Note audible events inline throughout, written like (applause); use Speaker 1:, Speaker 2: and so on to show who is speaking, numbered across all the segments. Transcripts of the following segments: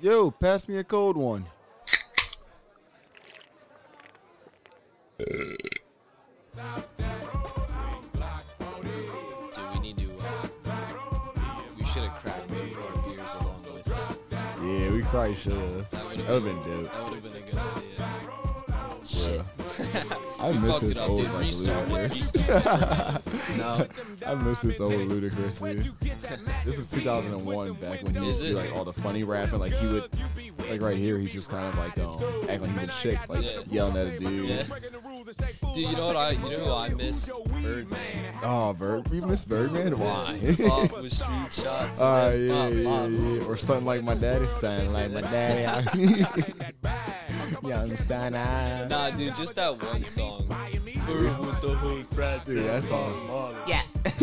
Speaker 1: Yo, pass me a cold one.
Speaker 2: Dude, we need to. Uh, we should have cracked more beers along with it.
Speaker 3: Yeah, we probably should have.
Speaker 2: That would
Speaker 3: That would
Speaker 2: have been,
Speaker 3: have been dope.
Speaker 2: that would have been a good idea. Shit.
Speaker 3: (laughs) I
Speaker 2: We
Speaker 3: miss
Speaker 2: fucked
Speaker 3: this
Speaker 2: it up,
Speaker 3: old
Speaker 2: dude.
Speaker 3: like
Speaker 2: Restart.
Speaker 3: ludicrous.
Speaker 2: Restart. no.
Speaker 3: (laughs) I miss this old ludicrous dude. This is 2001 back when he
Speaker 2: Is
Speaker 3: used to do
Speaker 2: it?
Speaker 3: like all the funny rapping. Like he would, like right here, he's just kind of like um acting like he's a chick, like
Speaker 2: Yeah.
Speaker 3: yelling at a dude.
Speaker 2: Yeah. Dude, you know what I? You know who I miss?
Speaker 3: (laughs)
Speaker 2: Birdman.
Speaker 3: Oh, Bird, you miss Birdman? Why? (laughs)
Speaker 2: Pop with street shots.
Speaker 3: Oh
Speaker 2: and
Speaker 3: yeah,
Speaker 2: then
Speaker 3: yeah,
Speaker 2: pop, pop.
Speaker 3: yeah. Or something like my daddy, something like my daddy. (laughs) yeah, understand? I-
Speaker 2: Nah, dude, just that one song. Bird with the hood frats.
Speaker 3: Dude,
Speaker 2: and
Speaker 3: that's
Speaker 2: pop,
Speaker 3: awesome.
Speaker 2: pop. Yeah. (laughs)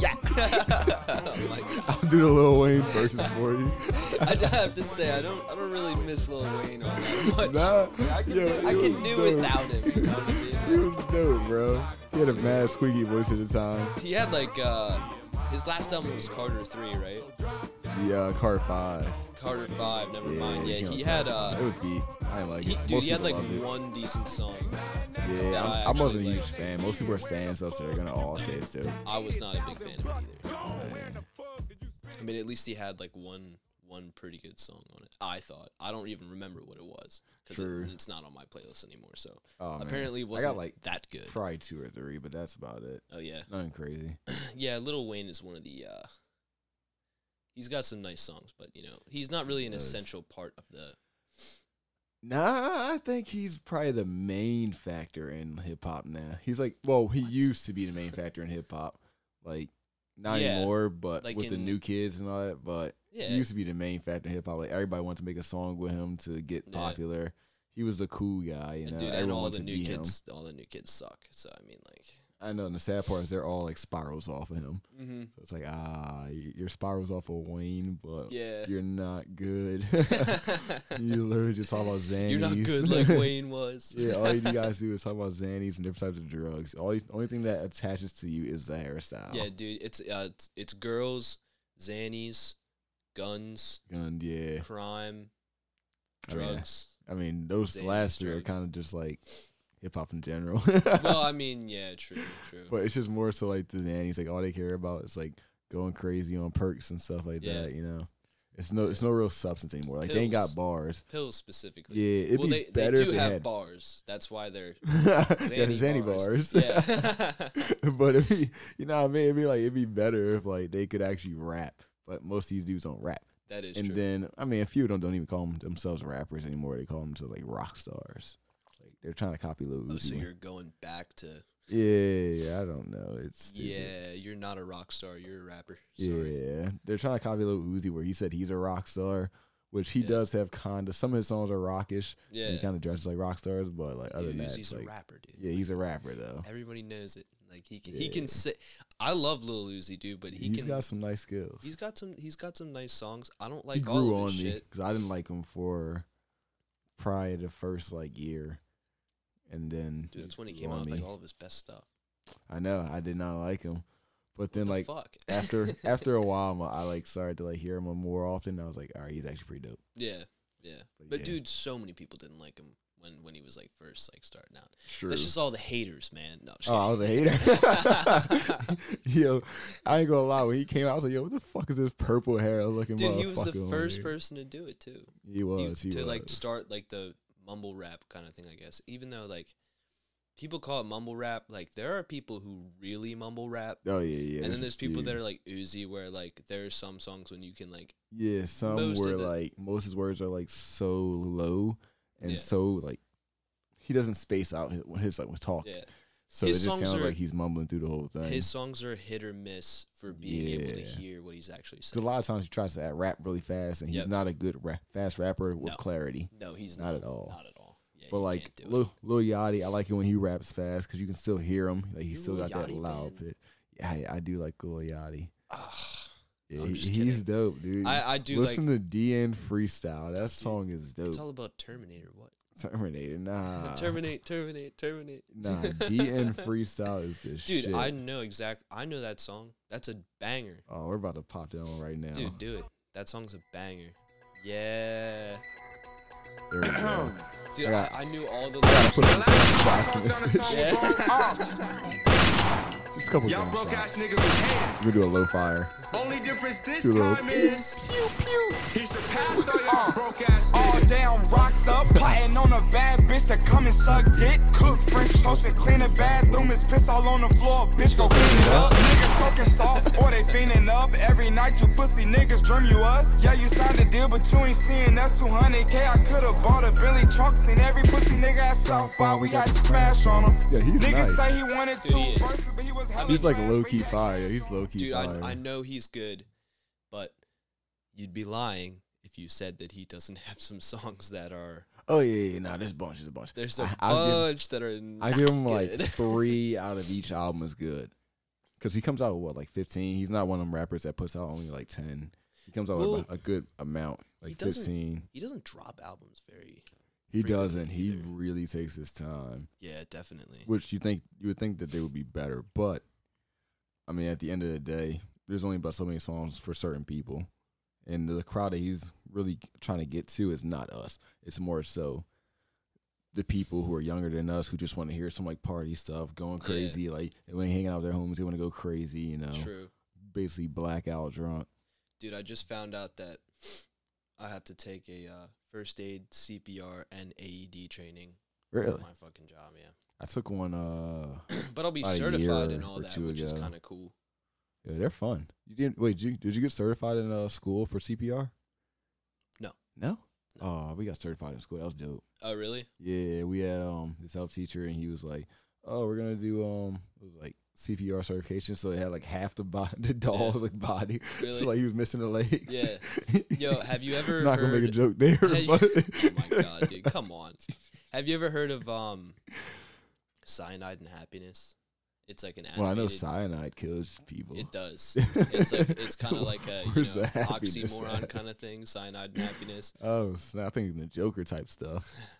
Speaker 2: yeah. (laughs) oh my God.
Speaker 3: I'll do the Lil Wayne versions for
Speaker 2: (laughs)
Speaker 3: you.
Speaker 2: I do have to say, I don't, I don't really miss Lil Wayne all that much.
Speaker 3: Nah, yo,
Speaker 2: I
Speaker 3: it
Speaker 2: can
Speaker 3: was
Speaker 2: do
Speaker 3: dope.
Speaker 2: without him. You know what I
Speaker 3: He (laughs)
Speaker 2: mean?
Speaker 3: was dope, bro. He had a mad squeaky voice at the time.
Speaker 2: He had like, uh, his last album was Carter 3, right?
Speaker 3: The uh, Car Five,
Speaker 2: Carter 5, never
Speaker 3: Yeah,
Speaker 2: mind. Yeah,
Speaker 3: he
Speaker 2: he
Speaker 3: was-
Speaker 2: had, uh,
Speaker 3: it was deep. I didn't like
Speaker 2: he,
Speaker 3: it.
Speaker 2: dude,
Speaker 3: Most
Speaker 2: he had
Speaker 3: people
Speaker 2: like
Speaker 3: loved it.
Speaker 2: one decent song.
Speaker 3: Yeah,
Speaker 2: that I
Speaker 3: I'm, I wasn't a
Speaker 2: actually
Speaker 3: huge
Speaker 2: liked.
Speaker 3: fan. Most people are stands, so they're gonna all say it's dope.
Speaker 2: I was not a big fan of it either.
Speaker 3: Man.
Speaker 2: I mean, at least he had like one, one pretty good song on it. I thought. I don't even remember what it was because
Speaker 3: True.
Speaker 2: it, it's not on my playlist anymore. So
Speaker 3: Oh, man.
Speaker 2: apparently, it
Speaker 3: I got,
Speaker 2: wasn't
Speaker 3: like,
Speaker 2: that good.
Speaker 3: Probably two or three, but that's about it.
Speaker 2: oh yeah, (laughs)
Speaker 3: Nothing crazy.
Speaker 2: yeah. Little Wayne is one of the. uh He's got some nice songs, but you know he's not really an
Speaker 3: does.
Speaker 2: essential part of the
Speaker 3: Nah, I think he's probably the main factor in hip hop now. He's like, well, he used to be the main factor in hip hop, like not
Speaker 2: Yeah,
Speaker 3: anymore, but
Speaker 2: like
Speaker 3: with the
Speaker 2: in-
Speaker 3: new kids and all that. But
Speaker 2: yeah.
Speaker 3: he used to be the main factor in hip hop. Like everybody wanted to make a song with him to get
Speaker 2: Yeah.
Speaker 3: popular. He was a cool guy, you know.
Speaker 2: and dude, and
Speaker 3: Everyone
Speaker 2: all
Speaker 3: wanted
Speaker 2: the
Speaker 3: to
Speaker 2: new
Speaker 3: be
Speaker 2: kids, all the new kids suck. So I mean, like,
Speaker 3: him. I know. And the sad part is they're all like spirals off of him.
Speaker 2: mm-hmm.
Speaker 3: So it's like, ah, y- your spirals off of Wayne, but
Speaker 2: yeah,
Speaker 3: you're not
Speaker 2: (laughs)
Speaker 3: good. (laughs)
Speaker 2: you're,
Speaker 3: Oh, you literally just talk about Xannies.
Speaker 2: not good
Speaker 3: (laughs)
Speaker 2: like Wayne was.
Speaker 3: Yeah, all you guys do is talk about Xannies and different types of drugs. All you- only thing that attaches to you is the hairstyle.
Speaker 2: Yeah, dude, it's uh, it's, it's girls, Xannies, guns,
Speaker 3: And yeah. Oh,
Speaker 2: crime,
Speaker 3: I mean,
Speaker 2: drugs.
Speaker 3: I mean, those
Speaker 2: Xannies,
Speaker 3: last three are
Speaker 2: drugs.
Speaker 3: kind of just like hip hop in general.
Speaker 2: well, I mean, yeah, true, true.
Speaker 3: (laughs) but it's just more so like the Xannies, like all they care about is like going crazy on perks and stuff like
Speaker 2: Yeah.
Speaker 3: that. You know, it's no, it's no real substance anymore. Like they ain't
Speaker 2: Pills.
Speaker 3: got bars.
Speaker 2: Pills specifically.
Speaker 3: Yeah, it'd
Speaker 2: well,
Speaker 3: be
Speaker 2: they,
Speaker 3: better
Speaker 2: they do
Speaker 3: if they
Speaker 2: have
Speaker 3: had (laughs)
Speaker 2: bars. That's why they're
Speaker 3: Xanny,
Speaker 2: Xanny
Speaker 3: Xanny
Speaker 2: bars.
Speaker 3: bars. (laughs)
Speaker 2: Yeah. (laughs)
Speaker 3: but it'd be, you know what I mean? It'd be like, it'd be better if like they could actually rap, but most of these dudes don't rap.
Speaker 2: that is
Speaker 3: and
Speaker 2: true.
Speaker 3: then, I mean, a few of them don't even call them themselves rappers anymore. They call themselves like rock stars. Like they're trying to copy Lil
Speaker 2: oh,
Speaker 3: Uzi.
Speaker 2: so you're going back to
Speaker 3: yeah, I don't know. It's stupid.
Speaker 2: yeah. You're not a rock star. You're a rapper. Sorry.
Speaker 3: yeah. They're trying to copy Lil Uzi, where he said he's a rock star, which he
Speaker 2: Yeah.
Speaker 3: does have kind of. Some of his songs are rockish.
Speaker 2: Yeah.
Speaker 3: and he kind of dresses like rock stars, but like other than that,
Speaker 2: Uzi's
Speaker 3: it's
Speaker 2: a
Speaker 3: like,
Speaker 2: rapper, dude.
Speaker 3: yeah, he's a rapper though.
Speaker 2: Everybody knows it. Like he can, he can say. I love Lil Uzi, dude, but he
Speaker 3: He has
Speaker 2: can.
Speaker 3: got some nice skills.
Speaker 2: he's got some. He's got some nice songs. I don't
Speaker 3: he
Speaker 2: like all
Speaker 3: grew
Speaker 2: of
Speaker 3: on
Speaker 2: his
Speaker 3: me
Speaker 2: shit.
Speaker 3: because I didn't like him for probably the first like year, and then
Speaker 2: Dude, that's when he
Speaker 3: grew
Speaker 2: came
Speaker 3: on
Speaker 2: out with
Speaker 3: me.
Speaker 2: like all of his best stuff.
Speaker 3: I know I did not like him, but then
Speaker 2: The
Speaker 3: like (laughs)
Speaker 2: fuck. (laughs)
Speaker 3: after after a while, my, I like started to like hear him more often. I was like, all right, he's actually pretty dope.
Speaker 2: yeah, yeah.
Speaker 3: But
Speaker 2: But
Speaker 3: yeah.
Speaker 2: dude, so many people didn't like him when when he was like first like starting out.
Speaker 3: True.
Speaker 2: That's just all the haters, man. No, I'm just
Speaker 3: Oh, I was a hater. (laughs) yo, I ain't gonna lie. When he came out, I was like, "Yo, what the fuck is this purple hair looking?"
Speaker 2: kidding. (laughs) dude, he was
Speaker 3: motherfucker
Speaker 2: the
Speaker 3: on
Speaker 2: first
Speaker 3: here?
Speaker 2: person to do it too.
Speaker 3: He
Speaker 2: He-
Speaker 3: was. He,
Speaker 2: to
Speaker 3: was.
Speaker 2: like start like the mumble rap kind of thing, I guess. Even though like people call it mumble rap, like there are people who really mumble rap.
Speaker 3: oh yeah, yeah.
Speaker 2: and then there's people
Speaker 3: that are.
Speaker 2: that are like Uzi, where like there are some songs when you can like
Speaker 3: Yeah, some
Speaker 2: Most
Speaker 3: where
Speaker 2: of the-
Speaker 3: like most of his words are like so low and
Speaker 2: Yeah.
Speaker 3: so like he doesn't space out his, his like talk,
Speaker 2: yeah,
Speaker 3: so
Speaker 2: His
Speaker 3: it just
Speaker 2: songs
Speaker 3: sounds
Speaker 2: are-
Speaker 3: like he's mumbling through the whole thing.
Speaker 2: his songs are hit or miss for being able to
Speaker 3: Yeah.
Speaker 2: hear what he's actually
Speaker 3: 'Cause
Speaker 2: saying.
Speaker 3: a lot of times he tries to act rap really fast, and he's
Speaker 2: Yep.
Speaker 3: not a good rap, fast rapper with
Speaker 2: No.
Speaker 3: clarity.
Speaker 2: No, he's
Speaker 3: Not
Speaker 2: not,
Speaker 3: at all.
Speaker 2: Not at all. Yeah,
Speaker 3: But
Speaker 2: he
Speaker 3: like
Speaker 2: can't do it.
Speaker 3: Lil, Lil Yachty, I like it when he raps fast because you can still hear him. Like
Speaker 2: You
Speaker 3: he's still
Speaker 2: Lil
Speaker 3: got that
Speaker 2: Yachty
Speaker 3: loud
Speaker 2: fan?
Speaker 3: pit. Yeah, I, I do like Lil Yachty.
Speaker 2: Ugh.
Speaker 3: Yeah,
Speaker 2: I'm
Speaker 3: he-
Speaker 2: just
Speaker 3: he's dope, dude.
Speaker 2: I, I do
Speaker 3: Listen
Speaker 2: like.
Speaker 3: to DN Freestyle. That song is dope.
Speaker 2: It's all about Terminator. What? (laughs)
Speaker 3: Terminator, nah.
Speaker 2: terminate, terminate, terminate.
Speaker 3: (laughs)
Speaker 2: (laughs)
Speaker 3: Nah, DN freestyle is the
Speaker 2: Dude,
Speaker 3: shit.
Speaker 2: I know exact. I know that song. That's a banger.
Speaker 3: Oh, we're about to pop that one right now.
Speaker 2: Dude, do it. That song's a banger. Yeah.
Speaker 3: There we go.
Speaker 2: (coughs) Dude,
Speaker 1: Yeah.
Speaker 2: I, I knew
Speaker 3: (laughs)
Speaker 2: all the
Speaker 3: Put
Speaker 2: lyrics.
Speaker 3: a blast in (laughs) this bitch. (laughs)
Speaker 4: Yeah.
Speaker 3: Just a couple
Speaker 4: Y'all broke ass
Speaker 3: gunshots.
Speaker 4: niggas was haters.
Speaker 3: We do a low fire.
Speaker 4: Only difference this
Speaker 3: Do a little
Speaker 4: time is he surpassed all y'all broke ass niggas.
Speaker 5: All day I'm rocked up, plotting on a bad bitch to come and suck dick. Cook French toast and clean the bathroom, it's piss all on the floor. Bitch, go clean it up. Niggas soaking sauce, boy, they fiending up. Every night you pussy niggas dream you us. Yeah, you signed a deal, but you ain't seeing us. 200k, I could've bought a Billy Trunks and every pussy nigga at Southbound, we got to smash on him.
Speaker 3: Yeah, he's
Speaker 5: niggas
Speaker 3: nice.
Speaker 5: say he wanted
Speaker 2: Dude, he
Speaker 5: two
Speaker 2: is.
Speaker 5: verses, but he was hella
Speaker 3: He's like
Speaker 5: trash,
Speaker 3: low
Speaker 5: but he
Speaker 3: key
Speaker 5: had
Speaker 3: fire.
Speaker 5: two
Speaker 3: Yeah, he's low key
Speaker 2: Dude,
Speaker 3: fire.
Speaker 2: I, I know he's good, but you'd be lying if you said that he doesn't (laughs) have some songs that are.
Speaker 3: oh yeah, yeah, yeah, nah, this bunch is a bunch.
Speaker 2: There's a
Speaker 3: I- I'll give-
Speaker 2: bunch that are.
Speaker 3: I
Speaker 2: Not
Speaker 3: give him like
Speaker 2: good. (laughs)
Speaker 3: three out of each album is good. Cause he comes out with what, like fifteen. He's not one of them rappers that puts out only like ten. He comes out
Speaker 2: Well,
Speaker 3: with a- a good amount, like
Speaker 2: doesn't-
Speaker 3: fifteen.
Speaker 2: he doesn't drop albums very.
Speaker 3: He
Speaker 2: frequently
Speaker 3: doesn't. He
Speaker 2: either.
Speaker 3: really takes his time,
Speaker 2: Yeah, definitely.
Speaker 3: which you think you would think that they would be better, but I mean, at the end of the day, there's only about so many songs for certain people, and the crowd that he's really trying to get to is not us. It's more so the people who are younger than us who just want to hear some like party stuff, going
Speaker 2: Yeah.
Speaker 3: crazy, like they want to hang out with their homies, they want to go crazy, you know,
Speaker 2: True.
Speaker 3: basically blackout drunk.
Speaker 2: Dude, I just found out that I have to take a uh, first aid, CPR, and AED training. For my fucking job, yeah. (clears throat)
Speaker 3: I took one. Uh,
Speaker 2: but I'll be
Speaker 3: About a
Speaker 2: certified and
Speaker 3: year
Speaker 2: all
Speaker 3: or
Speaker 2: that,
Speaker 3: two
Speaker 2: which is
Speaker 3: ago.
Speaker 2: kind of cool.
Speaker 3: yeah, they're fun. You didn't wait? Did you, did you get certified in uh, school for CPR?
Speaker 2: No.
Speaker 3: No. Oh, we got certified in school. That was dope. (laughs)
Speaker 2: Oh, really?
Speaker 3: Yeah, we had um this health teacher, and he was like, "Oh, we're gonna do um it was like CPR certification." So they had like half the body, (laughs) the doll's like body. (laughs)
Speaker 2: Really? (laughs)
Speaker 3: So like he was missing the legs. (laughs)
Speaker 2: Yeah. Yo, have you ever
Speaker 3: Not gonna make a
Speaker 2: heard-
Speaker 3: joke
Speaker 2: (laughs)
Speaker 3: there.
Speaker 2: Hey,
Speaker 3: but-
Speaker 2: oh my god, dude, come on. Have you ever heard of um cyanide and happiness? It's like an
Speaker 3: (laughs)
Speaker 2: animated,
Speaker 3: Well, I know cyanide kills people. (laughs)
Speaker 2: It does. It's like it's kind of like a you know,
Speaker 3: Where's the happiness
Speaker 2: oxymoron
Speaker 3: at?
Speaker 2: kind of thing. Cyanide and
Speaker 3: (laughs)
Speaker 2: happiness.
Speaker 3: Oh, snap. I think the Joker type stuff.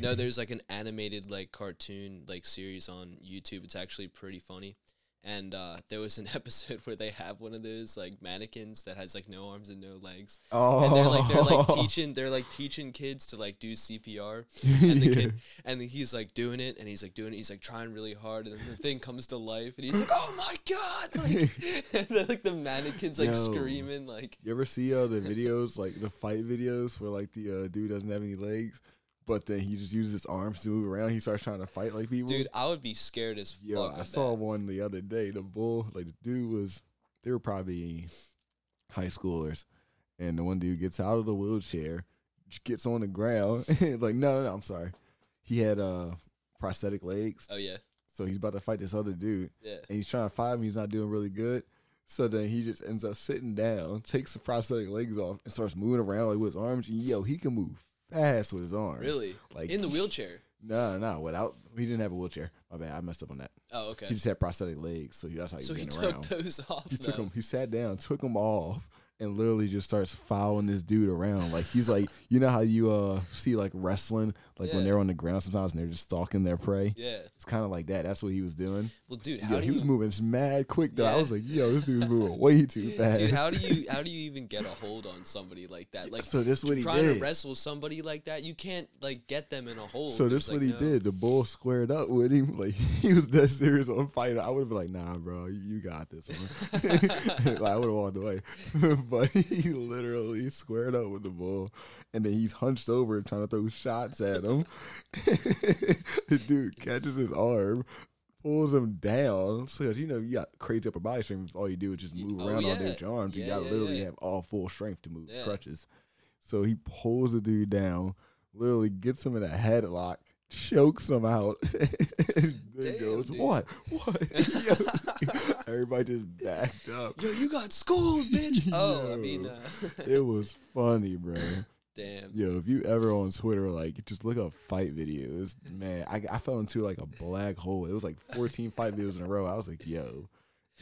Speaker 2: No, there's like an animated like cartoon like series on YouTube. It's actually pretty funny. And uh, there was an (laughs) episode where they have one of those like mannequins that has like no arms and no legs,
Speaker 3: Oh,
Speaker 2: and they're like they're like teaching they're like teaching kids to like do CPR, and
Speaker 3: (laughs)
Speaker 2: the kid and then he's like doing it and he's like doing it he's like trying really hard and then the thing comes to life and he's like oh my
Speaker 3: (laughs)
Speaker 2: god like (laughs) and then, like the mannequins like
Speaker 3: Yo.
Speaker 2: screaming like
Speaker 3: You ever see uh, the videos, like the fight videos, where like the uh, dude doesn't have any legs, but then he just uses his arms to move around. He starts trying to fight like people.
Speaker 2: dude I would be scared as fuck
Speaker 3: Yo,
Speaker 2: of
Speaker 3: I
Speaker 2: that.
Speaker 3: saw one the other day. The bull, like the dude was, they were probably high schoolers, and the one dude gets out of the wheelchair, j- gets on the ground, (laughs) and like no, no, no, I'm sorry, he had uh prosthetic legs,
Speaker 2: oh yeah
Speaker 3: so he's about to fight this other dude,
Speaker 2: yeah
Speaker 3: and he's trying to fight him. He's not doing really good. So then he just ends up sitting down, takes the prosthetic legs off, and starts moving around like with his arms. And yo, he can move fast with his arms.
Speaker 2: really
Speaker 3: Like-
Speaker 2: in the wheelchair
Speaker 3: No, no, without he didn't have a wheelchair. My bad, I messed up on that.
Speaker 2: oh
Speaker 3: He
Speaker 2: okay
Speaker 3: just had prosthetic legs, so that's how he
Speaker 2: so he
Speaker 3: went
Speaker 2: took
Speaker 3: around.
Speaker 2: those (laughs) off
Speaker 3: he took
Speaker 2: though.
Speaker 3: him. He sat down, took him off, and literally just starts following this dude around. Like he's like, you know how you uh see like wrestling, like
Speaker 2: Yeah.
Speaker 3: when they're on the ground sometimes and they're just stalking their prey.
Speaker 2: yeah
Speaker 3: It's kind of like that. That's what he was doing.
Speaker 2: well dude how
Speaker 3: Yeah,
Speaker 2: do
Speaker 3: he was
Speaker 2: you
Speaker 3: moving mad quick though. I
Speaker 2: Yeah.
Speaker 3: was like, yo, this dude's
Speaker 2: (laughs)
Speaker 3: moving way too fast.
Speaker 2: Dude, how
Speaker 3: (laughs)
Speaker 2: do you how do you even get a hold on somebody like that? Like
Speaker 3: So this what he
Speaker 2: trying to
Speaker 3: did.
Speaker 2: wrestle somebody like that, you can't like get them in a hold.
Speaker 3: So
Speaker 2: There's,
Speaker 3: this what
Speaker 2: like,
Speaker 3: he
Speaker 2: no-
Speaker 3: did. The bull squared up with him. Like (laughs) he was that serious on fighting. I would have been like, nah, bro, you- you got this one. (laughs) like I would have walked away. (laughs) but he literally squared up with the bull. And then he's hunched over trying to throw shots at him. (laughs) the dude catches his arm. Pulls him down, so you know you got crazy upper body strength. if All you do is just move
Speaker 2: oh,
Speaker 3: around all day
Speaker 2: yeah.
Speaker 3: with your arms. you
Speaker 2: Yeah,
Speaker 3: gotta
Speaker 2: yeah,
Speaker 3: literally
Speaker 2: yeah.
Speaker 3: have all full strength to move
Speaker 2: Yeah.
Speaker 3: crutches. So he pulls the dude down, literally gets him in a headlock, chokes him out, (laughs) and then
Speaker 2: Damn,
Speaker 3: goes,
Speaker 2: dude.
Speaker 3: What? What? (laughs) Yo, Everybody just backed up.
Speaker 2: Yo, you
Speaker 3: (laughs)
Speaker 2: got schooled, bitch. Oh, I
Speaker 3: Yo.
Speaker 2: mean, uh, (laughs)
Speaker 3: It was funny, bro.
Speaker 2: damn.
Speaker 3: Yo, if you ever on Twitter, like, just look up fight videos. Man, I, I fell into like a black hole. It was like 14 fight videos in a row. I was like, Yo,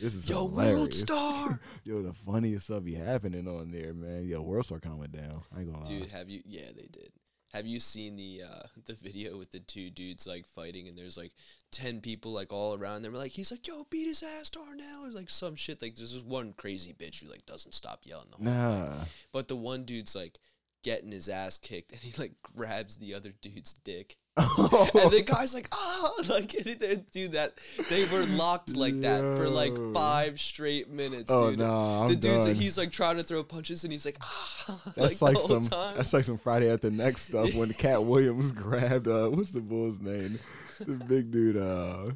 Speaker 3: this is
Speaker 2: Yo,
Speaker 3: hilarious. (laughs)
Speaker 2: world star.
Speaker 3: Yo, the funniest stuff be happening on there, man. Yo, World Star kind of went down. I ain't gonna lie.
Speaker 2: Dude, have you? Yeah, they did. Have you seen the uh, (laughs) the video with the two dudes like fighting and there's like ten people like all around them? Like he's like, "Yo, beat his ass, Darnell," or like some shit. Like there's this one crazy bitch who like doesn't stop yelling the whole
Speaker 3: Nah. (laughs)
Speaker 2: But the one dude's like getting his ass kicked, and he like grabs the other dude's
Speaker 3: (laughs)
Speaker 2: dick. (laughs) and the guy's like, ah, (laughs) like and they do that. They were locked like that for like
Speaker 3: Yo.
Speaker 2: five straight minutes,
Speaker 3: Oh,
Speaker 2: dude.
Speaker 3: nah, I'm
Speaker 2: the dude's
Speaker 3: done.
Speaker 2: he's like trying to throw punches, and he's like, ah, (laughs)
Speaker 3: That's
Speaker 2: like,
Speaker 3: like,
Speaker 2: the
Speaker 3: some.
Speaker 2: whole time.
Speaker 3: That's like some Friday at the next stuff when Cat Williams grabbed uh, what's the bull's name? The big dude, uh,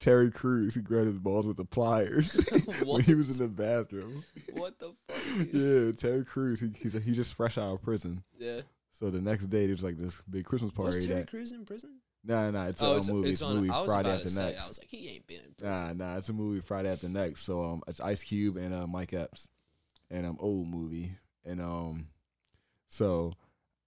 Speaker 3: Terry Crews. He grabbed his balls with the
Speaker 2: (laughs)
Speaker 3: pliers (laughs) when he was in the bathroom.
Speaker 2: (laughs) what the fuck?
Speaker 3: (laughs)
Speaker 2: dude?
Speaker 3: Yeah, Terry Crews. He he's he just fresh out of prison.
Speaker 2: Yeah.
Speaker 3: So the next day there's like this big Christmas
Speaker 2: Was
Speaker 3: party.
Speaker 2: Terry
Speaker 3: That,
Speaker 2: Crews in prison?
Speaker 3: no, no, no, it's a
Speaker 2: it's,
Speaker 3: movie.
Speaker 2: it's
Speaker 3: It's a
Speaker 2: on.
Speaker 3: movie.
Speaker 2: I was
Speaker 3: Friday
Speaker 2: about
Speaker 3: after
Speaker 2: to say. I
Speaker 3: next.
Speaker 2: was like, he ain't been in
Speaker 3: (laughs)
Speaker 2: prison.
Speaker 3: Nah, nah, it's a movie Friday after next. So um, it's Ice Cube and uh, Mike Epps, and um, old movie, and um, so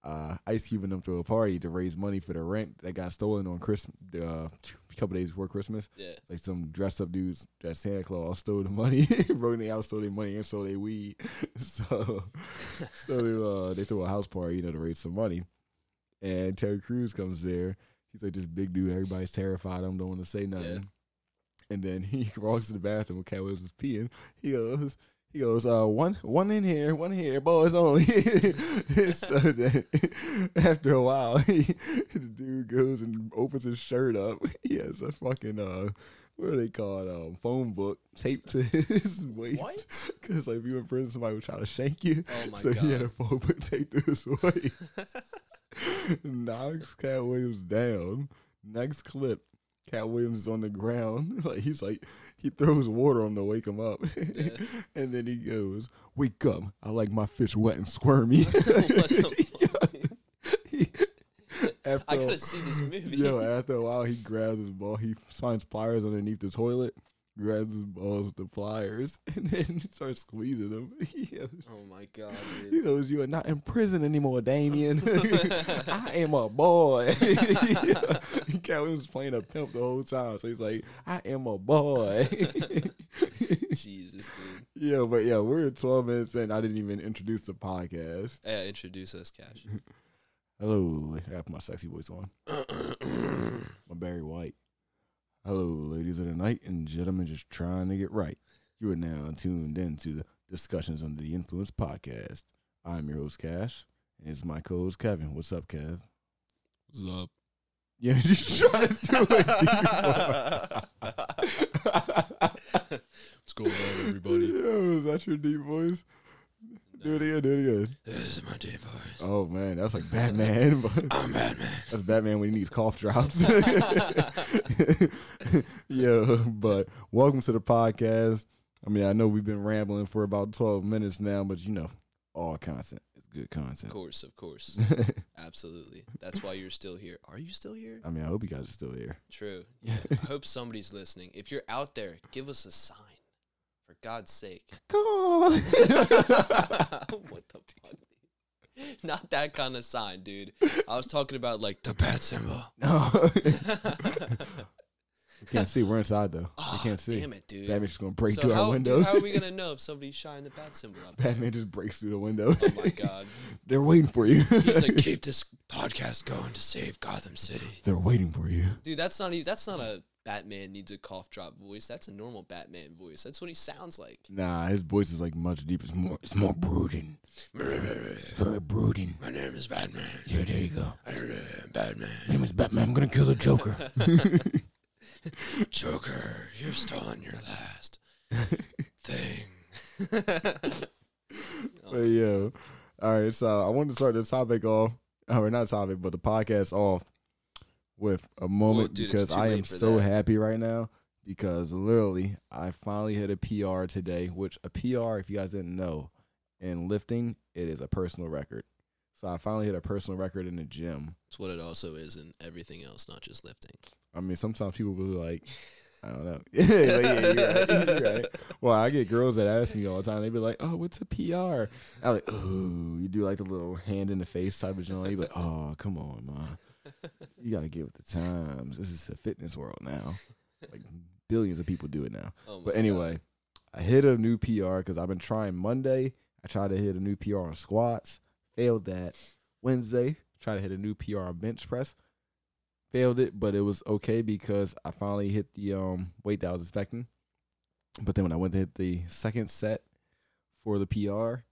Speaker 3: uh, Ice Cube and them throw a party to raise money for the rent that got stolen on Christmas, uh, a couple days before Christmas.
Speaker 2: Yeah. (laughs)
Speaker 3: Like some dressed up dudes that Santa Claus stole the money, (laughs) wrote they out, stole their money, and stole their weed. (laughs) So, so they, uh, they throw a house party, you know, to raise some money. And Terry Crews comes there. He's like this big dude. Everybody's terrified. I don't want to say nothing. And then (laughs) he walks to the bathroom when Cat Williams is peeing. He goes, he goes, uh, one one in here, one here, boys only. (laughs) so then (laughs) after a while, (laughs) he, the dude goes and opens his shirt up. (laughs) He has a fucking uh what are they called? Um, phone book taped to (laughs) his waist.
Speaker 2: What?
Speaker 3: Because like if you in prison, somebody would try to shank you.
Speaker 2: Oh my
Speaker 3: so he had
Speaker 2: God.
Speaker 3: a phone book taped to his
Speaker 2: (laughs)
Speaker 3: waist. knocks Cat Williams down. Next clip, Cat Williams is on the ground. (laughs) Like he's like he throws water on to wake him up, (laughs) and then he goes, "Wake up! I like my fish wet and
Speaker 2: (laughs)
Speaker 3: squirmy."
Speaker 2: what the
Speaker 3: (laughs)
Speaker 2: fuck?
Speaker 3: after
Speaker 2: I
Speaker 3: a-
Speaker 2: gotta see this movie.
Speaker 3: (laughs) Yo, after a while, he grabs his ball. He finds pliers underneath the toilet, grabs his balls with the pliers, (laughs) and then starts squeezing them. (laughs) He goes-
Speaker 2: (laughs) oh my god,
Speaker 3: He
Speaker 2: dude.
Speaker 3: goes, You are not in prison anymore, Damien. (laughs) I am a boy. (laughs) yeah. Cat was playing a pimp the whole time. So he's like, I am a boy. (laughs)
Speaker 2: Jesus, dude.
Speaker 3: yeah, but yeah, we're at 12 minutes in. I didn't even introduce the podcast.
Speaker 2: Yeah, introduce us, Cash.
Speaker 3: Hello, I have my sexy voice on. (coughs) my Barry White. Hello, ladies of the night and gentlemen, just trying to get right. You are now tuned in to the Discussions Under the Influence podcast. I'm your host, Cash, and it's my co host, Kevin. What's up, Kev?
Speaker 2: What's up?
Speaker 3: Yeah, (laughs) just trying to do it. (laughs)
Speaker 2: (laughs) What's going on, everybody?
Speaker 3: Yo, is that your deep voice? Do it again, do it again.
Speaker 2: This is my day voice.
Speaker 3: Oh, man, that's like Batman. (laughs) but-
Speaker 2: I'm Batman.
Speaker 3: That's Batman when he needs cough drops. (laughs) yeah, but welcome to the podcast. I mean, I know we've been rambling for about 12 minutes now, but you know, all content is good
Speaker 2: Of
Speaker 3: content.
Speaker 2: course, of (laughs) course. Absolutely. That's why you're still here. Are you still here?
Speaker 3: I mean, I hope you guys are still here.
Speaker 2: True. Uh, Yeah. I hope somebody's listening. If you're out there, give us a sign. For God's (laughs) sake. what the fuck? dude? Not that kind of sign, dude. I was talking about like the bat symbol.
Speaker 3: (laughs) No.
Speaker 2: (laughs)
Speaker 3: You can't see. We're inside, though. You can't see.
Speaker 2: Ah, Damn it, dude.
Speaker 3: Batman's just going to break
Speaker 2: so
Speaker 3: through
Speaker 2: how,
Speaker 3: our
Speaker 2: dude,
Speaker 3: window.
Speaker 2: how are we gonna know if somebody's shining the bat symbol up?
Speaker 3: Batman just breaks through the window.
Speaker 2: Oh my god.
Speaker 3: (laughs) They're waiting for you. (laughs)
Speaker 2: He's like, keep this podcast going to save Gotham City.
Speaker 3: They're waiting for you.
Speaker 2: Dude, that's not even that's not a Batman needs a cough drop voice. That's a normal Batman voice. That's what he sounds like.
Speaker 3: Nah, his voice is like much deeper. It's more, it's more brooding. It's very brooding.
Speaker 2: My name is Batman.
Speaker 3: Yeah, there you go.
Speaker 2: Batman.
Speaker 3: My name is Batman. I'm gonna kill the (laughs) Joker.
Speaker 2: Joker, you've stolen your
Speaker 3: (laughs)
Speaker 2: last thing.
Speaker 3: but yeah, all right. So I wanted to start this topic off, uh, or not topic, but the podcast off with a moment
Speaker 2: dude, it's
Speaker 3: because
Speaker 2: too
Speaker 3: I
Speaker 2: late
Speaker 3: am
Speaker 2: for
Speaker 3: so
Speaker 2: that.
Speaker 3: happy right now because literally I finally hit a PR today. Which a PR, if you guys didn't know, in lifting it is a personal record. So I finally hit a personal record in the gym.
Speaker 2: It's what it also is in everything else, not just lifting.
Speaker 3: I mean, sometimes people will be like, I don't know. (laughs) But yeah, you're right. (laughs) You're right. Well, I get girls that ask me all the time. They be like, "Oh, what's a PR?" I'm like, "Oh, you do like the little hand in the face type of joint." You be like, "Oh, come on, man. You gotta get with the times. This is the fitness world now. Like billions of people do it now."
Speaker 2: Oh my
Speaker 3: But
Speaker 2: God.
Speaker 3: anyway, I hit a new PR because I've been trying Monday. I tried to hit a new PR on squats, failed that. Wednesday, tried to hit a new PR on bench press, failed it, but it was okay because I finally hit the um weight that I was expecting. But then when I went to hit the second set for the PR,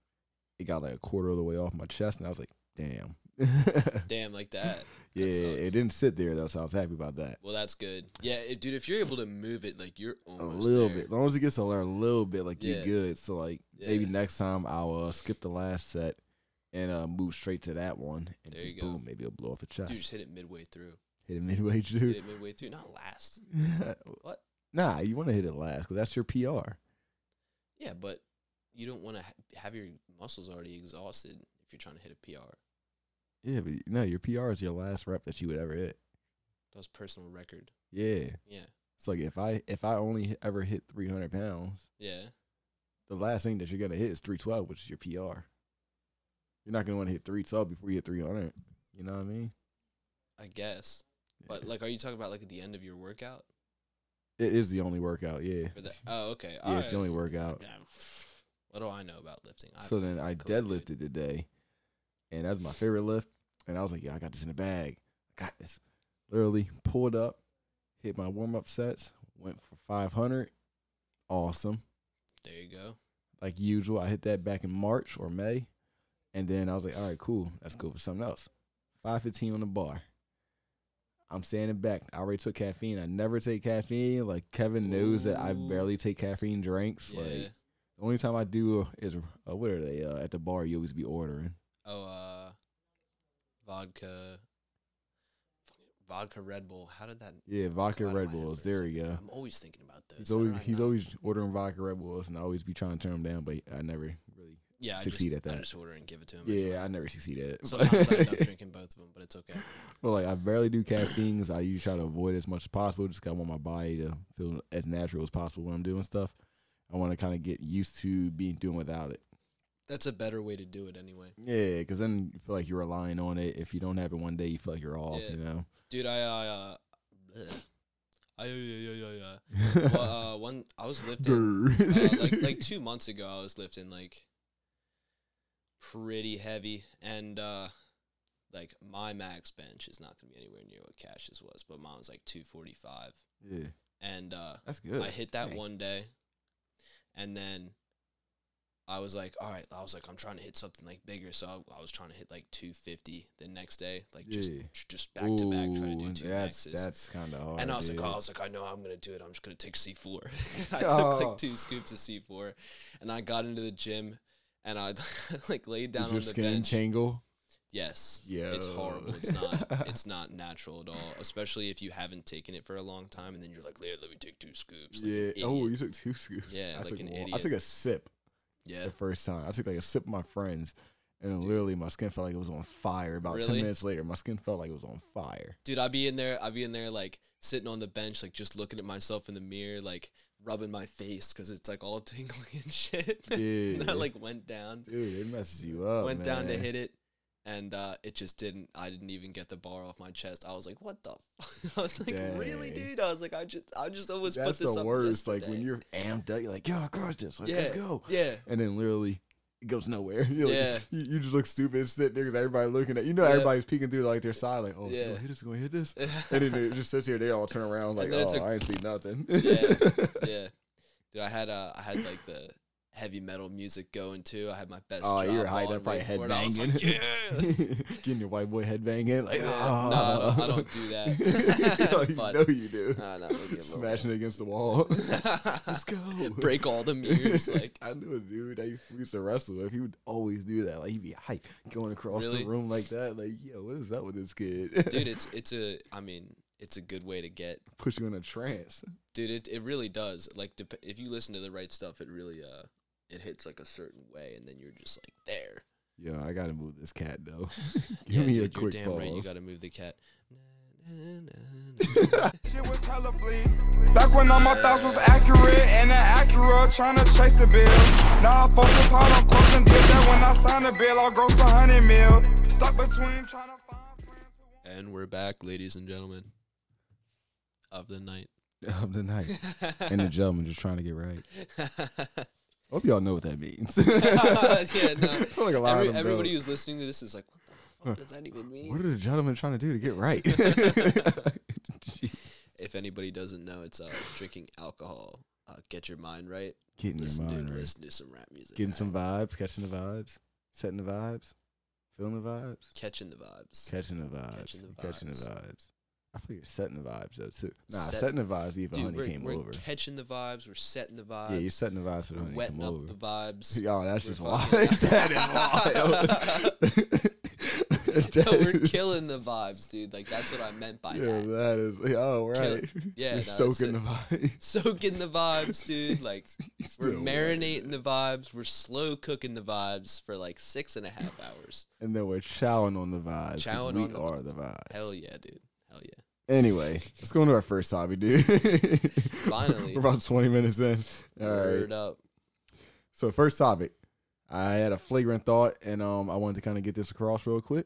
Speaker 3: it got like a quarter of the way off my chest, and I was like, damn. (laughs)
Speaker 2: Damn, like that.
Speaker 3: yeah,
Speaker 2: sucks.
Speaker 3: it didn't sit there though, so I was happy about that.
Speaker 2: Well, that's good. Yeah, it, dude, if you're able to move it, like you're
Speaker 3: A
Speaker 2: almost
Speaker 3: little
Speaker 2: there.
Speaker 3: bit, as long as it gets to learn a little bit, like
Speaker 2: Yeah.
Speaker 3: you're good. So like maybe
Speaker 2: Yeah.
Speaker 3: next time I'll uh, skip the last set and uh, move straight to that one, and
Speaker 2: There
Speaker 3: just
Speaker 2: you go.
Speaker 3: boom, maybe it'll blow off a chest.
Speaker 2: Dude, just hit it midway through.
Speaker 3: hit it midway, (laughs)
Speaker 2: Hit
Speaker 3: dude.
Speaker 2: it midway through, not last. What?
Speaker 3: Nah, you want to hit it last because that's your PR.
Speaker 2: Yeah, but you don't want to ha- have your muscles already exhausted if you're trying to hit a PR.
Speaker 3: Yeah, but no, your PR is your last rep that you would ever hit.
Speaker 2: That was personal record.
Speaker 3: Yeah,
Speaker 2: Yeah,
Speaker 3: it's like if I if I only hit- ever hit 300 pounds,
Speaker 2: yeah.
Speaker 3: the last thing that you're gonna hit is 312, which is your PR. You're not gonna want to hit 312 before you hit 300. You know what I mean?
Speaker 2: I guess. But like, are you talking about like at the end of your workout?
Speaker 3: it is the only workout. Yeah, (laughs)
Speaker 2: Or the, oh, okay.
Speaker 3: yeah,
Speaker 2: alright.
Speaker 3: it's the only workout.
Speaker 2: Yeah, What do I know about lifting? I
Speaker 3: So then I
Speaker 2: Cool, dude.
Speaker 3: deadlifted today, and that's my favorite lift. And I was like, "Yeah, I got this in the bag. I got this." Literally pulled up, hit my warm up sets, went for 500. Awesome,
Speaker 2: There you go.
Speaker 3: like usual. I hit that back in March or May, and then I was like, "All right, cool. Let's go for something else." 515 on the bar. I'm standing back. I already took caffeine. I never take caffeine. Like Kevin knows that I
Speaker 2: Ooh.
Speaker 3: barely take caffeine drinks.
Speaker 2: Yeah.
Speaker 3: Like the only time I do is uh, what are they uh, at the bar? You always be ordering.
Speaker 2: oh, uh, vodka. fucking Vodka Red Bull. How did that?
Speaker 3: Yeah, vodka
Speaker 2: God,
Speaker 3: Red
Speaker 2: my head
Speaker 3: Bulls.
Speaker 2: for a
Speaker 3: There we
Speaker 2: second.
Speaker 3: go.
Speaker 2: I'm always thinking about those.
Speaker 3: He's
Speaker 2: How did
Speaker 3: always
Speaker 2: I
Speaker 3: he's
Speaker 2: not-
Speaker 3: always ordering vodka Red Bulls, and I always be trying to turn him down, but I never really.
Speaker 2: yeah, I
Speaker 3: succeed
Speaker 2: just,
Speaker 3: at that.
Speaker 2: I just order and give it to him. anyway.
Speaker 3: Yeah, I never succeed at it.
Speaker 2: (laughs) Sometimes I end
Speaker 3: (laughs)
Speaker 2: up drinking both of them, but it's okay.
Speaker 3: but like I barely do caffeine 'cause I usually try to avoid as much as possible. Just 'cause I want my body to feel as natural as possible when I'm doing stuff. I want to kind of get used to being doing without it.
Speaker 2: That's a better way to do it anyway.
Speaker 3: Yeah, because then you feel like you're relying on it. If you don't have it one day, you feel like you're off.
Speaker 2: Yeah.
Speaker 3: You know.
Speaker 2: Dude, I uh, bleh. I yeah yeah yeah
Speaker 3: (laughs)
Speaker 2: yeah. Well, uh, one I was lifting uh, like like two months ago. I was lifting like pretty heavy, and uh, like my max bench is not gonna be anywhere near what Cash's was, but mine was like two forty five,
Speaker 3: yeah,
Speaker 2: and uh,
Speaker 3: that's good.
Speaker 2: I hit that
Speaker 3: Dang.
Speaker 2: one day, and then I was like, all right, I was like, I'm trying to hit something like bigger, so I, I was trying to hit like 250 the next day, like just
Speaker 3: Yeah.
Speaker 2: j- just back to back trying to do
Speaker 3: Ooh,
Speaker 2: two
Speaker 3: that's,
Speaker 2: maxes.
Speaker 3: That's kind of hard.
Speaker 2: and I was like,
Speaker 3: dude.
Speaker 2: oh, I was like, I know how I'm gonna do it. I'm just gonna take C4. (laughs)
Speaker 3: (laughs)
Speaker 2: I took
Speaker 3: Oh.
Speaker 2: like two scoops of C4, and I got into the gym, and I (laughs) like laid
Speaker 3: Is
Speaker 2: down
Speaker 3: your
Speaker 2: on the
Speaker 3: skin
Speaker 2: bench.
Speaker 3: tingle?
Speaker 2: Yes. It's horrible.
Speaker 3: Yo. (laughs)
Speaker 2: It's not it's not natural at all. Especially if you haven't taken it for a long time and then you're like, "Let- let me take two scoops. Like an
Speaker 3: yeah. Oh,
Speaker 2: idiot.
Speaker 3: you took two scoops.
Speaker 2: Yeah,
Speaker 3: I
Speaker 2: like
Speaker 3: took
Speaker 2: an
Speaker 3: one. I
Speaker 2: idiot.
Speaker 3: took a sip
Speaker 2: yeah.
Speaker 3: the
Speaker 2: (laughs)
Speaker 3: first time. I took like a sip of my friends, and literally my skin felt like it was on fire. About ten
Speaker 2: Really?
Speaker 3: minutes later, my skin felt like it was on fire.
Speaker 2: Dude, I'd be in there, I'd be in there like sitting on the bench, like just looking at myself in the mirror, like rubbing my face because it's like all (laughs) tingling and shit. (laughs) and
Speaker 3: Yeah.
Speaker 2: I like went down,
Speaker 3: Dude, it messes you up.
Speaker 2: went down to
Speaker 3: Oh, man.
Speaker 2: hit it, and uh, it just didn't. I didn't even get the bar off my chest. I was like, what the? (laughs) Fuck? I was like, really,
Speaker 3: Dang.
Speaker 2: dude? I was like, I just, I just almost
Speaker 3: That's
Speaker 2: put this
Speaker 3: the
Speaker 2: up
Speaker 3: worst. Like
Speaker 2: yesterday.
Speaker 3: when you're amped up, you're like, "Yo, I crushed this. Like,
Speaker 2: yeah,
Speaker 3: Let's go!"
Speaker 2: yeah. (laughs)
Speaker 3: And then literally, it goes nowhere. (laughs) You're like-
Speaker 2: Yeah.
Speaker 3: you, you just look stupid sitting there because everybody looking at you. Know
Speaker 2: Yeah.
Speaker 3: everybody's peeking through like their side, like, "Oh, is he
Speaker 2: Yeah.
Speaker 3: gonna hit this? Going to hit this?" (laughs)
Speaker 2: yeah,
Speaker 3: And then it just sits here. They all turn around like,
Speaker 2: then
Speaker 3: "Oh,
Speaker 2: it's a-
Speaker 3: I ain't see
Speaker 2: (laughs)
Speaker 3: nothing."
Speaker 2: yeah. Dude, I had uh, I had like the heavy metal music going too. I had my
Speaker 3: (laughs)
Speaker 2: best.
Speaker 3: Oh,
Speaker 2: drop
Speaker 3: you were hyped
Speaker 2: on
Speaker 3: up, probably
Speaker 2: right before it. I
Speaker 3: (laughs)
Speaker 2: was like,
Speaker 3: headbanging.
Speaker 2: yeah.
Speaker 3: Getting your white boy headbang in, (laughs) like,
Speaker 2: Yeah.
Speaker 3: "Ah."
Speaker 2: No, I don't- I
Speaker 3: (laughs)
Speaker 2: don't do that.
Speaker 3: Yo, (laughs) you
Speaker 2: (laughs) But-
Speaker 3: know you do.
Speaker 2: Nah, nah, maybe a little
Speaker 3: Smashing against the wall. (laughs) Let's go.
Speaker 2: (laughs)
Speaker 3: (laughs)
Speaker 2: Break all the mirrors, like
Speaker 3: I knew a dude that we used to wrestle with. He would always do that. Like he'd be hype going across
Speaker 2: Really?
Speaker 3: the room like that. Like, yo, what is up with this kid?
Speaker 2: dude, it's it's a. I mean, it's a good way to get,
Speaker 3: (laughs) Push you in a trance.
Speaker 2: dude. It it really does. Like, dep- if you listen to the right stuff, it really uh, it hits like a certain way, and then you're just like there.
Speaker 3: Yo, I gotta move this cat
Speaker 2: (laughs)
Speaker 3: though. (laughs) Give
Speaker 2: yeah,
Speaker 3: me
Speaker 2: dude,
Speaker 3: a
Speaker 2: you're
Speaker 3: quick
Speaker 2: damn
Speaker 3: pause.
Speaker 2: right. You got to move the cat. (laughs) Na, na, na, na.
Speaker 5: Shit was hella bleed. Back when all my thoughts was accurate and an Acura tryna chase a bill. Now I focus hard on closing deals. That when I sign a bill, I'll gross a hundred mil. Stuck between tryna find friends who won't-
Speaker 2: and we're back, ladies and gentlemen, of
Speaker 3: (laughs)
Speaker 2: the night. (laughs)
Speaker 3: Of the night. and the gentleman just trying to get right. Hope y'all know what that means.
Speaker 2: (laughs) yeah, no.
Speaker 3: I feel like a lot
Speaker 2: Every-
Speaker 3: of them
Speaker 2: everybody
Speaker 3: don't.
Speaker 2: who's listening to this is like, what the fuck does that even mean?
Speaker 3: What are the gentlemen trying to do to get right? (laughs) Jeez.
Speaker 2: if anybody doesn't know, it's uh, drinking alcohol. Uh, get your mind right.
Speaker 3: Getting
Speaker 2: Listen
Speaker 3: your
Speaker 2: to
Speaker 3: mind right.
Speaker 2: listen to some rap music.
Speaker 3: Getting some vibes, catching the vibes, setting the vibes. Feeling the vibes?
Speaker 2: Catching the vibes.
Speaker 3: Catching the vibes.
Speaker 2: Catching the
Speaker 3: I'm Catching the
Speaker 2: vibes.
Speaker 3: vibes. I figured setting the vibes though too. Nah,
Speaker 2: Set-
Speaker 3: setting the vibes even
Speaker 2: Dude,
Speaker 3: honey
Speaker 2: we're,
Speaker 3: came
Speaker 2: we're
Speaker 3: over.
Speaker 2: catching the vibes. We're setting the vibes.
Speaker 3: yeah, you're setting the vibes for the
Speaker 2: we're
Speaker 3: honey
Speaker 2: wetting
Speaker 3: come
Speaker 2: up
Speaker 3: over.
Speaker 2: the
Speaker 3: (laughs)
Speaker 2: vibes.
Speaker 3: Yo, that's just wild.
Speaker 2: fucking-
Speaker 3: that is wild.
Speaker 2: No, (laughs) we're
Speaker 3: (laughs)
Speaker 2: killing the vibes, dude. Like that's what I meant by
Speaker 3: Yeah,
Speaker 2: that.
Speaker 3: that is. Oh,
Speaker 2: Kill-
Speaker 3: right.
Speaker 2: Yeah,
Speaker 3: you're
Speaker 2: no, that's
Speaker 3: soaking the
Speaker 2: it.
Speaker 3: vibes. (laughs)
Speaker 2: Soaking the vibes, dude. Like
Speaker 3: You're
Speaker 2: we're
Speaker 3: still wet.
Speaker 2: marinating the vibes. We're slow cooking the vibes for like six and a half hours.
Speaker 3: and then we're chowing on the vibes. 'cause
Speaker 2: Chowing
Speaker 3: we
Speaker 2: on the
Speaker 3: are the vibes.
Speaker 2: Hell yeah, dude. Hell
Speaker 3: (laughs)
Speaker 2: yeah.
Speaker 3: Anyway, let's go into our first hobby, dude. (laughs)
Speaker 2: Finally.
Speaker 3: we're about 20 minutes in. All right.
Speaker 2: Word up.
Speaker 3: So first topic, I had a flagrant thought, and um, I wanted to kind of get this across real quick.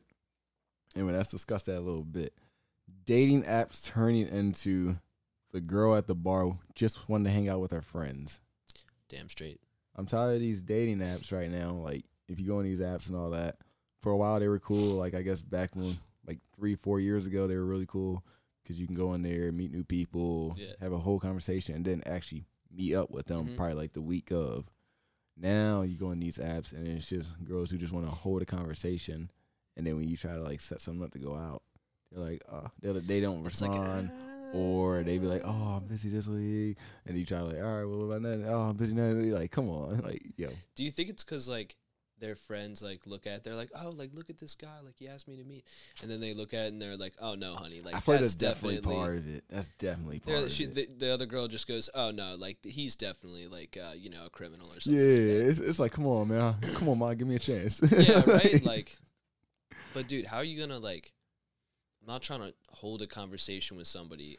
Speaker 3: Anyway, let's discuss that a little bit. Dating apps turning into the girl at the bar just wanted to hang out with her friends.
Speaker 2: Damn straight.
Speaker 3: I'm tired of these dating apps right now. Like, if you go on these apps and all that, for a while they were cool. Like, I guess back when, like three, four years ago, they were really cool because you can go in there, meet new people,
Speaker 2: Yeah.
Speaker 3: have a whole conversation, and then actually meet up with them
Speaker 2: Mhm.
Speaker 3: probably like the week of. Now you go on these apps and it's just girls who just want to hold a conversation, and then when you try to like set something up to go out, they're like, uh, they're, they don't
Speaker 2: It's like,
Speaker 3: respond
Speaker 2: ah.
Speaker 3: or they be like, "Oh, I'm busy this week," and you try like, "All right, well, what about that? Oh, I'm busy now." And you're Like, come on, (laughs) like, yo,
Speaker 2: Do you think it's because like their friends like look at they're like oh like look at this guy like he asked me to meet and then they look at it and they're like oh no honey like
Speaker 3: I feel like that's
Speaker 2: that's
Speaker 3: definitely,
Speaker 2: definitely,
Speaker 3: part of it. That's definitely part
Speaker 2: They're-
Speaker 3: of
Speaker 2: she,
Speaker 3: it.
Speaker 2: the, the other girl just goes oh no like th- he's definitely like uh, you know a criminal or
Speaker 3: yeah,
Speaker 2: something like that.
Speaker 3: it's, it's like, come on, man, (laughs) come on, mom, give me a chance.
Speaker 2: yeah
Speaker 3: (laughs)
Speaker 2: right like but dude how are you gonna like I'm not trying to hold a conversation with somebody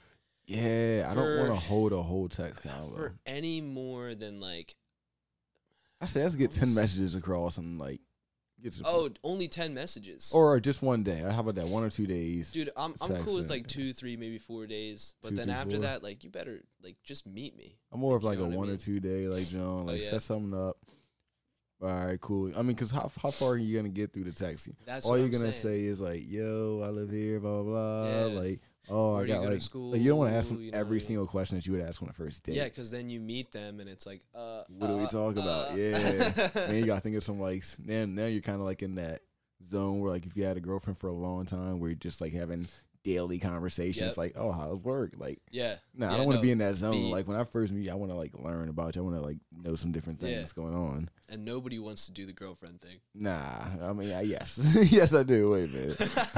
Speaker 3: yeah, I don't want
Speaker 2: for-
Speaker 3: to hold a whole text convo.
Speaker 2: for any more than like
Speaker 3: Actually, let's get ten
Speaker 2: almost-
Speaker 3: messages across and like, get to the
Speaker 2: oh
Speaker 3: point.
Speaker 2: only ten messages
Speaker 3: or just one day. How about that? One or two days.
Speaker 2: Dude, I'm I'm
Speaker 3: Sex
Speaker 2: cool with
Speaker 3: and-
Speaker 2: like two, three, maybe four days. But
Speaker 3: Two,
Speaker 2: then
Speaker 3: three,
Speaker 2: after
Speaker 3: four.
Speaker 2: that, like you better like just meet me.
Speaker 3: I'm more of
Speaker 2: You
Speaker 3: like a
Speaker 2: know what I
Speaker 3: one or
Speaker 2: mean? Oh,
Speaker 3: two day, like John, like
Speaker 2: yeah.
Speaker 3: set something up. All right, cool. I mean, cause how how far are you gonna get through the taxi?
Speaker 2: That's
Speaker 3: All
Speaker 2: what
Speaker 3: you're
Speaker 2: I'm
Speaker 3: gonna
Speaker 2: saying.
Speaker 3: say is like, "Yo, I live here," blah blah blah.
Speaker 2: Yeah.
Speaker 3: Like, oh,
Speaker 2: Where
Speaker 3: I
Speaker 2: do you
Speaker 3: got
Speaker 2: go to
Speaker 3: like, like, you don't want to ask
Speaker 2: school,
Speaker 3: them
Speaker 2: you know,
Speaker 3: every
Speaker 2: yeah.
Speaker 3: single question that you would ask on a first date.
Speaker 2: Yeah, because then you meet them and it's like, uh,
Speaker 3: What are we
Speaker 2: uh,
Speaker 3: talking about?
Speaker 2: uh. (laughs)
Speaker 3: Yeah. Then you gotta think of some like s- now now you're kind of like in that zone where like if you had a girlfriend for a long time, where you're just like having daily conversations,
Speaker 2: Yep.
Speaker 3: like, "Oh, how's work?" Like,
Speaker 2: yeah.
Speaker 3: no, I
Speaker 2: Yeah,
Speaker 3: don't want to
Speaker 2: no,
Speaker 3: be in that zone.
Speaker 2: be-
Speaker 3: Like when I first meet you, I want to like learn about you. I want to like know some different
Speaker 2: Yeah.
Speaker 3: things going on.
Speaker 2: And nobody wants to do the girlfriend thing.
Speaker 3: Nah, I mean, I, yes, (laughs) yes, I do. Wait a minute, (laughs)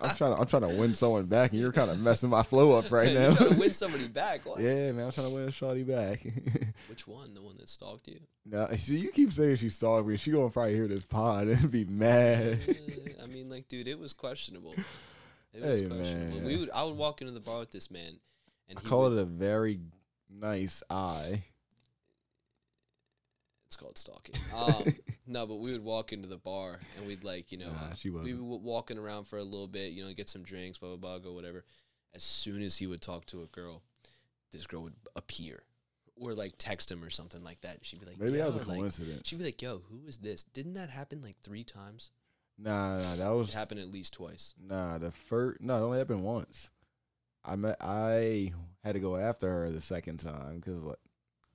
Speaker 3: I'm trying to I'm trying to win someone back, and you're kind of messing my flow up (laughs) right
Speaker 2: (laughs) You're
Speaker 3: now.
Speaker 2: trying to win somebody back. What?
Speaker 3: yeah, man, I'm trying to win a shawty back. (laughs)
Speaker 2: Which one? The one that stalked you?
Speaker 3: no, see, you keep saying she stalked me. She gonna probably hear this pod and be
Speaker 2: (laughs)
Speaker 3: mad.
Speaker 2: Uh, I mean, like, dude, it was questionable. It was
Speaker 3: Hey,
Speaker 2: questionable.
Speaker 3: man.
Speaker 2: We would, I would walk into the bar with this man, and
Speaker 3: I
Speaker 2: he
Speaker 3: call
Speaker 2: would-
Speaker 3: it a very nice eye.
Speaker 2: It's called stalking. Um,
Speaker 3: (laughs)
Speaker 2: no, but we would walk into the bar and we'd like, you know,
Speaker 3: Nah,
Speaker 2: uh,
Speaker 3: she
Speaker 2: we'd be
Speaker 3: wasn't.
Speaker 2: wa- walking around for a little bit, you know, get some drinks, blah blah blah, go whatever. As soon as he would talk to a girl, this girl would appear or like text him or something like that. She'd be like,
Speaker 3: Maybe that was
Speaker 2: "Yo,"
Speaker 3: a
Speaker 2: like-
Speaker 3: coincidence.
Speaker 2: she'd be like, "Yo, who is this?" Didn't that happen like three times?
Speaker 3: nah, nah, nah, that
Speaker 2: It
Speaker 3: was
Speaker 2: happened at least twice.
Speaker 3: Nah, the first no, it only happened once. I met I had to go after her the second time because like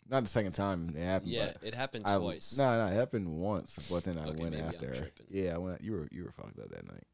Speaker 3: not the second time it happened.
Speaker 2: Yeah,
Speaker 3: but
Speaker 2: it happened
Speaker 3: I,
Speaker 2: twice.
Speaker 3: No, no, it happened once, but then I
Speaker 2: Okay,
Speaker 3: went
Speaker 2: maybe I'm
Speaker 3: after her.
Speaker 2: tripping.
Speaker 3: Yeah, I went. You were you were fucked up that night.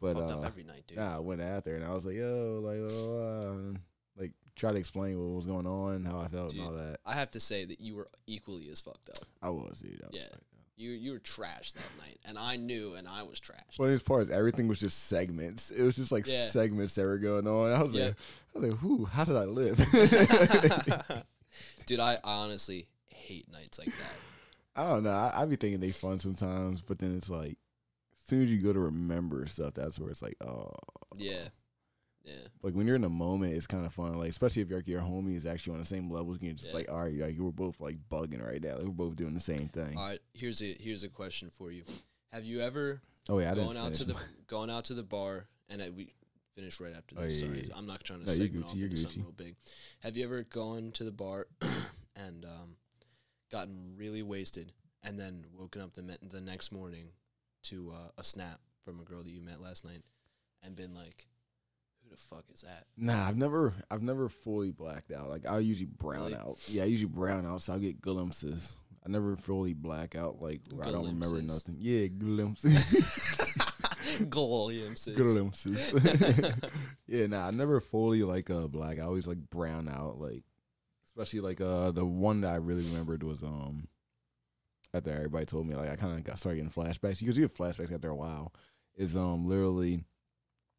Speaker 3: But
Speaker 2: Fucked
Speaker 3: uh,
Speaker 2: up every night, dude.
Speaker 3: nah, I went after her and I was like, yo, like, blah, blah, blah, and, like try to explain what was going on, how I felt, and all
Speaker 2: Dude.
Speaker 3: that.
Speaker 2: I have to say that you were equally as fucked up.
Speaker 3: I was, dude. I was oh,
Speaker 2: Yeah.
Speaker 3: fucked up.
Speaker 2: You you were trash that night, and I knew, and I was trash.
Speaker 3: (laughs) Funniest part is everything was just segments. It was just like
Speaker 2: Yeah.
Speaker 3: segments that were going on. I was like,
Speaker 2: Yep.
Speaker 3: I was like, whoo, how did I
Speaker 2: (laughs)
Speaker 3: live?
Speaker 2: (laughs)
Speaker 3: (laughs)
Speaker 2: Dude, I, I honestly hate nights like that.
Speaker 3: I don't know. I, I be thinking they fun sometimes, but then it's like, as soon as you go to remember stuff, that's where it's like, oh,
Speaker 2: Yeah. Yeah.
Speaker 3: like when you're in the moment, it's kind of fun. Like especially if your your homie is actually on the same level, you're just
Speaker 2: Yeah.
Speaker 3: like, all right, like you were both like bugging right now. Like, we're both doing the same thing.
Speaker 2: All right, here's a here's a question for you. Have you ever
Speaker 3: Oh yeah, I didn't
Speaker 2: gone out
Speaker 3: finish
Speaker 2: to the
Speaker 3: my-
Speaker 2: (laughs) gone out to the bar and I, we finish right after
Speaker 3: Oh,
Speaker 2: this.
Speaker 3: yeah,
Speaker 2: Sorry.
Speaker 3: yeah, yeah.
Speaker 2: I'm not trying to
Speaker 3: No, you're
Speaker 2: segment
Speaker 3: Gucci,
Speaker 2: off
Speaker 3: you're
Speaker 2: into something
Speaker 3: Gucci.
Speaker 2: real big. Have you ever gone to the bar (clears throat) and um, gotten really wasted and then woken up the me- the next morning to uh, a snap from a girl that you met last night and been like, "Who the fuck is that?"
Speaker 3: Nah, I've never, I've never fully blacked out. Like I usually brown
Speaker 2: Really?
Speaker 3: out. Yeah, I usually brown out, so I get glimpses. I never fully black out like where I don't remember
Speaker 2: Glimpses.
Speaker 3: nothing. Yeah, glimpses. (laughs)
Speaker 2: (laughs) Glimpses.
Speaker 3: glimpses. (laughs) yeah, nah, I never fully like uh black. I always like brown out, like especially like uh the one that I really remembered was um after everybody told me like I kind of got started getting flashbacks because you get flashbacks after a while. Is um literally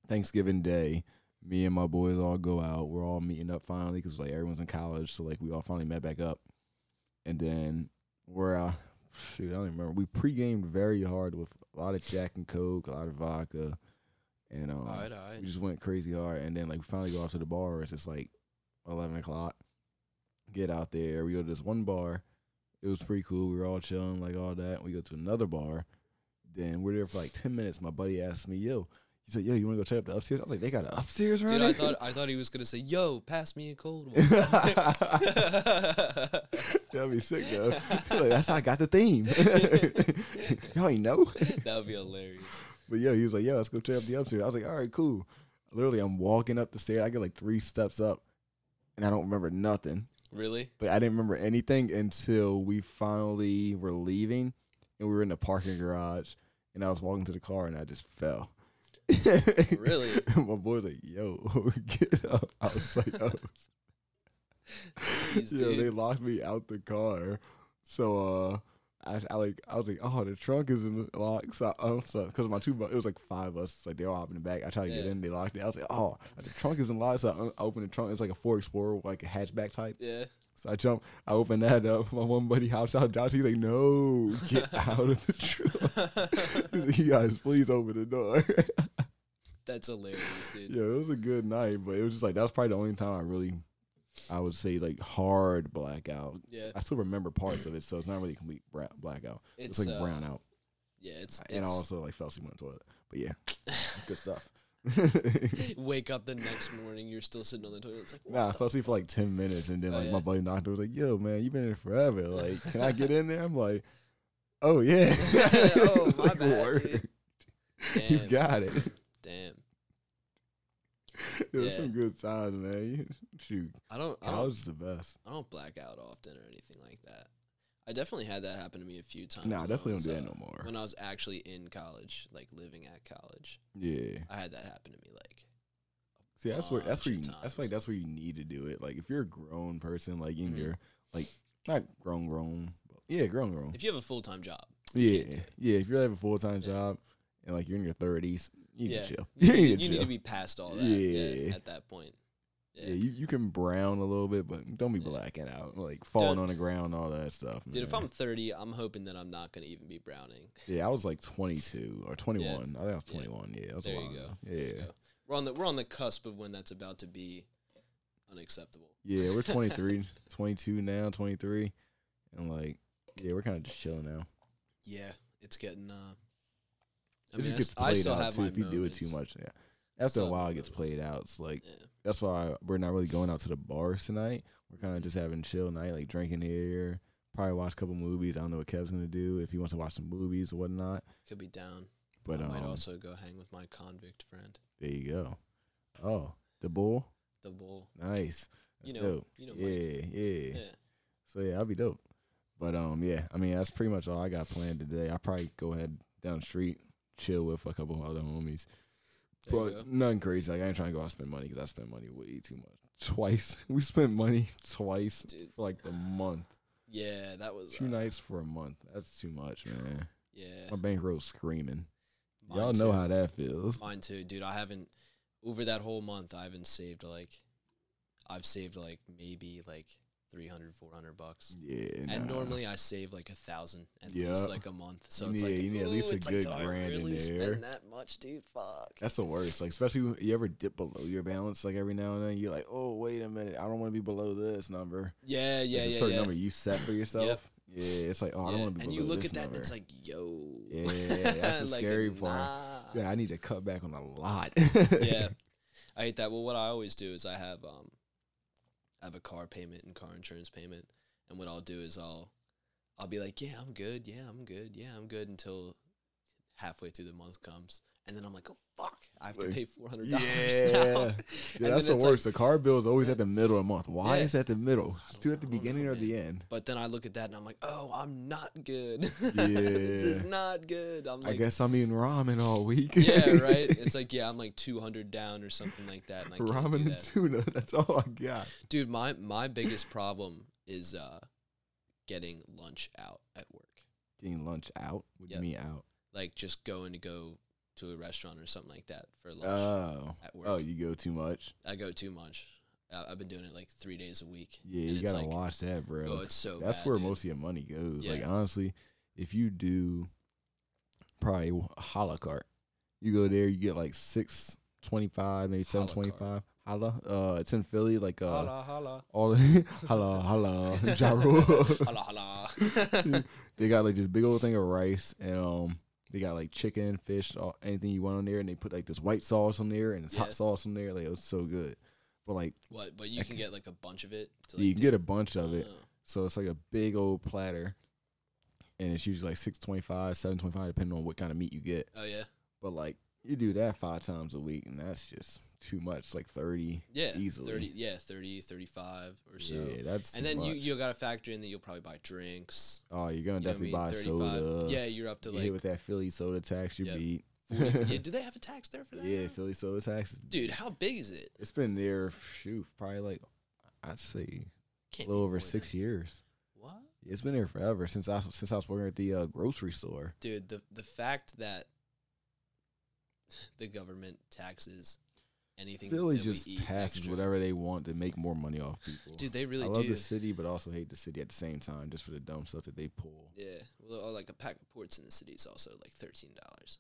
Speaker 3: Thanksgiving Day. Me and my boys all go out. We're all meeting up finally because like everyone's in college, so like we all finally met back up. And then we're out. Shoot, I don't even remember. We pre-gamed very hard with a lot of Jack and Coke, a lot of vodka, and um,
Speaker 2: All right, all right.
Speaker 3: we just went crazy hard, and then like we finally go out to the bar. It's just like eleven o'clock. Get out there. We go to this one bar. It was pretty cool. We were all chilling, like all that. We go to another bar. Then we're there for like ten minutes. My buddy asked me, "Yo," he said, "Yo, you want to go check out the upstairs?" I was like, "They got an upstairs, right?"
Speaker 2: Dude, I thought (laughs) I thought he was gonna say, "Yo, pass me a cold one."
Speaker 3: (laughs) That'd be sick though. Like, That's how I got the theme. (laughs) Y'all ain't know.
Speaker 2: that would be hilarious.
Speaker 3: But yeah, he was like, "Yo, let's go check up the upstairs." I was like, "All right, cool." Literally, I'm walking up the stairs. I get like three steps up, and I don't remember nothing.
Speaker 2: Really?
Speaker 3: But I didn't remember anything until we finally were leaving, and we were in the parking garage, and I was walking to the car, and I just fell.
Speaker 2: Really?
Speaker 3: (laughs) My boy's like, "Yo, (laughs) get up!" I was like, "Oh." (laughs)
Speaker 2: Jeez,
Speaker 3: Yo, they
Speaker 2: dude.
Speaker 3: locked me out the car. So uh I, I like I was like, oh, the trunk is in the lock. So I because my two, bu- it was like five of us. Like they all hop in the back. I tried to get
Speaker 2: Yeah.
Speaker 3: in, they locked it. I was like, oh, the trunk is in lock. So uh, I un- opened the trunk. It's like a Ford Explorer, like a hatchback type.
Speaker 2: Yeah.
Speaker 3: So I jump, I open that up. (laughs) My one buddy hops out, Josh. He's like, no, get
Speaker 2: (laughs)
Speaker 3: out of the trunk. (laughs) He's like, you guys, please open the door. (laughs)
Speaker 2: That's hilarious, dude.
Speaker 3: yeah, it was a good night, but it was just like that was probably the only time I really, I would say like hard blackout.
Speaker 2: Yeah.
Speaker 3: I still remember parts of it, so it's not really complete bra- blackout. It's,
Speaker 2: It's,
Speaker 3: like
Speaker 2: uh,
Speaker 3: brown out,
Speaker 2: Yeah, it's,
Speaker 3: and I
Speaker 2: it's-
Speaker 3: also like fell asleep on the toilet. But
Speaker 2: (laughs)
Speaker 3: yeah, good stuff.
Speaker 2: wake up the next morning, you're still sitting on the toilet. It's
Speaker 3: (laughs)
Speaker 2: like,
Speaker 3: nah, I fell asleep for like ten minutes, and then
Speaker 2: Oh,
Speaker 3: like
Speaker 2: yeah.
Speaker 3: my buddy knocked on, was like, "Yo, man, you been here forever.
Speaker 2: (laughs)
Speaker 3: Like, can I get in there?" I'm like, "Oh yeah,
Speaker 2: Oh,
Speaker 3: (laughs)
Speaker 2: my bad,
Speaker 3: word. (laughs)
Speaker 2: dude.
Speaker 3: You
Speaker 2: Damn.
Speaker 3: got it. (laughs)
Speaker 2: damn.
Speaker 3: It was
Speaker 2: Yeah.
Speaker 3: some good times, man. You- Shoot,
Speaker 2: I don't, I
Speaker 3: college
Speaker 2: don't,
Speaker 3: is the best.
Speaker 2: I don't black out often or anything like that. I definitely had that happen to me a few times.
Speaker 3: Nah,
Speaker 2: when I
Speaker 3: definitely don't
Speaker 2: was,
Speaker 3: do that
Speaker 2: uh,
Speaker 3: no more.
Speaker 2: When I was actually in college, like living at college,
Speaker 3: Yeah.
Speaker 2: I had that happen to me. Like,
Speaker 3: See, that's where that's where you,
Speaker 2: bunch of
Speaker 3: that's like
Speaker 2: times.
Speaker 3: that's where you need to do it. Like if you're a grown person, like in
Speaker 2: Mhm.
Speaker 3: your like not grown grown, but yeah, grown grown.
Speaker 2: if you have a full time job, you
Speaker 3: Yeah,
Speaker 2: can't do it.
Speaker 3: yeah. If you have a full time
Speaker 2: Yeah.
Speaker 3: job and like you're in your thirties, you need
Speaker 2: yeah,
Speaker 3: to chill. (laughs) You
Speaker 2: you,
Speaker 3: need
Speaker 2: need,
Speaker 3: to
Speaker 2: you need
Speaker 3: chill.
Speaker 2: to be past all that. Yeah,
Speaker 3: Yeah.
Speaker 2: at that point. Yeah.
Speaker 3: Yeah, you, you can brown a little bit, but don't be
Speaker 2: Yeah.
Speaker 3: blacking out, like falling
Speaker 2: Dude.
Speaker 3: on the ground, all that stuff.
Speaker 2: Dude, if
Speaker 3: man.
Speaker 2: I'm 30, I'm hoping that I'm not going to even be browning.
Speaker 3: yeah, I was like 22 or 21. I think I was 21. Yeah, that was
Speaker 2: There
Speaker 3: a
Speaker 2: you
Speaker 3: while
Speaker 2: go.
Speaker 3: ago. Yeah,
Speaker 2: There you go. We're on the we're on the cusp of when that's about to be unacceptable.
Speaker 3: yeah, we're
Speaker 2: (laughs)
Speaker 3: 23, 22 now, 23, and like yeah, we're kind of just chilling now.
Speaker 2: Yeah, it's getting. uh I
Speaker 3: It just
Speaker 2: mean, I,
Speaker 3: gets
Speaker 2: s- I
Speaker 3: played
Speaker 2: still
Speaker 3: out
Speaker 2: have
Speaker 3: too
Speaker 2: my
Speaker 3: if you do it too
Speaker 2: moments.
Speaker 3: much. Yeah, after
Speaker 2: still
Speaker 3: a
Speaker 2: have
Speaker 3: while,
Speaker 2: my
Speaker 3: it gets
Speaker 2: moments.
Speaker 3: played out. It's like
Speaker 2: Yeah.
Speaker 3: that's why we're not really going out to the bars tonight. We're kind of just having chill night, like drinking here. Probably watch a couple movies. I don't know what Kev's gonna do if he wants to watch some movies or whatnot.
Speaker 2: Could be down.
Speaker 3: But
Speaker 2: I
Speaker 3: um,
Speaker 2: might also go hang with my convict friend,
Speaker 3: there you go. Oh, the bull,
Speaker 2: the bull.
Speaker 3: nice.
Speaker 2: You
Speaker 3: That's
Speaker 2: know,
Speaker 3: dope.
Speaker 2: you know,
Speaker 3: yeah,
Speaker 2: Mike.
Speaker 3: yeah,
Speaker 2: Yeah.
Speaker 3: So yeah, I'll be dope. But um, yeah, I mean that's pretty much all I got planned today. I probably go ahead down the street, chill with a couple other homies.
Speaker 2: there you
Speaker 3: But
Speaker 2: go.
Speaker 3: nothing crazy. Like I ain't trying to go out and spend money because I spend money way too much. Twice (laughs) we spent money twice
Speaker 2: Dude.
Speaker 3: for like the month.
Speaker 2: yeah, that was
Speaker 3: Two
Speaker 2: uh,
Speaker 3: nights for a month. That's too much, man.
Speaker 2: Yeah,
Speaker 3: My bankroll's screaming.
Speaker 2: mine
Speaker 3: Um, Y'all know
Speaker 2: too.
Speaker 3: how that feels.
Speaker 2: Mine too, dude. I haven't over that whole month. I haven't saved like, I've saved like maybe like 300, 400 bucks.
Speaker 3: Yeah.
Speaker 2: And
Speaker 3: Mm, nah.
Speaker 2: normally I save like a thousand at
Speaker 3: Yeah.
Speaker 2: least like a month. So
Speaker 3: You
Speaker 2: it's
Speaker 3: need-
Speaker 2: like
Speaker 3: you need at least
Speaker 2: "Ooh,"
Speaker 3: a
Speaker 2: it's
Speaker 3: good
Speaker 2: like, do
Speaker 3: grand
Speaker 2: I
Speaker 3: in
Speaker 2: really
Speaker 3: there.
Speaker 2: Spend that much, dude. Fuck.
Speaker 3: That's the worst. Like especially when you ever dip below your balance like every now and then. You're like, oh wait a minute, I don't want to be below this number.
Speaker 2: Yeah, yeah,
Speaker 3: There's a
Speaker 2: yeah.
Speaker 3: certain
Speaker 2: yeah.
Speaker 3: number you set
Speaker 2: (laughs)
Speaker 3: for yourself. Yeah, it's like oh I don't
Speaker 2: Yeah.
Speaker 3: want to be.
Speaker 2: And you
Speaker 3: below
Speaker 2: look
Speaker 3: this
Speaker 2: at that
Speaker 3: number.
Speaker 2: and it's like, yo.
Speaker 3: Yeah,
Speaker 2: (laughs)
Speaker 3: that's the
Speaker 2: Like,
Speaker 3: scary part.
Speaker 2: nah.
Speaker 3: yeah, I need to cut back on a lot.
Speaker 2: "Ah."
Speaker 3: (laughs)
Speaker 2: yeah, (laughs) I hate that. Well, what I always do is I have um, I have a car payment and car insurance payment, and what I'll do is I'll, I'll be like, yeah, I'm good, yeah, I'm good, yeah, I'm good until halfway through the month comes, and then I'm like, oh fuck, I have to
Speaker 3: Like,
Speaker 2: pay four hundred dollars now. (laughs)
Speaker 3: Yeah,
Speaker 2: And
Speaker 3: yeah that's the
Speaker 2: then it's
Speaker 3: worst. the car bill is always at the middle of the month. Why
Speaker 2: Yeah.
Speaker 3: is it at the middle? It's two at the
Speaker 2: I don't know,
Speaker 3: beginning or
Speaker 2: man.
Speaker 3: the end.
Speaker 2: But then I look at that and I'm like, oh, I'm not good. (laughs) this
Speaker 3: Yeah.
Speaker 2: is not good. I'm like,
Speaker 3: I guess I'm eating ramen
Speaker 2: (laughs)
Speaker 3: all week. (laughs)
Speaker 2: yeah, right. It's like, yeah, I'm like 200 down or something like that. And I can't do
Speaker 3: ramen and
Speaker 2: that.
Speaker 3: tuna. (laughs) That's all I got.
Speaker 2: dude my my biggest problem is uh getting lunch out at work
Speaker 3: Getting lunch out. What do
Speaker 2: Yep.
Speaker 3: you mean out?
Speaker 2: like just going to go to a restaurant or something like that for lunch
Speaker 3: Oh,
Speaker 2: at work
Speaker 3: oh, you go too much.
Speaker 2: i go too much I, i've been doing it like three days a week
Speaker 3: Yeah,
Speaker 2: and
Speaker 3: you
Speaker 2: it's
Speaker 3: gotta
Speaker 2: like
Speaker 3: watch that, bro.
Speaker 2: oh it's so
Speaker 3: that's
Speaker 2: bad,
Speaker 3: where
Speaker 2: dude.
Speaker 3: most of your money goes. Like
Speaker 2: Yeah.
Speaker 3: honestly, if you do probably holla cart, you go there, you get like six twenty five, maybe seven
Speaker 2: Holla
Speaker 3: twenty five.
Speaker 2: cart.
Speaker 3: Holla, uh, it's in Philly. Like uh,
Speaker 2: holla holla
Speaker 3: all the (laughs) holla
Speaker 2: (laughs)
Speaker 3: holla Ja Rule. (laughs)
Speaker 2: holla holla (laughs)
Speaker 3: they got like this big old thing of rice and um. They got like chicken, fish, all, anything you want on there, and they put like this white sauce on there and this
Speaker 2: Yeah.
Speaker 3: hot sauce on there. Like it was so good, but like
Speaker 2: what but you can get like a bunch of it to,
Speaker 3: you
Speaker 2: like,
Speaker 3: can
Speaker 2: dip-
Speaker 3: get a bunch of it.
Speaker 2: Oh,
Speaker 3: So it's like a big old platter. And it's usually like 625, 725, depending on what kind of meat you get.
Speaker 2: oh yeah
Speaker 3: But like you do that five times a week and that's just too much, like 30
Speaker 2: yeah
Speaker 3: easily.
Speaker 2: 30 yeah 30 35 or so
Speaker 3: Yeah, that's
Speaker 2: and
Speaker 3: too
Speaker 2: then you
Speaker 3: much.
Speaker 2: you gotta factor in that you'll probably buy drinks
Speaker 3: Oh, you're gonna
Speaker 2: You know what I
Speaker 3: definitely
Speaker 2: mean?
Speaker 3: buy soda.
Speaker 2: Yeah, you're up to
Speaker 3: you hit
Speaker 2: like
Speaker 3: with that Philly soda tax you
Speaker 2: Yep.
Speaker 3: beat. (laughs)
Speaker 2: 40. yeah, do they have a tax there for that?
Speaker 3: Yeah,
Speaker 2: now?
Speaker 3: Philly soda tax.
Speaker 2: Dude, how big is it?
Speaker 3: It's been there, shoot, probably like I'd say a
Speaker 2: Can't
Speaker 3: little
Speaker 2: be
Speaker 3: over
Speaker 2: more
Speaker 3: six
Speaker 2: than-
Speaker 3: years.
Speaker 2: What?
Speaker 3: It's been there forever since I since I was working at the uh, grocery store.
Speaker 2: Dude, the the fact that the government taxes anything
Speaker 3: Philly
Speaker 2: that we
Speaker 3: just
Speaker 2: eat
Speaker 3: passes
Speaker 2: extra-
Speaker 3: whatever they want to make more money off people.
Speaker 2: Dude, they really
Speaker 3: I love
Speaker 2: do.
Speaker 3: the city, but also hate the city at the same time, just for the dumb stuff that they pull.
Speaker 2: Yeah, well, oh, like a pack of ports in the city is also like thirteen dollars.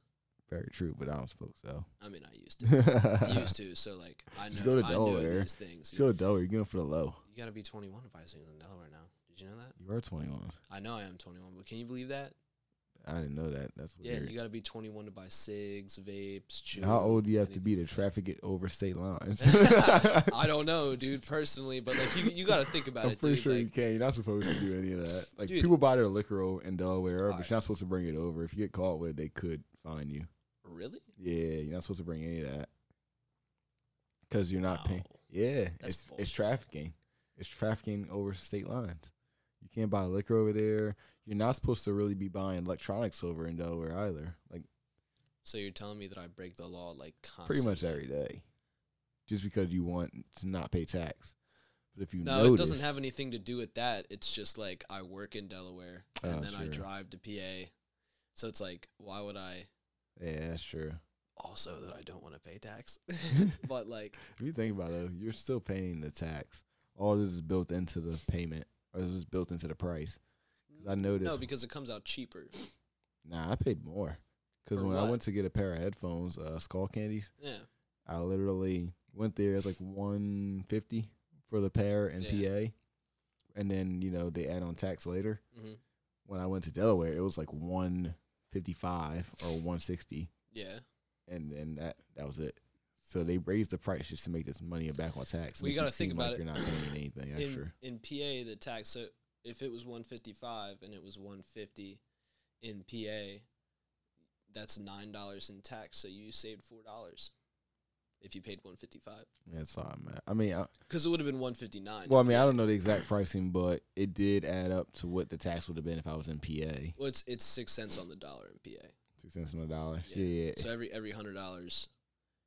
Speaker 3: Very true, but I don't suppose so.
Speaker 2: I mean, I
Speaker 3: (laughs)
Speaker 2: used to, I
Speaker 3: Just
Speaker 2: used to. So like, I know,
Speaker 3: Just go to
Speaker 2: I know
Speaker 3: Delaware.
Speaker 2: these things.
Speaker 3: go to Delaware. You get them for the low.
Speaker 2: You gotta be twenty one to buy things in Delaware now. Did you know that?
Speaker 3: You are 21.
Speaker 2: I know I am twenty one, but can you believe that?
Speaker 3: I didn't know that. That's
Speaker 2: Yeah,
Speaker 3: weird.
Speaker 2: you gotta be 21 to buy cigs, vapes, chew.
Speaker 3: And How old do you have to be
Speaker 2: anything.
Speaker 3: to traffic it over state
Speaker 2: (laughs)
Speaker 3: lines? (laughs)
Speaker 2: I don't know, dude, personally, but like you, you gotta think about
Speaker 3: I'm
Speaker 2: it,
Speaker 3: pretty
Speaker 2: dude.
Speaker 3: sure you
Speaker 2: like,
Speaker 3: can't. You're not supposed to do any of that. Like
Speaker 2: Dude.
Speaker 3: people buy their liquor o- in Delaware, but
Speaker 2: Alright.
Speaker 3: you're not supposed to bring it over. If you get caught with it, they could fine you.
Speaker 2: really?
Speaker 3: Yeah, you're not supposed to bring any of that because you're not paying.
Speaker 2: Wow.
Speaker 3: Yeah,
Speaker 2: That's
Speaker 3: it's it's
Speaker 2: bullshit.
Speaker 3: trafficking. It's trafficking over state lines. You can't buy liquor over there. You're not supposed to really be buying electronics over in Delaware either. Like
Speaker 2: So you're telling me that I break the law like constantly?
Speaker 3: pretty much every day, just because you want to not pay tax. But if you
Speaker 2: No, it
Speaker 3: notice,
Speaker 2: doesn't have anything to do with that. It's just like I work in Delaware and
Speaker 3: Oh,
Speaker 2: then I
Speaker 3: sure.
Speaker 2: drive to PA. So it's like, why would I
Speaker 3: yeah, that's true.
Speaker 2: also that I don't want to pay
Speaker 3: (laughs)
Speaker 2: tax? (laughs) but like,
Speaker 3: If you think about it, you're still paying the tax. All this is built into the payment, or this is built into the price. 'Cause I noticed
Speaker 2: no, because it comes out cheaper.
Speaker 3: Nah, I paid more. Because
Speaker 2: For
Speaker 3: when I
Speaker 2: what?
Speaker 3: went to get a pair of headphones, uh, Skull Candies,
Speaker 2: Yeah,
Speaker 3: I literally went there at like one fifty for the pair and
Speaker 2: Yeah.
Speaker 3: PA, and then you know they add on tax later.
Speaker 2: Mhm.
Speaker 3: When I went to Delaware, it was like one fifty five or one sixty,
Speaker 2: yeah.
Speaker 3: and then that that was it. So they raised the price just to make this money back on tax.
Speaker 2: Well, you
Speaker 3: make
Speaker 2: gotta think
Speaker 3: seem
Speaker 2: about
Speaker 3: like
Speaker 2: it.
Speaker 3: You're not
Speaker 2: (clears throat)
Speaker 3: paying anything extra.
Speaker 2: in, in PA the tax so if it was 155 and it was 150 in PA that's nine dollars in tax so you saved four dollars if you paid 155
Speaker 3: That's all I'm at. I mean, I,
Speaker 2: because it would have been 159
Speaker 3: well, I mean, I don't know the exact pricing, but it did add up to what the tax would have been if I was in PA.
Speaker 2: well, it's it's six cents on the dollar in PA
Speaker 3: Six cents on the dollar. Yeah, yeah.
Speaker 2: so every every hundred dollars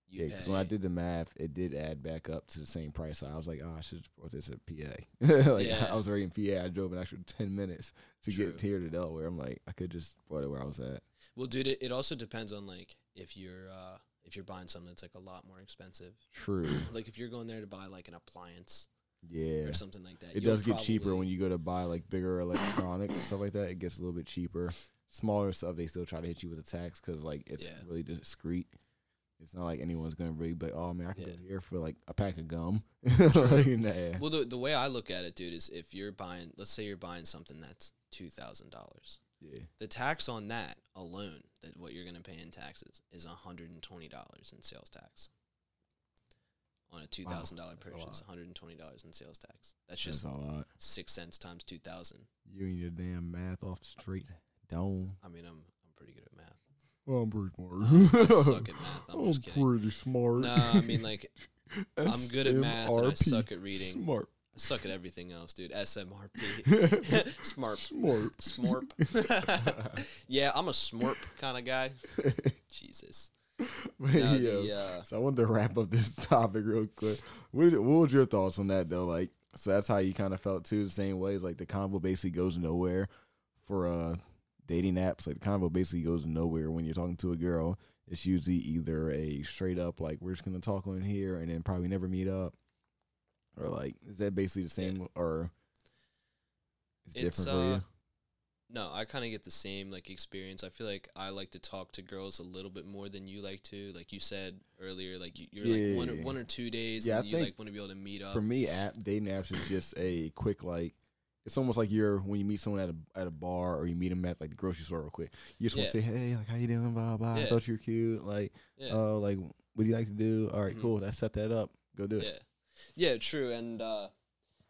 Speaker 2: you
Speaker 3: yeah,
Speaker 2: pay
Speaker 3: because when I did the math, it did add back up to the same price. So I was like, oh, I should have brought this at PA. (laughs) like,
Speaker 2: Yeah.
Speaker 3: I was already in PA. I drove an extra 10 minutes to
Speaker 2: True.
Speaker 3: get here to Delaware. I'm like, I could just brought it where I was at.
Speaker 2: well dude it, it also depends on like if you're uh if you're buying something that's like a lot more expensive
Speaker 3: True.
Speaker 2: like if you're going there to buy like an appliance
Speaker 3: (clears throat) Yeah.
Speaker 2: or something like that
Speaker 3: It
Speaker 2: you'll
Speaker 3: does get cheaper
Speaker 2: probably-
Speaker 3: when you go to buy like bigger electronics and stuff like that. It gets a little bit cheaper. Smaller stuff, they still try to hit you with a tax because like it's
Speaker 2: Yeah.
Speaker 3: really discreet. It's not like anyone's gonna really be like, oh man, I can
Speaker 2: Yeah.
Speaker 3: go here for like a pack of gum. (laughs) like, nah.
Speaker 2: Well, the, the way I look at it, dude, is if you're buying, let's say you're buying something that's two thousand dollars,
Speaker 3: Yeah.
Speaker 2: the tax on that alone, that what you're going to pay in taxes, is hundred and twenty dollars in sales tax. On a two thousand dollar
Speaker 3: that's a
Speaker 2: purchase,
Speaker 3: lot.
Speaker 2: one hundred and twenty dollars in sales tax. That's just
Speaker 3: That's a lot.
Speaker 2: six cents times two thousand.
Speaker 3: You and your damn math off the street. Dome.
Speaker 2: I mean, I'm I'm pretty good at math.
Speaker 3: I'm pretty smart.
Speaker 2: I (laughs) suck at math.
Speaker 3: (laughs)
Speaker 2: I'm
Speaker 3: I'm
Speaker 2: just kidding.
Speaker 3: pretty smart.
Speaker 2: No, I mean like I'm good at math and I
Speaker 3: SMRP.
Speaker 2: suck at reading.
Speaker 3: Smart.
Speaker 2: I suck at everything else,
Speaker 3: (laughs)
Speaker 2: dude. SMRP, smart,
Speaker 3: Smart.
Speaker 2: smorp. (laughs) yeah, I'm a smorp kind of guy.
Speaker 3: (laughs)
Speaker 2: Jesus.
Speaker 3: But
Speaker 2: No,
Speaker 3: yeah.
Speaker 2: the, uh,
Speaker 3: So I wanted to wrap up this (laughs) topic real quick. What, what was your thoughts on that though? Like, so that's how you kind of felt too, the same way. It's like the convo basically goes nowhere for uh dating apps. Like the convo basically goes nowhere when you're talking to a girl. It's usually either a straight up like we're just gonna talk on here and then probably never meet up, or like is that basically the same or it's, different for
Speaker 2: uh,
Speaker 3: you?
Speaker 2: no, I kind of get the same like experience. I feel like I like to talk to girls a little bit more than you like to. Like you said earlier, like you, you're like one or,
Speaker 3: Yeah.
Speaker 2: one or two days,
Speaker 3: Yeah,
Speaker 2: and
Speaker 3: I
Speaker 2: you
Speaker 3: think
Speaker 2: like want to be able to meet up.
Speaker 3: For me, app dating apps is just a quick like. It's almost like you're when you meet someone at a at a bar or you meet them at like the grocery store real quick. You just want
Speaker 2: Yeah.
Speaker 3: to say, "Hey, like how you doing? Blah blah. I
Speaker 2: Yeah.
Speaker 3: thought you were cute. Like,
Speaker 2: yeah.
Speaker 3: oh, like what do you like to do? All right,
Speaker 2: Mhm.
Speaker 3: cool. Let's set that up. Go do it.
Speaker 2: Yeah, yeah, true. And uh,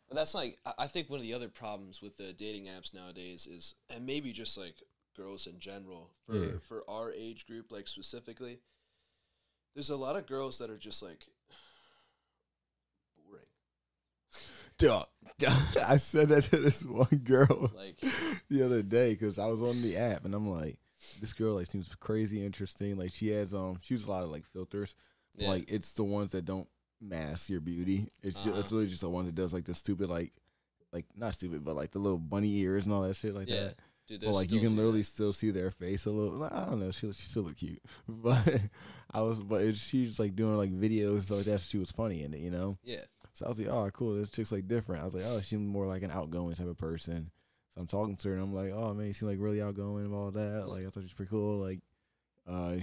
Speaker 2: but that's like I- I think one of the other problems with the dating apps nowadays is, and maybe just like girls in general for
Speaker 3: Yeah.
Speaker 2: for our age group, like specifically, there's a lot of girls that are just like boring.
Speaker 3: Duh. (laughs) Duh. I said that to this one girl (laughs)
Speaker 2: Like
Speaker 3: the other day because I was on the app and I'm like, this girl like seems crazy interesting. Like she has um, she uses a lot of like filters.
Speaker 2: yeah,
Speaker 3: Like it's the ones that don't mask your beauty. It's ju-
Speaker 2: Uh-huh.
Speaker 3: it's literally just the ones that does like the stupid like like not stupid but like the little bunny ears and all that shit like
Speaker 2: yeah,
Speaker 3: that. But
Speaker 2: dude. there's
Speaker 3: like you
Speaker 2: still
Speaker 3: can
Speaker 2: do
Speaker 3: literally
Speaker 2: that.
Speaker 3: still see their face a little. I don't know. She she still look cute, (laughs) but I was but it, she's like doing like videos and stuff like that. She was funny in it, you know.
Speaker 2: yeah,
Speaker 3: So I was like, oh, cool. This chick's like different. I was like, oh, she's more like an outgoing type of person. So I'm talking to her and I'm like, oh man, you seem like really outgoing and all that. Like I thought she was pretty cool. Like, uh,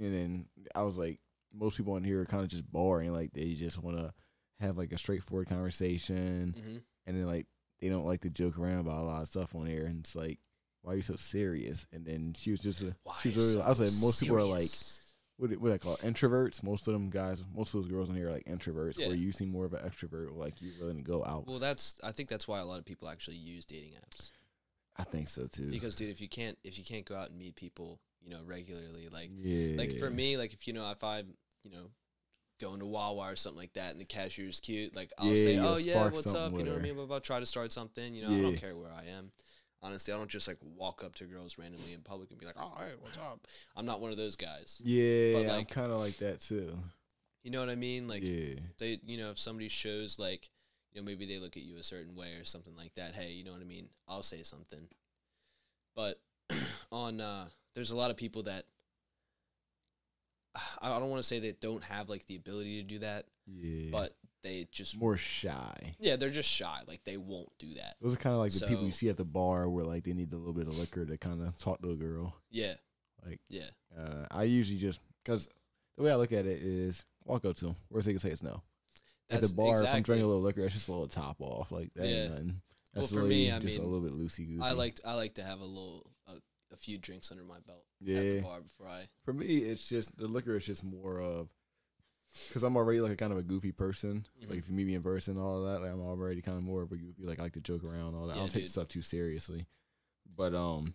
Speaker 3: and then I was like, most people on here are kind of just boring. Like they just want to have like a straightforward conversation,
Speaker 2: hmm
Speaker 3: and then like they don't like to joke around about a lot of stuff on here. And it's like, why are you so serious? And then she was just, a,
Speaker 2: Why
Speaker 3: she
Speaker 2: are
Speaker 3: was really, I was like,
Speaker 2: so
Speaker 3: most people are like
Speaker 2: serious?
Speaker 3: what do- what do I call it? introverts. Most of them guys, most of those girls on here are like introverts.
Speaker 2: Yeah.
Speaker 3: Where you seem more of an extrovert, like you're willing to go out.
Speaker 2: Well, that's I think that's why a lot of people actually use dating apps.
Speaker 3: I think so too.
Speaker 2: because dude if you can't if you can't go out and meet people you know regularly like
Speaker 3: yeah,
Speaker 2: like for me like if you know if i'm you know going to wawa or something like that and the cashier's cute like i'll
Speaker 3: Yeah,
Speaker 2: say
Speaker 3: you'll
Speaker 2: oh yeah
Speaker 3: spark
Speaker 2: what's
Speaker 3: something
Speaker 2: up you
Speaker 3: with
Speaker 2: know what i
Speaker 3: her.
Speaker 2: mean blah, blah, blah, try to start something you know i
Speaker 3: Yeah.
Speaker 2: don't care where i am honestly i don't just like walk up to girls randomly in public and be like oh hey what's up i'm not one of those guys
Speaker 3: yeah,
Speaker 2: but,
Speaker 3: I'm
Speaker 2: like-
Speaker 3: kind of like that too.
Speaker 2: you know what i mean like
Speaker 3: yeah,
Speaker 2: they you know if somebody shows like you know maybe they look at you a certain way or something like that hey you know what i mean i'll say something but (clears throat) on uh there's a lot of people that i I don't want to say they don't have like the ability to do that
Speaker 3: yeah,
Speaker 2: but they just
Speaker 3: more shy.
Speaker 2: yeah they're just shy like they won't do that
Speaker 3: Those are kind of like the people you
Speaker 2: So-
Speaker 3: see at the bar where like they need a little bit of liquor to kind of talk to a girl.
Speaker 2: yeah
Speaker 3: Like
Speaker 2: yeah
Speaker 3: uh, I usually just because the way I look at it is walk up to them. Worst they can say is no. at the bar, if I'm drinking a little liquor, it's just a little top off. Like that
Speaker 2: Yeah.
Speaker 3: ain't nothing.
Speaker 2: Well,
Speaker 3: That's
Speaker 2: for
Speaker 3: really
Speaker 2: me, I
Speaker 3: just a
Speaker 2: mean,
Speaker 3: little bit loosey goosey.
Speaker 2: i liked i like to have a little a, a few drinks under my belt at the
Speaker 3: Yeah.
Speaker 2: bar before i
Speaker 3: For me, it's just the liquor is just more of because I'm already like a kind of a goofy person.
Speaker 2: Mm-hmm.
Speaker 3: Like if you meet me in person, all of that, like I'm already kind of more of a goofy. Like I like to joke around, all that. I
Speaker 2: Yeah,
Speaker 3: don't take
Speaker 2: dude.
Speaker 3: stuff too seriously. But um,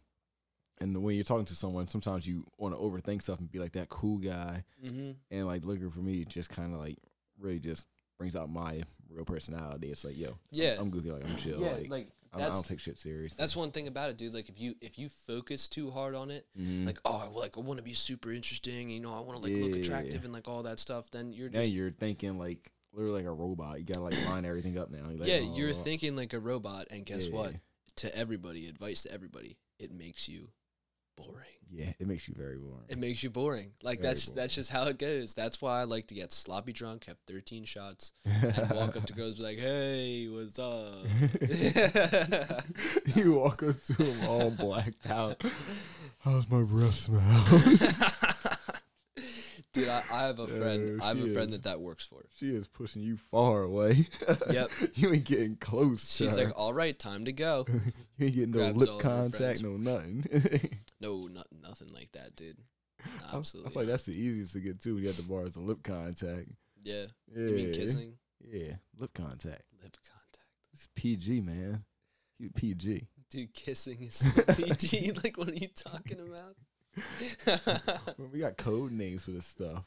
Speaker 3: and when you're talking to someone, sometimes you want to overthink stuff and be like that cool guy.
Speaker 2: mm-hmm.
Speaker 3: And like liquor for me, just kind of like really just brings out my real personality. It's like yo,
Speaker 2: yeah
Speaker 3: I'm goofy, like I'm chill,
Speaker 2: yeah
Speaker 3: like,
Speaker 2: like
Speaker 3: I, don't, I
Speaker 2: that's
Speaker 3: don't take shit serious.
Speaker 2: That's one thing about it, dude. Like if you if you focus too hard on it,
Speaker 3: Mhm.
Speaker 2: like oh, I, like I want to be super interesting, you know, I want to like look
Speaker 3: Yeah.
Speaker 2: attractive and like all that stuff. Then you're
Speaker 3: now
Speaker 2: just
Speaker 3: you're thinking like literally like a robot. You gotta like line everything up now. You're like,
Speaker 2: yeah, you're
Speaker 3: "Oh,
Speaker 2: thinking like a robot. And guess
Speaker 3: yeah,
Speaker 2: what? To everybody, advice to everybody, it makes you boring.
Speaker 3: Yeah, it makes you very boring.
Speaker 2: It makes you boring. Like
Speaker 3: Very
Speaker 2: that's that's just how it goes. That's why I like to get sloppy drunk, have
Speaker 3: (laughs)
Speaker 2: 13 shots, and walk up to girls, be like, "Hey, what's up?"
Speaker 3: (laughs)
Speaker 2: (laughs)
Speaker 3: you walk up to him all blacked out. How's my breath smell? (laughs)
Speaker 2: Dude, I, I have a friend.
Speaker 3: Uh,
Speaker 2: I have a
Speaker 3: she
Speaker 2: friend
Speaker 3: is.
Speaker 2: that that works for.
Speaker 3: she is pushing you far away. (laughs)
Speaker 2: Yep.
Speaker 3: you ain't getting close. to
Speaker 2: She's
Speaker 3: her.
Speaker 2: like, "All right, time to go."
Speaker 3: you ain't getting no
Speaker 2: grabs
Speaker 3: lip
Speaker 2: all of her
Speaker 3: contact,
Speaker 2: friends.
Speaker 3: no nothing. (laughs)
Speaker 2: No, not nothing like that, dude. Nah,
Speaker 3: I- I
Speaker 2: Absolutely.
Speaker 3: feel like
Speaker 2: not.
Speaker 3: that's the easiest to get to. We got the bar is the lip contact.
Speaker 2: yeah.
Speaker 3: Yeah.
Speaker 2: You mean kissing?
Speaker 3: Yeah, lip contact.
Speaker 2: Lip contact.
Speaker 3: It's PG, man. You PG. (laughs)
Speaker 2: (laughs) Dude, kissing is still PG. like, what are you talking about? (laughs)
Speaker 3: we got code names for this
Speaker 2: (coughs)
Speaker 3: stuff.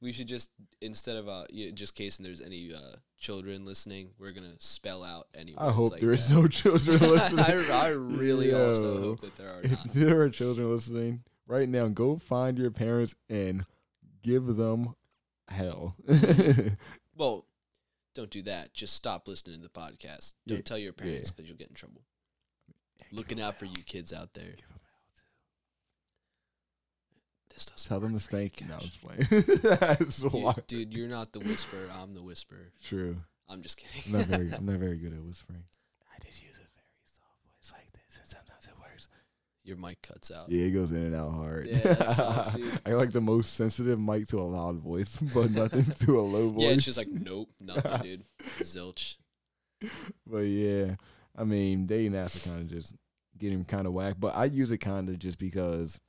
Speaker 2: We should just instead of uh, you know, just case and there's any uh, children listening, we're gonna spell out any.
Speaker 3: I
Speaker 2: words
Speaker 3: hope
Speaker 2: like
Speaker 3: there is
Speaker 2: that. (laughs)
Speaker 3: no children (laughs) listening.
Speaker 2: I, I really also
Speaker 3: Yo.
Speaker 2: hope that there are
Speaker 3: if
Speaker 2: not.
Speaker 3: there are children listening right now, go find your parents and give them
Speaker 2: (laughs)
Speaker 3: hell. (laughs)
Speaker 2: Well, don't do that. Just stop listening to the podcast. Don't
Speaker 3: Yeah,
Speaker 2: tell your parents because you'll get in trouble. Looking out for you kids out there. This doesn't
Speaker 3: Tell them to
Speaker 2: work for you,
Speaker 3: spank you. No, I'm
Speaker 2: Cash.
Speaker 3: just playing. (laughs) That's a
Speaker 2: Dude,
Speaker 3: lot.
Speaker 2: dude, you're not the whisperer. I'm the whisperer.
Speaker 3: True.
Speaker 2: I'm just kidding.
Speaker 3: I'm not very. I'm not very good at
Speaker 2: (laughs)
Speaker 3: whispering.
Speaker 2: I just use a very soft voice like this, and sometimes it works. (laughs) Your mic cuts out.
Speaker 3: Yeah, it goes in and out hard.
Speaker 2: Yeah, that
Speaker 3: (laughs)
Speaker 2: sucks, dude.
Speaker 3: I like the most sensitive mic to a loud voice, (laughs) but nothing to a low voice.
Speaker 2: Yeah, it's just like nope, nothing,
Speaker 3: (laughs)
Speaker 2: dude. Zilch.
Speaker 3: But yeah, I mean, dating apps are kind of just getting kind of whack. But I use it kind of just because,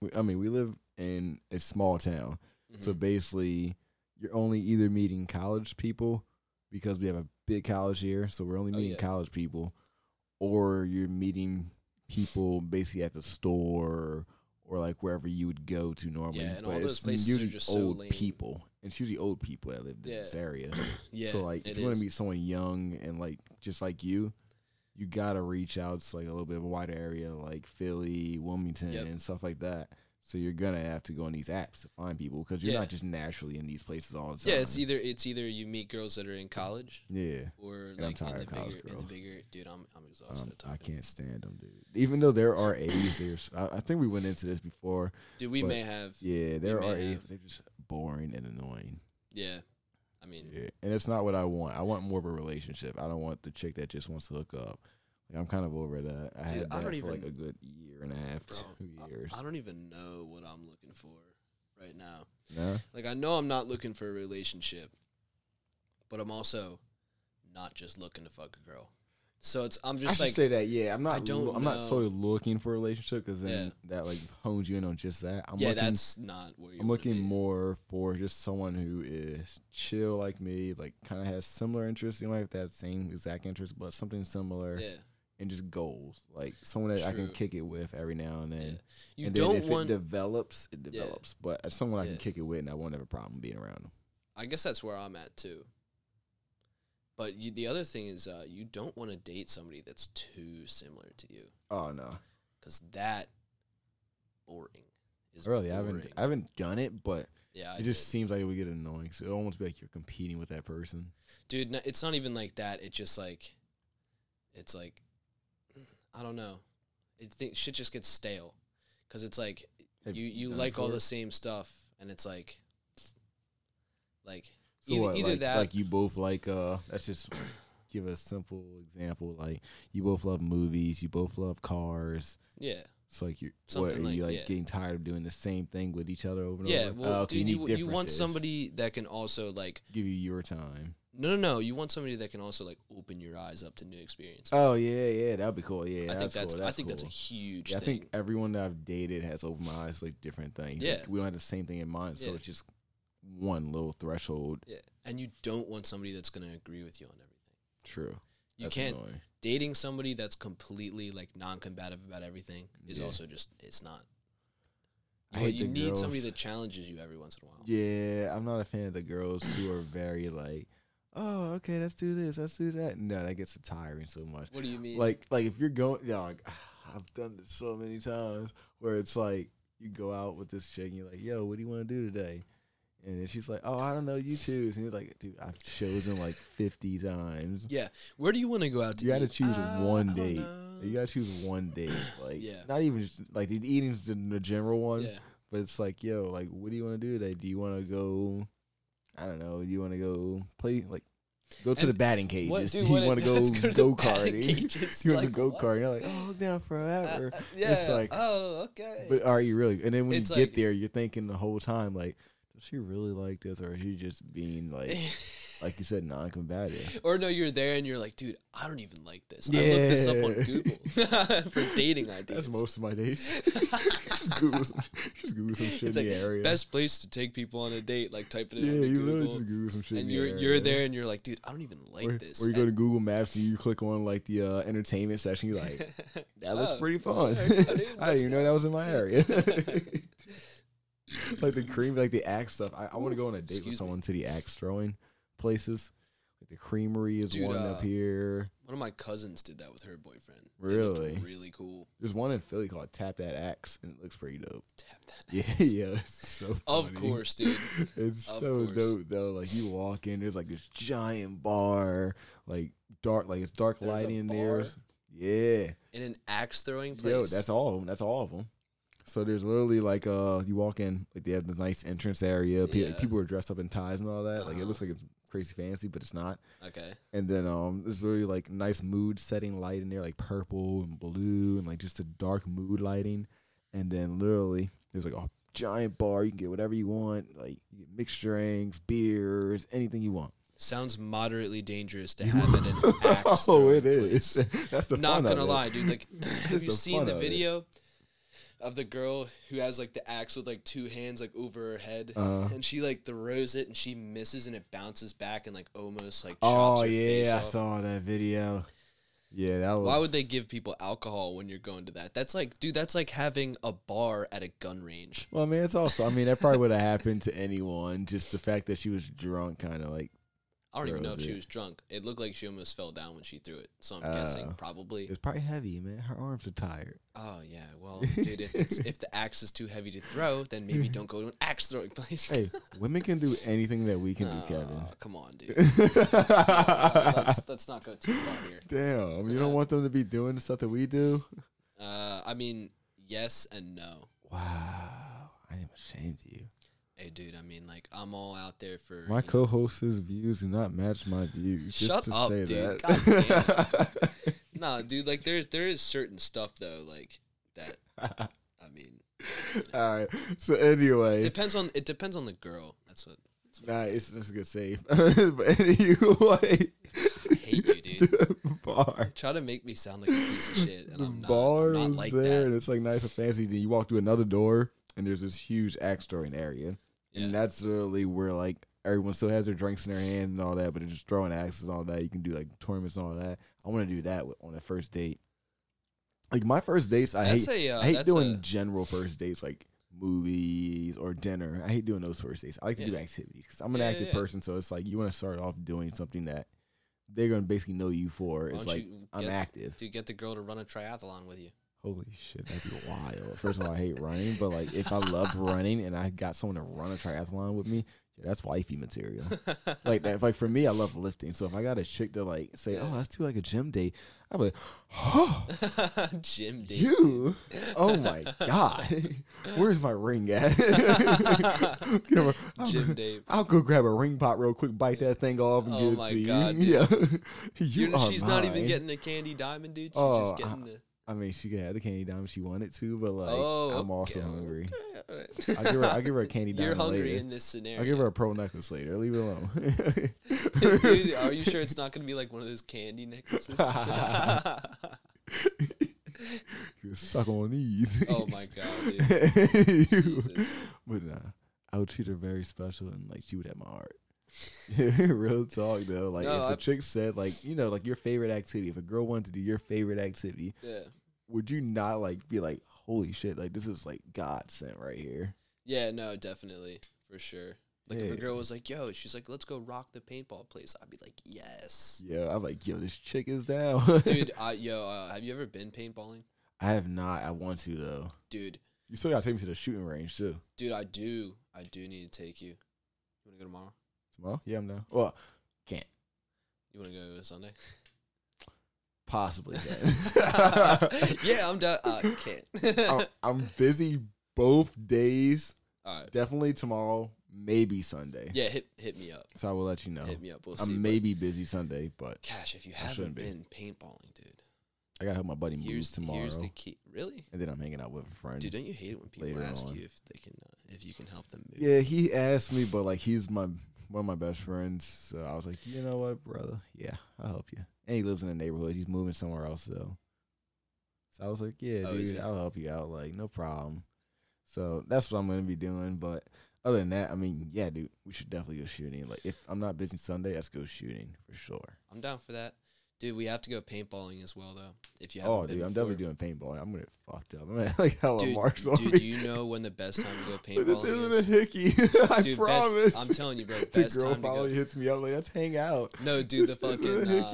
Speaker 3: we, I mean, we live in a small town, so
Speaker 2: Mhm.
Speaker 3: basically, you're only either meeting college people because we have a big college here, so we're only
Speaker 2: Oh,
Speaker 3: meeting
Speaker 2: yeah.
Speaker 3: college people, or you're meeting people basically at the store or like wherever you would go to normally.
Speaker 2: Yeah, and
Speaker 3: but
Speaker 2: all those
Speaker 3: it's
Speaker 2: places are
Speaker 3: usually
Speaker 2: just so
Speaker 3: old
Speaker 2: lame.
Speaker 3: people. It's usually old people that live in
Speaker 2: Yeah.
Speaker 3: this area.
Speaker 2: yeah.
Speaker 3: So like, if
Speaker 2: it
Speaker 3: you want
Speaker 2: is.
Speaker 3: to meet someone young and like just like you, you gotta reach out to like a little bit of a wider area, like Philly, Wilmington,
Speaker 2: Yep.
Speaker 3: and stuff like that. So you're gonna have to go on these apps to find people because you're
Speaker 2: Yeah.
Speaker 3: not just naturally in these places all the time.
Speaker 2: yeah, it's e- either it's either you meet girls that are in college
Speaker 3: yeah.
Speaker 2: or
Speaker 3: I'm
Speaker 2: like
Speaker 3: tired
Speaker 2: in
Speaker 3: of
Speaker 2: the
Speaker 3: college
Speaker 2: bigger in the
Speaker 3: girls.
Speaker 2: bigger dude. I'm I'm
Speaker 3: Um,
Speaker 2: exhausted. at
Speaker 3: I
Speaker 2: talking.
Speaker 3: can't stand them, dude. Even though there are A's, there's I, I think we went into this before.
Speaker 2: Dude, we
Speaker 3: but-
Speaker 2: may have yeah.
Speaker 3: Yeah, there
Speaker 2: may
Speaker 3: are A's.
Speaker 2: have.
Speaker 3: They're just boring and annoying.
Speaker 2: I mean,
Speaker 3: Yeah, and it's not what I want. I want more of a relationship. I don't want the chick that just wants to hook up. Like, I'm kind of over that. I
Speaker 2: Dude,
Speaker 3: had that
Speaker 2: I
Speaker 3: for
Speaker 2: don't
Speaker 3: like
Speaker 2: even-
Speaker 3: a good year and a half,
Speaker 2: bro, I-
Speaker 3: two years.
Speaker 2: I, don't even know what I'm looking for right now.
Speaker 3: no,
Speaker 2: Like I know I'm not looking for a relationship, but I'm also not just looking to fuck a girl. So it's I'm
Speaker 3: I
Speaker 2: just
Speaker 3: should
Speaker 2: like
Speaker 3: say that. Yeah, I'm not.
Speaker 2: I don't
Speaker 3: loo- I'm not
Speaker 2: know.
Speaker 3: sort of looking for a relationship because then
Speaker 2: Yeah.
Speaker 3: that like hones you in on just that. I'm
Speaker 2: yeah,
Speaker 3: looking,
Speaker 2: that's not where you
Speaker 3: I'm
Speaker 2: wanna be.
Speaker 3: looking more for just someone who is chill like me, like kind of has similar interests. You don't have to have the same exact interests, but something similar
Speaker 2: Yeah.
Speaker 3: and just goals. Like someone that I can
Speaker 2: True.
Speaker 3: kick it with every now and then.
Speaker 2: Yeah. You
Speaker 3: and
Speaker 2: don't
Speaker 3: then if
Speaker 2: want
Speaker 3: it develops, it
Speaker 2: Yeah.
Speaker 3: develops. But it's someone I
Speaker 2: Yeah.
Speaker 3: can kick it with, and I won't have a problem being around them.
Speaker 2: I guess that's where I'm at too. But you, the other thing is, uh, you don't want to date somebody that's too similar to you,
Speaker 3: Oh no,
Speaker 2: because that boring. Is
Speaker 3: really? I
Speaker 2: boring.
Speaker 3: haven't I haven't done it, but
Speaker 2: yeah, I
Speaker 3: it just
Speaker 2: did.
Speaker 3: seems like it would get annoying. So it almost be like you're competing with that person.
Speaker 2: dude. No, it's not even like that. It's just like, it's like, I don't know. It think shit just gets stale, because it's like
Speaker 3: Have
Speaker 2: you you
Speaker 3: done it
Speaker 2: like all
Speaker 3: before?
Speaker 2: the same stuff, and it's like, like
Speaker 3: So
Speaker 2: either,
Speaker 3: what,
Speaker 2: either
Speaker 3: like,
Speaker 2: that
Speaker 3: like you both like uh. Let's just (coughs) give a simple example. Like you both love movies, you both love cars.
Speaker 2: yeah.
Speaker 3: It's like you're what,
Speaker 2: Something
Speaker 3: are you
Speaker 2: like-
Speaker 3: like
Speaker 2: yeah.
Speaker 3: getting tired of doing the same thing with each other over and
Speaker 2: Yeah,
Speaker 3: over.
Speaker 2: well,
Speaker 3: Oh, okay,
Speaker 2: dude, you,
Speaker 3: need
Speaker 2: you want
Speaker 3: differences.
Speaker 2: somebody that can also like
Speaker 3: give you your time.
Speaker 2: No, no, no. You want somebody that can also like open your eyes up to new experiences.
Speaker 3: Oh yeah, yeah, that'd be cool. Yeah,
Speaker 2: I think
Speaker 3: that's
Speaker 2: that's,
Speaker 3: cool,
Speaker 2: I think that's a
Speaker 3: cool.
Speaker 2: huge
Speaker 3: Yeah, I
Speaker 2: thing.
Speaker 3: think everyone that I've dated has opened my eyes to, like different things. Like,
Speaker 2: Yeah.
Speaker 3: we don't have the same thing in mind, so
Speaker 2: Yeah.
Speaker 3: it's just one little threshold.
Speaker 2: yeah. And you don't want somebody that's gonna agree with you on everything.
Speaker 3: True.
Speaker 2: You
Speaker 3: That's
Speaker 2: can't
Speaker 3: annoying.
Speaker 2: dating somebody that's completely like non-combative about everything is
Speaker 3: Yeah.
Speaker 2: also just it's not.
Speaker 3: I
Speaker 2: You,
Speaker 3: hate
Speaker 2: you
Speaker 3: the
Speaker 2: need
Speaker 3: girls.
Speaker 2: somebody that challenges you every once in a while.
Speaker 3: Yeah, I'm not a fan of the girls who are very like, oh, okay, let's do this, let's do that. No, that gets tiring so much.
Speaker 2: What do you mean?
Speaker 3: Like, like if you're going, yeah, like, (sighs) I've done this so many times where it's like you go out with this chick and you're like, yo, what do you want to do today? And then she's like, oh, I don't know, you choose. And you're like, dude, I've chosen like 50 times.
Speaker 2: yeah. Where do you want to go out to?
Speaker 3: You got
Speaker 2: eat?
Speaker 3: to choose
Speaker 2: Uh,
Speaker 3: one
Speaker 2: I don't
Speaker 3: date.
Speaker 2: know.
Speaker 3: You got to choose one
Speaker 2: (clears throat)
Speaker 3: date. Like,
Speaker 2: Yeah.
Speaker 3: not even just like the eating's the, the general one,
Speaker 2: Yeah.
Speaker 3: but it's like, yo, like, what do you want to do today? Do you want to go? I don't know. Do you want to go play like go to
Speaker 2: And
Speaker 3: the batting cages?
Speaker 2: What,
Speaker 3: do
Speaker 2: dude,
Speaker 3: you
Speaker 2: what-
Speaker 3: want to go
Speaker 2: (laughs) let's to the
Speaker 3: go
Speaker 2: (laughs) batting
Speaker 3: karting? (laughs)
Speaker 2: cages,
Speaker 3: you want to
Speaker 2: like,
Speaker 3: go
Speaker 2: what?
Speaker 3: karting? You're like, oh, look down
Speaker 2: (laughs)
Speaker 3: forever.
Speaker 2: Uh, yeah.
Speaker 3: like-
Speaker 2: oh, okay.
Speaker 3: But are you really? And then when
Speaker 2: It's
Speaker 3: you
Speaker 2: like-
Speaker 3: get there, you're thinking the whole time like, does she really like this, or is she just being
Speaker 2: (laughs)
Speaker 3: like, like you said, non-combative?
Speaker 2: Or no, you're there and you're like, dude, I don't even (laughs) like this. I looked
Speaker 3: Yeah.
Speaker 2: this up on
Speaker 3: (laughs)
Speaker 2: (laughs) Google for dating ideas.
Speaker 3: That's most of my days. (laughs) just Google some, just Google some shit
Speaker 2: (laughs) It's
Speaker 3: in
Speaker 2: like
Speaker 3: the area.
Speaker 2: best place to take people on a date. Like type it in.
Speaker 3: yeah,
Speaker 2: onto
Speaker 3: you
Speaker 2: Google,
Speaker 3: literally just Google some shit. in
Speaker 2: and
Speaker 3: the
Speaker 2: you're
Speaker 3: area.
Speaker 2: you're there, and you're like, dude, I don't even like
Speaker 3: Or,
Speaker 2: this.
Speaker 3: or you go
Speaker 2: (laughs) And-
Speaker 3: to Google Maps and you click on like the uh, entertainment section. You're
Speaker 2: (laughs)
Speaker 3: like, that looks
Speaker 2: Oh,
Speaker 3: pretty
Speaker 2: (laughs)
Speaker 3: fun.
Speaker 2: alright, dude,
Speaker 3: (laughs) I didn't
Speaker 2: let's
Speaker 3: even know that was in my area. (laughs)
Speaker 2: (laughs)
Speaker 3: like the cream, like the axe stuff. I, I want to go on a date with
Speaker 2: excuse me.
Speaker 3: someone to the axe throwing places. Like the creamery is
Speaker 2: Dude,
Speaker 3: one
Speaker 2: uh,
Speaker 3: up here.
Speaker 2: One of my cousins did that with her boyfriend. They looked
Speaker 3: Really?
Speaker 2: really cool.
Speaker 3: There's one in Philly called Tap That Axe, and it looks pretty dope. (laughs)
Speaker 2: Tap that.
Speaker 3: Yeah, yeah, (laughs) it's so.
Speaker 2: Of
Speaker 3: funny. (laughs)
Speaker 2: course, dude.
Speaker 3: It's
Speaker 2: Of
Speaker 3: so
Speaker 2: course.
Speaker 3: dope though. Like you walk in, there's like this giant bar, like dark, like it's dark
Speaker 2: There's a
Speaker 3: lighting in
Speaker 2: bar?
Speaker 3: there. Yeah,
Speaker 2: In an axe throwing place.
Speaker 3: yo, that's all of them. That's all of them. So there's literally like uh, you walk in, like they have this nice entrance area. Pe-
Speaker 2: Yeah.
Speaker 3: People are dressed up in ties and all that. Like it
Speaker 2: Uh-huh.
Speaker 3: looks like it's crazy fancy, but it's not.
Speaker 2: okay.
Speaker 3: And then um, there's really like nice mood setting light in there, like purple and blue, and like just a dark mood lighting. And then literally there's like a giant bar. You can get whatever you want, like you get mixed drinks, beers, anything you want.
Speaker 2: Sounds moderately dangerous to have
Speaker 3: (laughs)
Speaker 2: in an axe.
Speaker 3: oh,
Speaker 2: throwing
Speaker 3: it is. (laughs)
Speaker 2: place.
Speaker 3: That's the
Speaker 2: Not
Speaker 3: fun
Speaker 2: gonna
Speaker 3: of it. (laughs)
Speaker 2: lie, dude. Like, have
Speaker 3: That's
Speaker 2: you
Speaker 3: the
Speaker 2: seen
Speaker 3: fun
Speaker 2: the
Speaker 3: of it.
Speaker 2: video of the girl who has like the axe with like two hands like over her head,
Speaker 3: Uh-huh.
Speaker 2: and she like throws it and she misses and it bounces back and like almost like chops
Speaker 3: Oh
Speaker 2: her face
Speaker 3: yeah, I
Speaker 2: off.
Speaker 3: saw that video. Yeah, that was.
Speaker 2: Why would they give people alcohol when you're going to that? That's like, dude, that's like having a bar at a gun range.
Speaker 3: Well, I mean, it's also. I mean, that probably would have happened to anyone. Just the fact that she was drunk, kind of like
Speaker 2: I don't even know if
Speaker 3: Throws
Speaker 2: she
Speaker 3: it.
Speaker 2: was drunk. It looked like she almost fell down when she threw it. So I'm guessing
Speaker 3: Oh.
Speaker 2: probably.
Speaker 3: it was probably heavy, man. Her arms are tired.
Speaker 2: Oh yeah, well, dude, if it's, if the axe is too heavy to throw,
Speaker 3: (laughs)
Speaker 2: then maybe don't go to an axe throwing place.
Speaker 3: Hey, women can do anything that we can do, Kevin.
Speaker 2: Aw, come on, dude. let's, let's not go too far here.
Speaker 3: (laughs) Damn, you
Speaker 2: Yeah.
Speaker 3: don't want them to be doing the stuff that we do.
Speaker 2: Uh, I mean, yes and no.
Speaker 3: Wow, I am ashamed of you.
Speaker 2: Hey, dude. I mean, like, I'm all out there for
Speaker 3: My
Speaker 2: you know-
Speaker 3: co-host's views do not match my views.
Speaker 2: Shut
Speaker 3: just to
Speaker 2: up,
Speaker 3: say
Speaker 2: dude.
Speaker 3: that.
Speaker 2: God damn. Nah, dude. Like, there's there is certain stuff though, like that. I mean,
Speaker 3: (laughs) All right. So anyway,
Speaker 2: depends on it depends on the girl. That's what.
Speaker 3: nah, it's just a good save. (laughs) but anyway,
Speaker 2: I hate you,
Speaker 3: (laughs)
Speaker 2: dude.
Speaker 3: the bar.
Speaker 2: Try to make me sound like a piece of shit, and
Speaker 3: The
Speaker 2: I'm not,
Speaker 3: bar
Speaker 2: I'm not
Speaker 3: was
Speaker 2: like
Speaker 3: there, and
Speaker 2: that.
Speaker 3: it's like nice and fancy. Then you walk through another door, and there's this huge axe throwing area,
Speaker 2: Yeah.
Speaker 3: and that's literally where like everyone still has their drinks in their hand and all that, but they're just throwing axes and all that. You can do like tournaments and all that. I want to do that with, on a first date. Like my first dates, I
Speaker 2: That's
Speaker 3: hate.
Speaker 2: a, uh,
Speaker 3: I hate
Speaker 2: that's
Speaker 3: doing
Speaker 2: a-
Speaker 3: general first dates like movies or dinner. I hate doing those first dates. I like to do
Speaker 2: Yeah.
Speaker 3: activities. 'cause I'm an
Speaker 2: Yeah, yeah,
Speaker 3: active
Speaker 2: yeah.
Speaker 3: person, so it's like you want to start off doing something that they're gonna basically know you for. It's
Speaker 2: don't
Speaker 3: like
Speaker 2: you
Speaker 3: I'm
Speaker 2: get-
Speaker 3: active.
Speaker 2: Dude, get the girl to run a triathlon with you. (laughs)
Speaker 3: Holy shit, that'd be wild. First of all, I hate running, but like if I loved running and I got someone to run a triathlon with me, yeah, that's wifey material. like that, like for me, I love lifting. So if I got a chick to like say, "Oh, let's do like a gym day," I'm like, "Oh,
Speaker 2: Gym date.
Speaker 3: you? Oh my god, where's my ring at?" (laughs) Give her- I'll,
Speaker 2: Gym date.
Speaker 3: I'll go grab a ring pot real quick, bite that thing off, and
Speaker 2: Oh
Speaker 3: give it
Speaker 2: my
Speaker 3: to you.
Speaker 2: God, dude.
Speaker 3: yeah, (laughs)
Speaker 2: You're-
Speaker 3: you are
Speaker 2: she's not even
Speaker 3: mine.
Speaker 2: getting the candy diamond, dude. She's
Speaker 3: Oh,
Speaker 2: just
Speaker 3: I-
Speaker 2: getting the.
Speaker 3: I mean, she could have the candy dime if she wanted to, but like,
Speaker 2: Oh,
Speaker 3: I'm also
Speaker 2: okay,
Speaker 3: hungry.
Speaker 2: Yeah, all right.
Speaker 3: I'll give her. I'll give her a
Speaker 2: (laughs)
Speaker 3: candy dime
Speaker 2: You're hungry
Speaker 3: later.
Speaker 2: in this scenario.
Speaker 3: I'll
Speaker 2: (laughs)
Speaker 3: give her a pearl necklace later. Leave it alone.
Speaker 2: Dude,
Speaker 3: (laughs)
Speaker 2: are you sure it's not going to be like one of those candy necklaces? (laughs) oh
Speaker 3: (laughs) you suck on these.
Speaker 2: Oh my god,
Speaker 3: (laughs)
Speaker 2: dude.
Speaker 3: You-
Speaker 2: Jesus.
Speaker 3: but nah, I would treat her very special, and like she would have my heart. (laughs) Real talk though, like
Speaker 2: No,
Speaker 3: if a
Speaker 2: I-
Speaker 3: chick said like you know like your favorite activity, if a girl wanted to do your favorite activity,
Speaker 2: Yeah.
Speaker 3: would you not like be like holy shit like this is like God sent right here?
Speaker 2: Yeah, no, definitely. For sure. Like if a
Speaker 3: Yeah.
Speaker 2: girl was like, yo, she's like, let's go rock the paintball place. I'd be like,
Speaker 3: (laughs)
Speaker 2: yes.
Speaker 3: Yeah, I'm like yo, this chick is down.
Speaker 2: Dude, I, yo, uh, have you ever been paintballing?
Speaker 3: (laughs) I have not. I want to though.
Speaker 2: Dude,
Speaker 3: You still gotta take me to the shooting range too.
Speaker 2: dude, I do. I do need to take you. You want to go tomorrow?
Speaker 3: Tomorrow? Yeah, I'm down. Well, can't
Speaker 2: You want to go Sunday?
Speaker 3: possibly.
Speaker 2: (laughs)
Speaker 3: (laughs) Can.
Speaker 2: yeah, I'm done. I
Speaker 3: (laughs)
Speaker 2: can't.
Speaker 3: I'm, I'm busy both days.
Speaker 2: (laughs) All right.
Speaker 3: Definitely tomorrow. Maybe Sunday.
Speaker 2: Yeah, hit hit me up.
Speaker 3: So I will let you know.
Speaker 2: Hit me up. We'll see.
Speaker 3: I'm
Speaker 2: but-
Speaker 3: maybe busy Sunday, but
Speaker 2: Cash, if you
Speaker 3: shouldn't
Speaker 2: haven't
Speaker 3: be.
Speaker 2: been paintballing, dude,
Speaker 3: I gotta help my buddy move
Speaker 2: here's
Speaker 3: tomorrow,
Speaker 2: here's the key. Really,
Speaker 3: and then I'm hanging out with a friend.
Speaker 2: dude, don't you hate it when people
Speaker 3: later
Speaker 2: ask
Speaker 3: on.
Speaker 2: you if they can uh, if you can help them move?
Speaker 3: yeah, he asked me, but like he's my one of my best friends, so I was like, you know what, brother? Yeah, I'll help you. And he lives in the neighborhood. He's moving somewhere else though. So I was like, yeah,
Speaker 2: Oh, is
Speaker 3: dude,
Speaker 2: he?
Speaker 3: I'll help you out. Like, no problem. So that's what I'm gonna be doing. But other than that, I mean, yeah, dude, we should definitely go shooting. Like if I'm not busy Sunday, let's go shooting for sure.
Speaker 2: I'm down for that. Dude, we have to go paintballing as well, though. If you haven't
Speaker 3: Oh,
Speaker 2: been
Speaker 3: dude, I'm
Speaker 2: before.
Speaker 3: definitely doing paintball. I'm gonna get fucked up. I'm gonna have, like hella
Speaker 2: Dude,
Speaker 3: marks on
Speaker 2: dude,
Speaker 3: me.
Speaker 2: you know when the best time to go
Speaker 3: Like, (laughs) this
Speaker 2: paintballing
Speaker 3: isn't a
Speaker 2: is?
Speaker 3: hickey. (laughs) I
Speaker 2: Dude, best,
Speaker 3: promise.
Speaker 2: I'm telling you, bro,
Speaker 3: (laughs) the
Speaker 2: best
Speaker 3: girl
Speaker 2: time to
Speaker 3: finally
Speaker 2: go.
Speaker 3: hits me up like, let's hang out. (laughs)
Speaker 2: No, dude, the
Speaker 3: This isn't a
Speaker 2: fucking. Uh,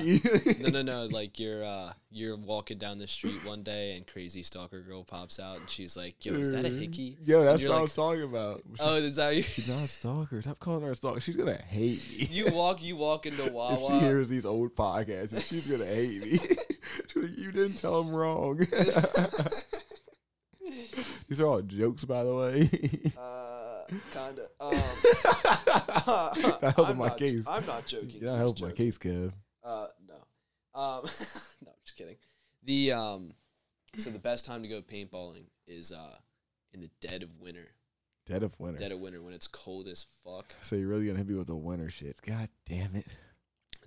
Speaker 3: hickey.
Speaker 2: no, no, no. Like you're uh, you're walking down the street one day, and crazy stalker girl pops out, and she's like, "Yo,
Speaker 3: (laughs)
Speaker 2: is that a
Speaker 3: Dude.
Speaker 2: hickey?"
Speaker 3: Yo,
Speaker 2: And
Speaker 3: that's
Speaker 2: you're
Speaker 3: what I
Speaker 2: like,
Speaker 3: was talking about.
Speaker 2: Oh,
Speaker 3: (laughs)
Speaker 2: is that you?
Speaker 3: She's not a stalker. Stop calling her a stalker. She's gonna hate me.
Speaker 2: You walk, you walk
Speaker 3: (laughs)
Speaker 2: into
Speaker 3: if
Speaker 2: Wawa.
Speaker 3: she hears these old podcasts, she's gonna hate me. (laughs) She's like, you didn't tell them wrong. (laughs) these are all jokes, by the
Speaker 2: (laughs)
Speaker 3: way. (laughs)
Speaker 6: Uh, kinda. Um,
Speaker 3: that helps
Speaker 6: I'm
Speaker 3: my
Speaker 6: not,
Speaker 3: case.
Speaker 6: I'm not joking.
Speaker 3: You're not
Speaker 6: I'm just
Speaker 3: helping my
Speaker 6: joking.
Speaker 3: case, Kev.
Speaker 2: Uh, no, um, (laughs) no, I'm just kidding. The um, so the best time to go paintballing is uh, in the dead of winter.
Speaker 3: Dead of winter.
Speaker 2: Dead of winter when it's cold as fuck,
Speaker 3: So you're really gonna hit me with the winter shit. God damn it.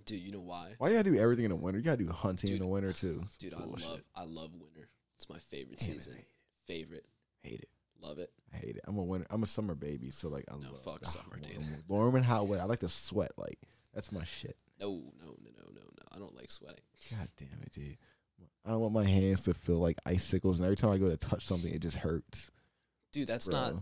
Speaker 2: dude. You know why?
Speaker 3: Why you gotta do everything in the winter? You gotta do hunting in
Speaker 2: Dude.
Speaker 3: the winter too. It's
Speaker 2: Dude,
Speaker 3: bullshit.
Speaker 2: I love I love winter. It's my favorite
Speaker 3: Damn it,
Speaker 2: season.
Speaker 3: I hate
Speaker 2: Favorite.
Speaker 3: hate it.
Speaker 2: Love it.
Speaker 3: I hate it. I'm a winter. I'm a summer baby. So like, I
Speaker 2: No,
Speaker 3: love
Speaker 2: fuck
Speaker 3: the hot
Speaker 2: summer,
Speaker 3: weather.
Speaker 2: dude.
Speaker 3: I'm Warm and hot weather. I like to sweat. Like that's my shit.
Speaker 2: No, no, no, no, no, no. I don't like sweating.
Speaker 3: God damn it, dude. I don't want my hands to feel like icicles, and every time I go to touch something, it just hurts.
Speaker 2: Dude, that's
Speaker 3: bro.
Speaker 2: not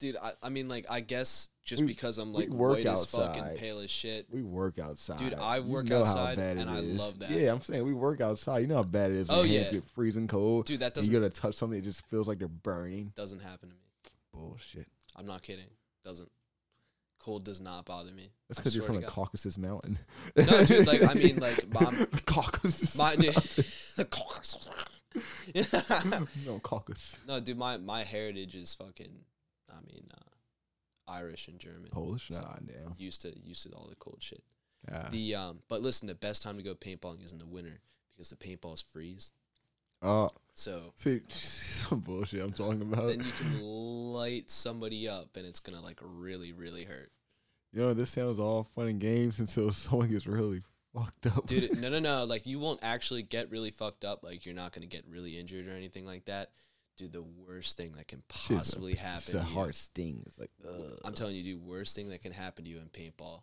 Speaker 2: dude, I, I mean like I guess just
Speaker 3: We-
Speaker 2: because I'm
Speaker 3: we
Speaker 2: like
Speaker 3: work
Speaker 2: white as fuck
Speaker 3: outside.
Speaker 2: and pale as shit.
Speaker 3: We work outside,
Speaker 2: Dude, I
Speaker 3: You
Speaker 2: work
Speaker 3: know how
Speaker 2: outside,
Speaker 3: bad it
Speaker 2: and I
Speaker 3: is.
Speaker 2: love that.
Speaker 3: Yeah, I'm saying we work outside. You know how bad it is when
Speaker 2: Oh,
Speaker 3: your hands
Speaker 2: yeah.
Speaker 3: get freezing cold.
Speaker 2: Dude, that
Speaker 3: and
Speaker 2: doesn't
Speaker 3: you go to touch something, it just feels like they're burning.
Speaker 2: doesn't happen to me.
Speaker 3: Bullshit.
Speaker 2: I'm not kidding. Doesn't. Cold does not bother me.
Speaker 3: That's
Speaker 2: I
Speaker 3: because you're
Speaker 2: swear
Speaker 3: from
Speaker 2: to
Speaker 3: the
Speaker 2: God.
Speaker 3: Caucasus Mountain.
Speaker 2: No, dude, like, I
Speaker 3: (laughs)
Speaker 2: mean, like, my-
Speaker 3: the Caucasus.
Speaker 2: my dude,
Speaker 3: Mountain.
Speaker 2: the (laughs) Caucasus.
Speaker 3: (laughs) no Caucasus.
Speaker 2: no, dude, my my heritage is fucking I mean, uh, Irish and German.
Speaker 3: Polish.
Speaker 2: So-
Speaker 3: Nah, damn.
Speaker 2: Used to used to all the cold shit.
Speaker 3: Yeah.
Speaker 2: The um, but listen, the best time to go paintballing is in the winter because the paintballs freeze.
Speaker 3: Oh,
Speaker 2: So
Speaker 3: see, (laughs) some bullshit I'm talking about.
Speaker 2: then you can light somebody up, and it's gonna like really, really hurt,
Speaker 3: You know, this sounds all fun and games until (laughs) someone gets really fucked up.
Speaker 2: dude. it- No, no, no. Like you won't actually get really fucked up. Like you're not gonna get really injured or anything like that. Dude, the worst thing that can
Speaker 3: (laughs) Shit, it's a-
Speaker 2: possibly happen.
Speaker 3: It's
Speaker 2: to
Speaker 3: a
Speaker 2: you- uh,
Speaker 3: hard sting. It's like,
Speaker 2: I'm telling you, dude, worst thing that can happen to you in paintball.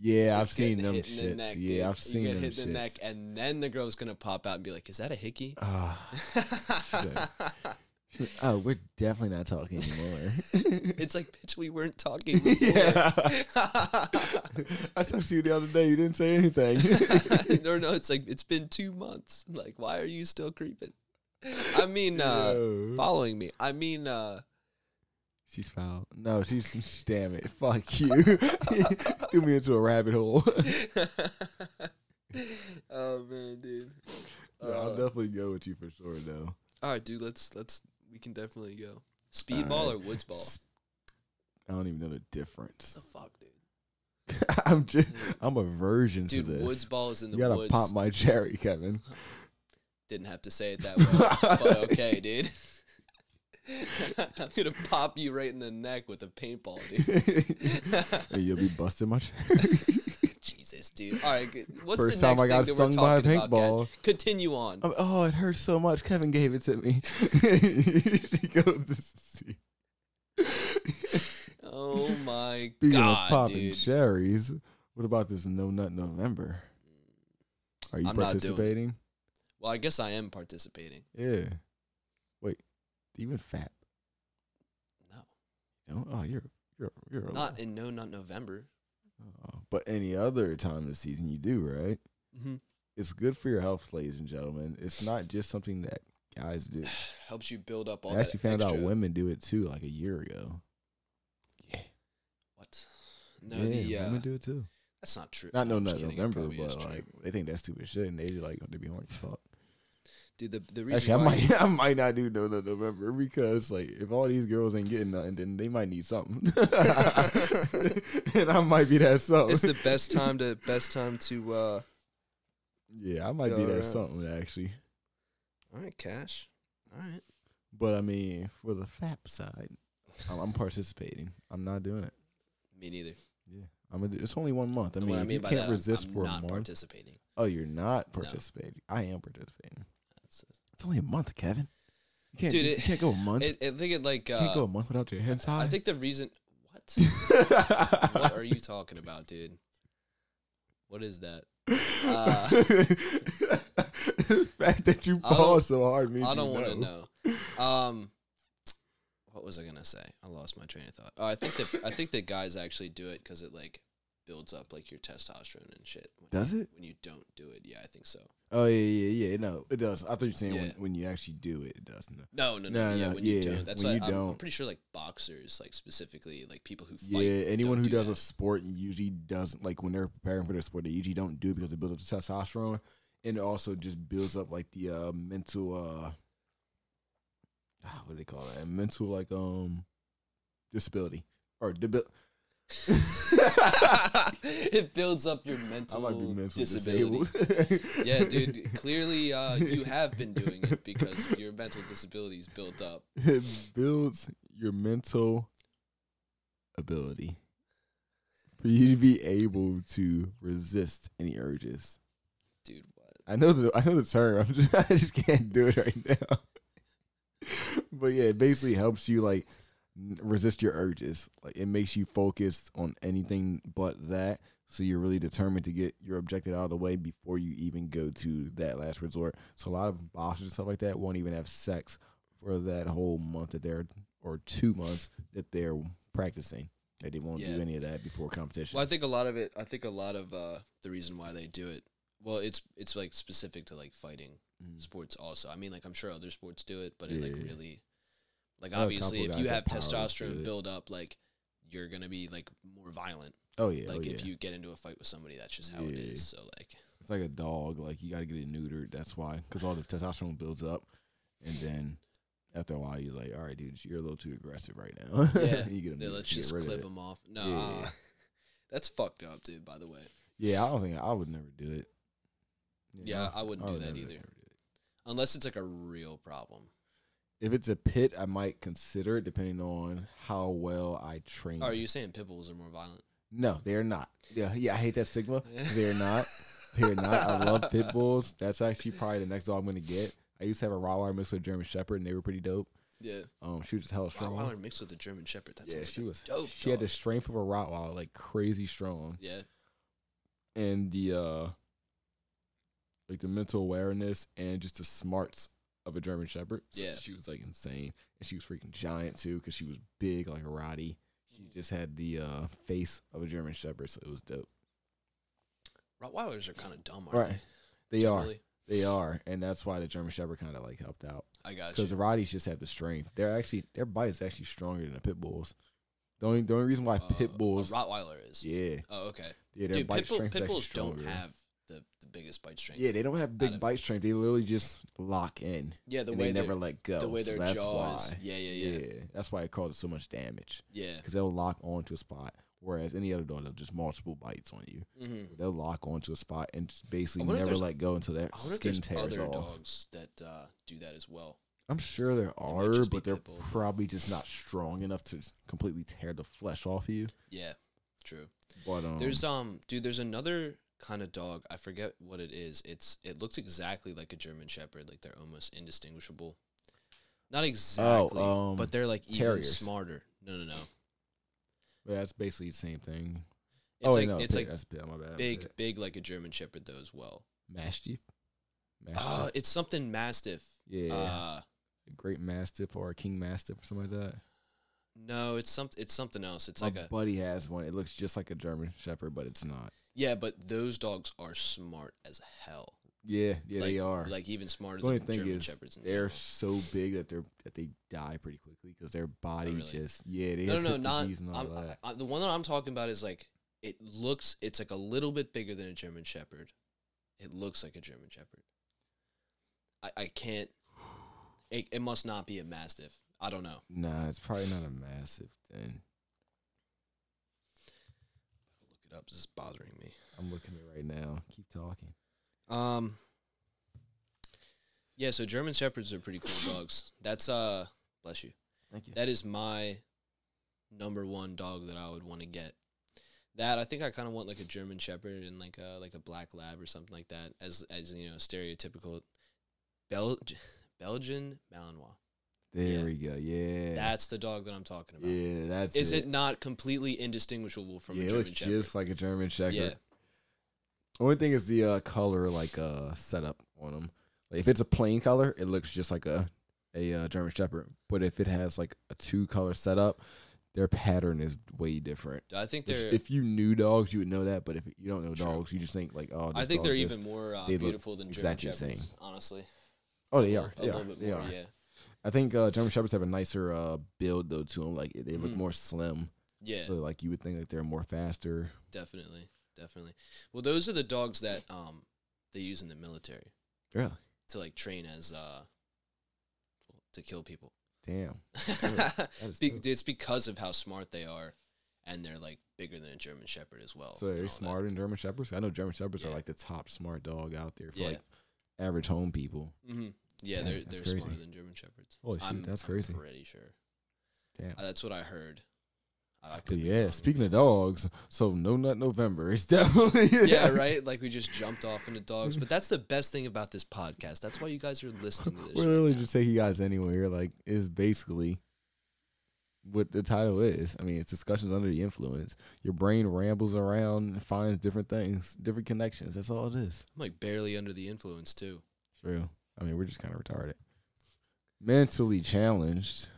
Speaker 3: yeah, I've
Speaker 2: is
Speaker 3: seen
Speaker 2: getting
Speaker 3: them
Speaker 2: hit in the
Speaker 3: shits.
Speaker 2: neck,
Speaker 3: yeah,
Speaker 2: dude.
Speaker 3: I've seen
Speaker 2: you get
Speaker 3: them
Speaker 2: hit in the neck,
Speaker 3: shits.
Speaker 2: and then the girl's gonna pop out and be like, "Is that a
Speaker 3: (laughs)
Speaker 2: hickey?"
Speaker 3: Ah,
Speaker 2: (laughs)
Speaker 3: oh, we're definitely not
Speaker 2: (laughs)
Speaker 3: talking anymore.
Speaker 2: It's like, bitch, we weren't talking.
Speaker 3: (laughs) yeah,
Speaker 2: (laughs) before."
Speaker 3: I talked to you the other day. You didn't say
Speaker 2: (laughs)
Speaker 3: anything.
Speaker 2: or no, it's like it's been two months. Like, why are you still creeping? I
Speaker 3: (laughs)
Speaker 2: mean, uh,
Speaker 3: Yo.
Speaker 2: following me. I
Speaker 3: (laughs)
Speaker 2: mean, uh,
Speaker 3: she's foul. No, she's (laughs) damn it. Fuck you. (laughs) Threw me into a rabbit hole. (laughs)
Speaker 2: oh man, dude. Uh,
Speaker 3: No, I'll definitely go with you for sure, though.
Speaker 2: All right, dude. Let's let's we can definitely go. Speedball
Speaker 3: right.
Speaker 2: or woods ball? What
Speaker 3: I don't even know the difference.
Speaker 2: the fuck, dude.
Speaker 3: (laughs) I'm just, I'm a virgin
Speaker 2: Dude,
Speaker 3: to this.
Speaker 2: woods ball is in the
Speaker 3: you gotta
Speaker 2: woods.
Speaker 3: pop my cherry,
Speaker 2: (laughs)
Speaker 3: Kevin. (laughs)
Speaker 2: Didn't have to say it that way, but okay, dude. (laughs) I'm gonna pop you right in the neck with a paintball, dude.
Speaker 3: (laughs) and you'll be busting my cherry. (laughs)
Speaker 2: Jesus, dude. All right, good. what's
Speaker 3: First
Speaker 2: the
Speaker 3: time
Speaker 2: next
Speaker 3: I got
Speaker 2: thing that we're
Speaker 3: stung by a
Speaker 2: talking about, Cash?
Speaker 3: paintball.
Speaker 2: Continue on.
Speaker 3: I'm- oh, it hurts so much. Kevin gave it to me. (laughs) she goes to see. (laughs)
Speaker 2: Oh my
Speaker 3: Speaking of
Speaker 2: god,
Speaker 3: popping
Speaker 2: dude.
Speaker 3: cherries, what about this No Nut November? Are you
Speaker 2: I'm not doing it.
Speaker 3: participating?
Speaker 2: Well, I guess I am participating.
Speaker 3: Yeah. Wait, even fat?
Speaker 2: No,
Speaker 3: No. Oh, you're you're you're a
Speaker 2: not in no, not November.
Speaker 3: Oh, but any other time of the season, you do right.
Speaker 2: Mhm.
Speaker 3: It's good for your health, ladies and gentlemen. It's not just something that guys do.
Speaker 2: Helps you build up (sighs) all
Speaker 3: I actually
Speaker 2: that
Speaker 3: found out
Speaker 2: extra-
Speaker 3: women do it too, like a year ago. Yeah,
Speaker 2: What? No,
Speaker 3: yeah,
Speaker 2: the uh,
Speaker 3: women do it too.
Speaker 2: that's not true.
Speaker 3: Not no,
Speaker 2: I'm
Speaker 3: no
Speaker 2: just kidding, it
Speaker 3: November,
Speaker 2: probably is
Speaker 3: but
Speaker 2: true.
Speaker 3: like they think that's stupid shit, and they just like to be horny. Fuck.
Speaker 2: dude, the the reason
Speaker 3: Actually, I
Speaker 2: why
Speaker 3: might, (laughs) I might not do no, no November because like if all these girls ain't getting nothing, then they might need something, (laughs) and I might (laughs) be that something.
Speaker 2: (laughs) it's the best time to best time to. uh
Speaker 3: (laughs) yeah, I might be
Speaker 2: Go
Speaker 3: that
Speaker 2: around.
Speaker 3: something actually.
Speaker 2: All right, cash. All right.
Speaker 3: But I mean, for the fap side, I'm, I'm participating. I'm not doing it.
Speaker 2: Me neither.
Speaker 3: Yeah, I'm. Gonna do, it's only one month. I
Speaker 2: And
Speaker 3: mean,
Speaker 2: what I
Speaker 3: if
Speaker 2: mean
Speaker 3: you
Speaker 2: by
Speaker 3: can't
Speaker 2: that, I'm-
Speaker 3: resist
Speaker 2: I'm
Speaker 3: for a
Speaker 2: not
Speaker 3: month.
Speaker 2: participating.
Speaker 3: oh, you're not participating. I am participating.
Speaker 2: That's-
Speaker 3: It's only a month, Kevin. You can't,
Speaker 2: Dude,
Speaker 3: you
Speaker 2: it-
Speaker 3: can't go a month.
Speaker 2: It, I think it like.
Speaker 3: you can't go
Speaker 2: Uh,
Speaker 3: a month without your hands high. (laughs)
Speaker 2: I think the reason. What? what are you talking about, dude? What
Speaker 3: (laughs)
Speaker 2: is that? Uh,
Speaker 3: the fact that you
Speaker 2: I don't-
Speaker 3: pause so hard means
Speaker 2: I don't
Speaker 3: want
Speaker 2: want to know. Um, what was I gonna say? I lost my train of thought. Oh, I think that I think that guys actually do it because it like builds up like your testosterone and shit. When
Speaker 3: Does
Speaker 2: you-
Speaker 3: it?
Speaker 2: When you don't do it, yeah, I think so.
Speaker 3: Oh yeah, yeah, yeah. No, it does. I thought you were saying when,
Speaker 2: Yeah.
Speaker 3: when you actually do it, it does. No.
Speaker 2: No, no, no.
Speaker 3: No,
Speaker 2: yeah,
Speaker 3: no,
Speaker 2: when
Speaker 3: yeah,
Speaker 2: you don't. That's
Speaker 3: when
Speaker 2: why
Speaker 3: you
Speaker 2: I'm, I'm
Speaker 3: don't.
Speaker 2: pretty sure like boxers, like specifically like people who fight.
Speaker 3: Yeah, anyone
Speaker 2: don't
Speaker 3: who
Speaker 2: do
Speaker 3: does a
Speaker 2: that.
Speaker 3: sport usually doesn't like when they're preparing for their sport. They usually don't do it because it builds up the testosterone, and it also just builds up like the uh, mental. uh ah, What do they call that? Mental like um disability or debil.
Speaker 2: (laughs) it builds up your mental,
Speaker 3: I might be mentally
Speaker 2: Oh, disability.
Speaker 3: disabled.
Speaker 2: (laughs) yeah, dude. Clearly, uh, you have been doing it because your mental disability is built up.
Speaker 3: (laughs) it builds your mental ability for you to be able to resist any urges.
Speaker 2: Dude, what?
Speaker 3: I know the I know the term. I'm just, (laughs) I just can't do it right now. (laughs) but yeah, it basically helps you like n- resist your urges. Like it makes you focus on anything but that. So you're really determined to get your objective out of the way before you even go to that last resort. So a lot of bosses and stuff like that won't even have sex for that whole month that they're or two months that they're practicing. That they won't
Speaker 2: Yeah.
Speaker 3: do any of that before competition.
Speaker 2: Well, I think a lot of it. I think a lot of uh, the reason why they do it. Well, it's it's like specific to like fighting sports. Also, I mean, like I'm sure other sports do it, but it like
Speaker 3: Mm. Yeah.
Speaker 2: really, like
Speaker 3: I know a
Speaker 2: obviously,
Speaker 3: couple
Speaker 2: if you
Speaker 3: guys
Speaker 2: have
Speaker 3: that powerlift do
Speaker 2: testosterone
Speaker 3: it.
Speaker 2: build up, like you're gonna be like more violent.
Speaker 3: Oh yeah,
Speaker 2: like
Speaker 3: oh,
Speaker 2: if
Speaker 3: yeah.
Speaker 2: you get into a fight with somebody, that's just how it
Speaker 3: Yeah.
Speaker 2: is. So like,
Speaker 3: It's like a dog. Like you got to get it neutered. That's why, because all the testosterone builds up, and then after a while, you're like, "All right, dude, you're a little too aggressive right now." (laughs)
Speaker 2: yeah,
Speaker 3: you get 'em
Speaker 2: they
Speaker 3: neutered
Speaker 2: let
Speaker 3: to get
Speaker 2: just
Speaker 3: rid of
Speaker 2: clip
Speaker 3: it.
Speaker 2: them off. No,
Speaker 3: Yeah.
Speaker 2: (laughs) that's fucked up, dude. By the way,
Speaker 3: Yeah, I don't think I would never do it.
Speaker 2: Yeah, I wouldn't do
Speaker 3: would
Speaker 2: that
Speaker 3: never-
Speaker 2: either.
Speaker 3: never do it.
Speaker 2: unless it's like a real problem.
Speaker 3: If it's a pit, I might consider it depending on how well I train.
Speaker 2: Are you saying pit bulls are more violent?
Speaker 3: No, they are not. Yeah, yeah, I hate that
Speaker 2: (laughs)
Speaker 3: stigma. They're not. They're not. I love pit bulls. That's actually probably the next dog I'm gonna get. I used to have a Rottweiler mixed with a German Shepherd, and they were pretty dope.
Speaker 2: Yeah,
Speaker 3: Um, she was just hella strong.
Speaker 2: Rottweiler mixed with a German Shepherd. That
Speaker 3: yeah,
Speaker 2: sounds
Speaker 3: she
Speaker 2: like a
Speaker 3: was
Speaker 2: dope.
Speaker 3: She had the
Speaker 2: dog.
Speaker 3: strength of a Rottweiler, like crazy strong,
Speaker 2: yeah.
Speaker 3: and the uh, like the mental awareness and just the smarts of a German Shepherd. So
Speaker 2: Yeah.
Speaker 3: she was like insane, and she was freaking giant too because she was big like a Rottie. She
Speaker 2: Mm.
Speaker 3: just had the uh, face of a German Shepherd, so it was dope.
Speaker 2: Rottweilers are kind of dumb, aren't
Speaker 3: Right, they are,
Speaker 2: Really?
Speaker 3: they are, and that's why the German Shepherd kind of like helped out
Speaker 2: they? I got
Speaker 3: because
Speaker 2: you.
Speaker 3: the Rotties just have the strength. They're actually their bite is actually stronger than the pit bulls. The only, the only reason why
Speaker 2: Uh,
Speaker 3: pit bulls,
Speaker 2: A Rottweiler is.
Speaker 3: yeah,
Speaker 2: Oh, okay.
Speaker 3: yeah, their
Speaker 2: Dude,
Speaker 3: bite
Speaker 2: pit, bull,
Speaker 3: strength is
Speaker 2: pit
Speaker 3: actually
Speaker 2: bulls don't
Speaker 3: stronger.
Speaker 2: have the, the biggest bite strength.
Speaker 3: Yeah, they don't have
Speaker 2: Out
Speaker 3: big
Speaker 2: of-
Speaker 3: bite strength. They literally just lock in.
Speaker 2: Yeah, the
Speaker 3: and
Speaker 2: way
Speaker 3: they never
Speaker 2: their-
Speaker 3: let go.
Speaker 2: the way
Speaker 3: so
Speaker 2: their
Speaker 3: that's
Speaker 2: jaws-
Speaker 3: Why.
Speaker 2: yeah, yeah, yeah.
Speaker 3: That's why it causes so much damage
Speaker 2: Yeah.
Speaker 3: because they'll lock onto a spot. Whereas any other dog, they'll just multiple bites on you.
Speaker 2: Mhm.
Speaker 3: They'll lock onto a spot and just basically
Speaker 2: I wonder if
Speaker 3: never
Speaker 2: there's-
Speaker 3: let go until their
Speaker 2: I wonder if
Speaker 3: skin
Speaker 2: there's
Speaker 3: tears
Speaker 2: other
Speaker 3: off.
Speaker 2: dogs that uh, do that as well.
Speaker 3: I'm sure there
Speaker 2: might
Speaker 3: are,
Speaker 2: just be
Speaker 3: but they're
Speaker 2: pit bull.
Speaker 3: probably just not strong enough to s- completely tear the flesh off you.
Speaker 2: Yeah, true.
Speaker 3: But um,
Speaker 2: There's um, dude. There's another kind of dog. I forget what it is. It's it looks exactly like a German Shepherd. Like they're almost indistinguishable. Not exactly,
Speaker 3: Oh, um,
Speaker 2: but they're like even
Speaker 3: terriers. Oh,
Speaker 2: smarter. No, no, no. It's
Speaker 3: but that's um, basically the same thing. oh,
Speaker 2: like
Speaker 3: wait, no,
Speaker 2: it's
Speaker 3: pig,
Speaker 2: like
Speaker 3: that's pig, my bad.
Speaker 2: big, big like a German Shepherd though as well.
Speaker 3: mastiff. Mastiff.
Speaker 2: Uh, it's something Mastiff.
Speaker 3: yeah.
Speaker 2: Uh,
Speaker 3: a great mastiff or a king mastiff or something like that.
Speaker 2: no, it's some it's something else. It's
Speaker 3: My
Speaker 2: like a
Speaker 3: buddy has one. It looks just like a German shepherd, but it's not.
Speaker 2: yeah, but those dogs are smart as hell.
Speaker 3: Yeah, yeah,
Speaker 2: like,
Speaker 3: they are.
Speaker 2: like even smarter
Speaker 3: the only
Speaker 2: than
Speaker 3: thing
Speaker 2: German
Speaker 3: is
Speaker 2: Shepherds. In
Speaker 3: they're
Speaker 2: general.
Speaker 3: so big that they're that they die pretty quickly because their body
Speaker 2: Oh, really?
Speaker 3: just yeah they
Speaker 2: no,
Speaker 3: have
Speaker 2: no, no,
Speaker 3: hip
Speaker 2: not
Speaker 3: disease and all
Speaker 2: I'm,
Speaker 3: that.
Speaker 2: I, I- the one that I'm talking about is like it looks. It's like a little bit bigger than a German Shepherd. It looks like a German Shepherd. I, I can't. It, it must not be a Mastiff. I don't know.
Speaker 3: nah, it's probably not a massive thing.
Speaker 2: Look it up. This is bothering me.
Speaker 3: I'm looking at it right now. Keep talking.
Speaker 2: Um. Yeah, so German Shepherds are pretty cool dogs. That's uh, bless you.
Speaker 3: Thank you.
Speaker 2: That is my number one dog that I would want to get. That I think I kind of want like a German Shepherd and like a like a black lab or something like that as as you know stereotypical Bel- Belgian Malinois.
Speaker 3: There
Speaker 2: Yeah.
Speaker 3: we go. Yeah.
Speaker 2: That's the dog that I'm talking about.
Speaker 3: yeah, that's
Speaker 2: Is it not completely indistinguishable from
Speaker 3: yeah,
Speaker 2: a
Speaker 3: it
Speaker 2: German
Speaker 3: looks
Speaker 2: Shepherd?
Speaker 3: just like a German Shepherd.
Speaker 2: yeah,
Speaker 3: Only thing is the uh, color, like uh, setup on them. Like, if it's a plain color, it looks just like a a uh, German Shepherd. But if it has like a two color setup, their pattern is way different.
Speaker 2: I think
Speaker 3: Which,
Speaker 2: they're.
Speaker 3: if you knew dogs, you would know that. But if you don't know
Speaker 2: True.
Speaker 3: dogs, you just think like, oh,
Speaker 2: I
Speaker 3: this
Speaker 2: think they're
Speaker 3: dog's
Speaker 2: even
Speaker 3: just-
Speaker 2: more uh,
Speaker 3: they look
Speaker 2: beautiful than German
Speaker 3: exactly the same.
Speaker 2: Shepherds. Honestly,
Speaker 3: Oh, they are.
Speaker 2: a
Speaker 3: They
Speaker 2: little
Speaker 3: are.
Speaker 2: bit
Speaker 3: They
Speaker 2: more.
Speaker 3: are.
Speaker 2: Yeah,
Speaker 3: I think uh, German Shepherds have a nicer uh, build though to them. Like they look
Speaker 2: Mhm.
Speaker 3: more slim.
Speaker 2: yeah,
Speaker 3: So like you would think like they're more faster.
Speaker 2: definitely, definitely. Well, those are the dogs that um they use in the military
Speaker 3: Yeah.
Speaker 2: to like train as uh to kill people.
Speaker 3: Damn. is
Speaker 2: Be-
Speaker 3: dope.
Speaker 2: (laughs) it's because of how smart they are, and they're like bigger than a German Shepherd as well.
Speaker 3: So
Speaker 2: and all
Speaker 3: they're
Speaker 2: Oh, that.
Speaker 3: smarter than German Shepherds. I know German Shepherds
Speaker 2: Yeah.
Speaker 3: are like the top smart dog out there for
Speaker 2: Yeah.
Speaker 3: like average home people.
Speaker 2: Mhm. Yeah,
Speaker 3: Damn,
Speaker 2: they're
Speaker 3: that's
Speaker 2: they're
Speaker 3: crazy.
Speaker 2: smarter than German Shepherds.
Speaker 3: Holy shit,
Speaker 2: I'm-
Speaker 3: that's
Speaker 2: I'm
Speaker 3: crazy.
Speaker 2: Pretty sure.
Speaker 3: Damn.
Speaker 2: Uh, that's what I heard. I, I
Speaker 3: But
Speaker 2: could be
Speaker 3: yeah,
Speaker 2: wrong.
Speaker 3: speaking of dogs, so No Nut November. It's (laughs) definitely (laughs)
Speaker 2: yeah, right. Like we just jumped off into dogs, but that's the best thing about this podcast. That's why you guys are
Speaker 3: (laughs)
Speaker 2: listening to this.
Speaker 3: We're
Speaker 2: right
Speaker 3: literally
Speaker 2: now.
Speaker 3: just taking you guys anywhere. Like is basically what the title is. I mean, it's discussions under the influence. Your brain rambles around and finds different things, different connections. That's all it is.
Speaker 2: I'm like barely under the influence too.
Speaker 3: True. I mean, we're just kind of retarded. Mentally challenged.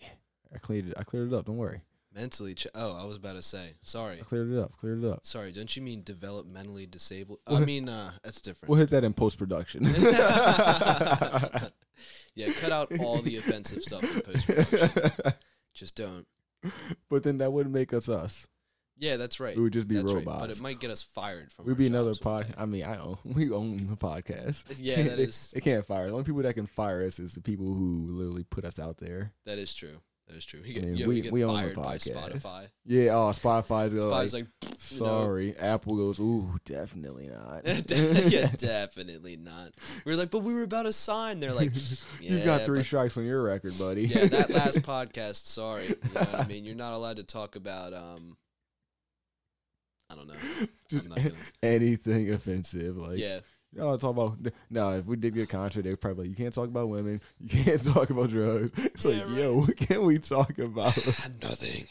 Speaker 3: Yeah, I cleared it. I cleared it up. Don't worry.
Speaker 2: Mentally, ch- oh, I was about to say. Sorry,
Speaker 3: I cleared it up. Cleared it up.
Speaker 2: sorry. Don't you mean developmentally disabled? I
Speaker 3: Well-
Speaker 2: mean, uh, that's different.
Speaker 3: We'll (laughs) hit that in post production.
Speaker 2: (laughs) yeah, cut out all the offensive stuff in post production.
Speaker 3: (laughs)
Speaker 2: Just don't.
Speaker 3: but then that wouldn't make us us.
Speaker 2: Yeah, that's right.
Speaker 3: We would just be
Speaker 2: That's right, But
Speaker 3: robots.
Speaker 2: it might get us fired from.
Speaker 3: We'd
Speaker 2: our
Speaker 3: be another
Speaker 2: jobs one
Speaker 3: pod.
Speaker 2: day.
Speaker 3: I mean, I own. (laughs) We own the podcast.
Speaker 2: Yeah, that
Speaker 3: (laughs) they,
Speaker 2: is
Speaker 3: They can't fire. us. The only people that can fire us is the people who literally put us out there.
Speaker 2: that is true. That is true. You get,
Speaker 3: mean,
Speaker 2: yo,
Speaker 3: we-
Speaker 2: you get
Speaker 3: we own the
Speaker 2: fired by
Speaker 3: podcast.
Speaker 2: Spotify.
Speaker 3: Yeah. Oh, Spotify's gonna
Speaker 2: Spotify's
Speaker 3: like,
Speaker 2: like, you know,
Speaker 3: sorry. Apple goes. Ooh, definitely not. (laughs)
Speaker 2: De- (laughs) yeah, definitely not. We were like, but we were about to sign. They're like,
Speaker 3: (laughs)
Speaker 2: yeah,
Speaker 3: You've got three
Speaker 2: but-
Speaker 3: strikes on your record, buddy.
Speaker 2: yeah,
Speaker 3: (laughs)
Speaker 2: that last podcast. Sorry, you know what I mean, you're not allowed to talk about. um I don't know.
Speaker 3: Just
Speaker 2: I'm not gonna,
Speaker 3: anything offensive, (laughs) like (laughs)
Speaker 2: yeah,
Speaker 3: you know, I talk about. No, if we did get a contract, they probably like, you can't talk about women, (laughs) you can't talk about drugs. (laughs) It's
Speaker 2: Yeah,
Speaker 3: like,
Speaker 2: right.
Speaker 3: yo, what can we talk
Speaker 2: (laughs)
Speaker 3: about? (laughs)
Speaker 2: nothing.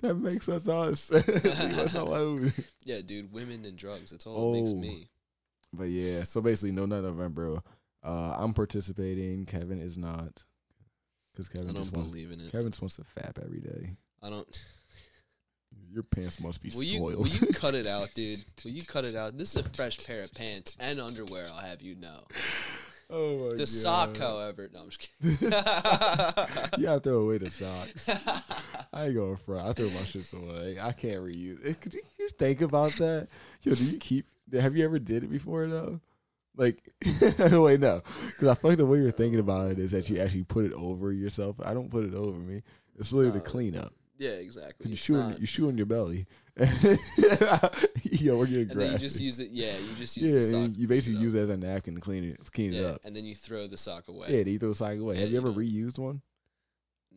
Speaker 3: that makes us us. (laughs) Leave us
Speaker 2: (laughs)
Speaker 3: alone.
Speaker 2: Yeah, dude, women and drugs. That's all it makes
Speaker 3: Oh.
Speaker 2: me.
Speaker 3: (laughs) But yeah, so basically, no, not November. Uh, I'm participating. Kevin is not, because
Speaker 2: I
Speaker 3: Kevin
Speaker 2: don't
Speaker 3: just wants.
Speaker 2: believe in it.
Speaker 3: Kevin just wants to fap every day.
Speaker 2: I don't.
Speaker 3: Your pants must be
Speaker 2: Will you,
Speaker 3: soiled.
Speaker 2: will you cut
Speaker 3: (laughs)
Speaker 2: it out, dude? Will you cut it out? This is a fresh pair of pants and underwear. I'll have you know.
Speaker 3: oh my
Speaker 2: The sock, however, no, I'm just kidding.
Speaker 3: (laughs)
Speaker 2: (laughs)
Speaker 3: Yeah, I throw away the socks. I ain't going front. I throw my shits away. I can't reuse it. Could you, you think about that? Yo, do you keep? Have you ever did it before though? Like, (laughs) wait, no, because I feel like the way you're thinking about it is that you actually put it over yourself. I don't put it over me. It's really the cleanup.
Speaker 2: Yeah, exactly.
Speaker 3: You
Speaker 2: It's
Speaker 3: shoe,
Speaker 2: not-
Speaker 3: you shoe on your belly. (laughs) Yo, we're getting
Speaker 2: and then you
Speaker 3: graphic.
Speaker 2: just use it. Yeah, you just use
Speaker 3: yeah,
Speaker 2: the sock.
Speaker 3: and you basically use it as a napkin to clean it, clean
Speaker 2: yeah,
Speaker 3: it up.
Speaker 2: and then you throw the sock away.
Speaker 3: Yeah, then you throw the sock away.
Speaker 2: Yeah,
Speaker 3: have you
Speaker 2: you
Speaker 3: ever
Speaker 2: don't.
Speaker 3: reused one?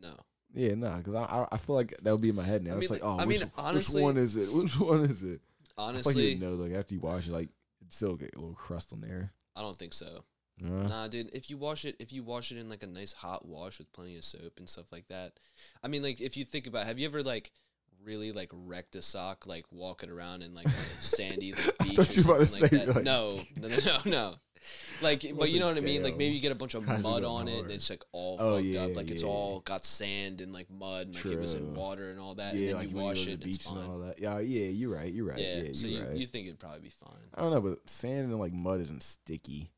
Speaker 2: No,
Speaker 3: Yeah, nah, because I, I I feel like that would be in my head now.
Speaker 2: I
Speaker 3: it's
Speaker 2: mean,
Speaker 3: like,
Speaker 2: like-
Speaker 3: oh,
Speaker 2: I
Speaker 3: which,
Speaker 2: mean, honestly-
Speaker 3: which one is it? (laughs) Which one is it? I feel like
Speaker 2: honestly,
Speaker 3: you know, like after you wash it, like it's still get a little crust on there.
Speaker 2: I don't think so.
Speaker 3: Uh,
Speaker 2: Nah, dude. If you wash it, if you wash it in like a nice hot wash with plenty of soap and stuff like that, I mean, like if you think about, have you ever like really like wrecked a sock like walking around in
Speaker 3: (laughs)
Speaker 2: like a sandy like, beach or
Speaker 3: thought you
Speaker 2: something
Speaker 3: were about
Speaker 2: like
Speaker 3: to say,
Speaker 2: that?
Speaker 3: like-
Speaker 2: no, no, no, no, no.
Speaker 3: (laughs)
Speaker 2: Like, but you
Speaker 3: wasn't
Speaker 2: know what I mean. Like,
Speaker 3: down.
Speaker 2: maybe you get a bunch
Speaker 3: (laughs)
Speaker 2: of
Speaker 3: I was
Speaker 2: mud
Speaker 3: going
Speaker 2: on it, and
Speaker 3: hard.
Speaker 2: it's like all
Speaker 3: Oh,
Speaker 2: fucked
Speaker 3: yeah,
Speaker 2: up. Like, it's
Speaker 3: yeah.
Speaker 2: all got sand and like mud, and like it was in
Speaker 3: True.
Speaker 2: water and all that. and
Speaker 3: yeah,
Speaker 2: then
Speaker 3: like
Speaker 2: you
Speaker 3: when
Speaker 2: wash
Speaker 3: go to
Speaker 2: it,
Speaker 3: the
Speaker 2: and it's
Speaker 3: beach and
Speaker 2: fine.
Speaker 3: all that. Yeah, yeah, you're right, you're right.
Speaker 2: yeah,
Speaker 3: Yeah,
Speaker 2: so
Speaker 3: you're
Speaker 2: you,
Speaker 3: right.
Speaker 2: you think it'd probably be fine.
Speaker 3: I don't know, but sand and like mud isn't sticky,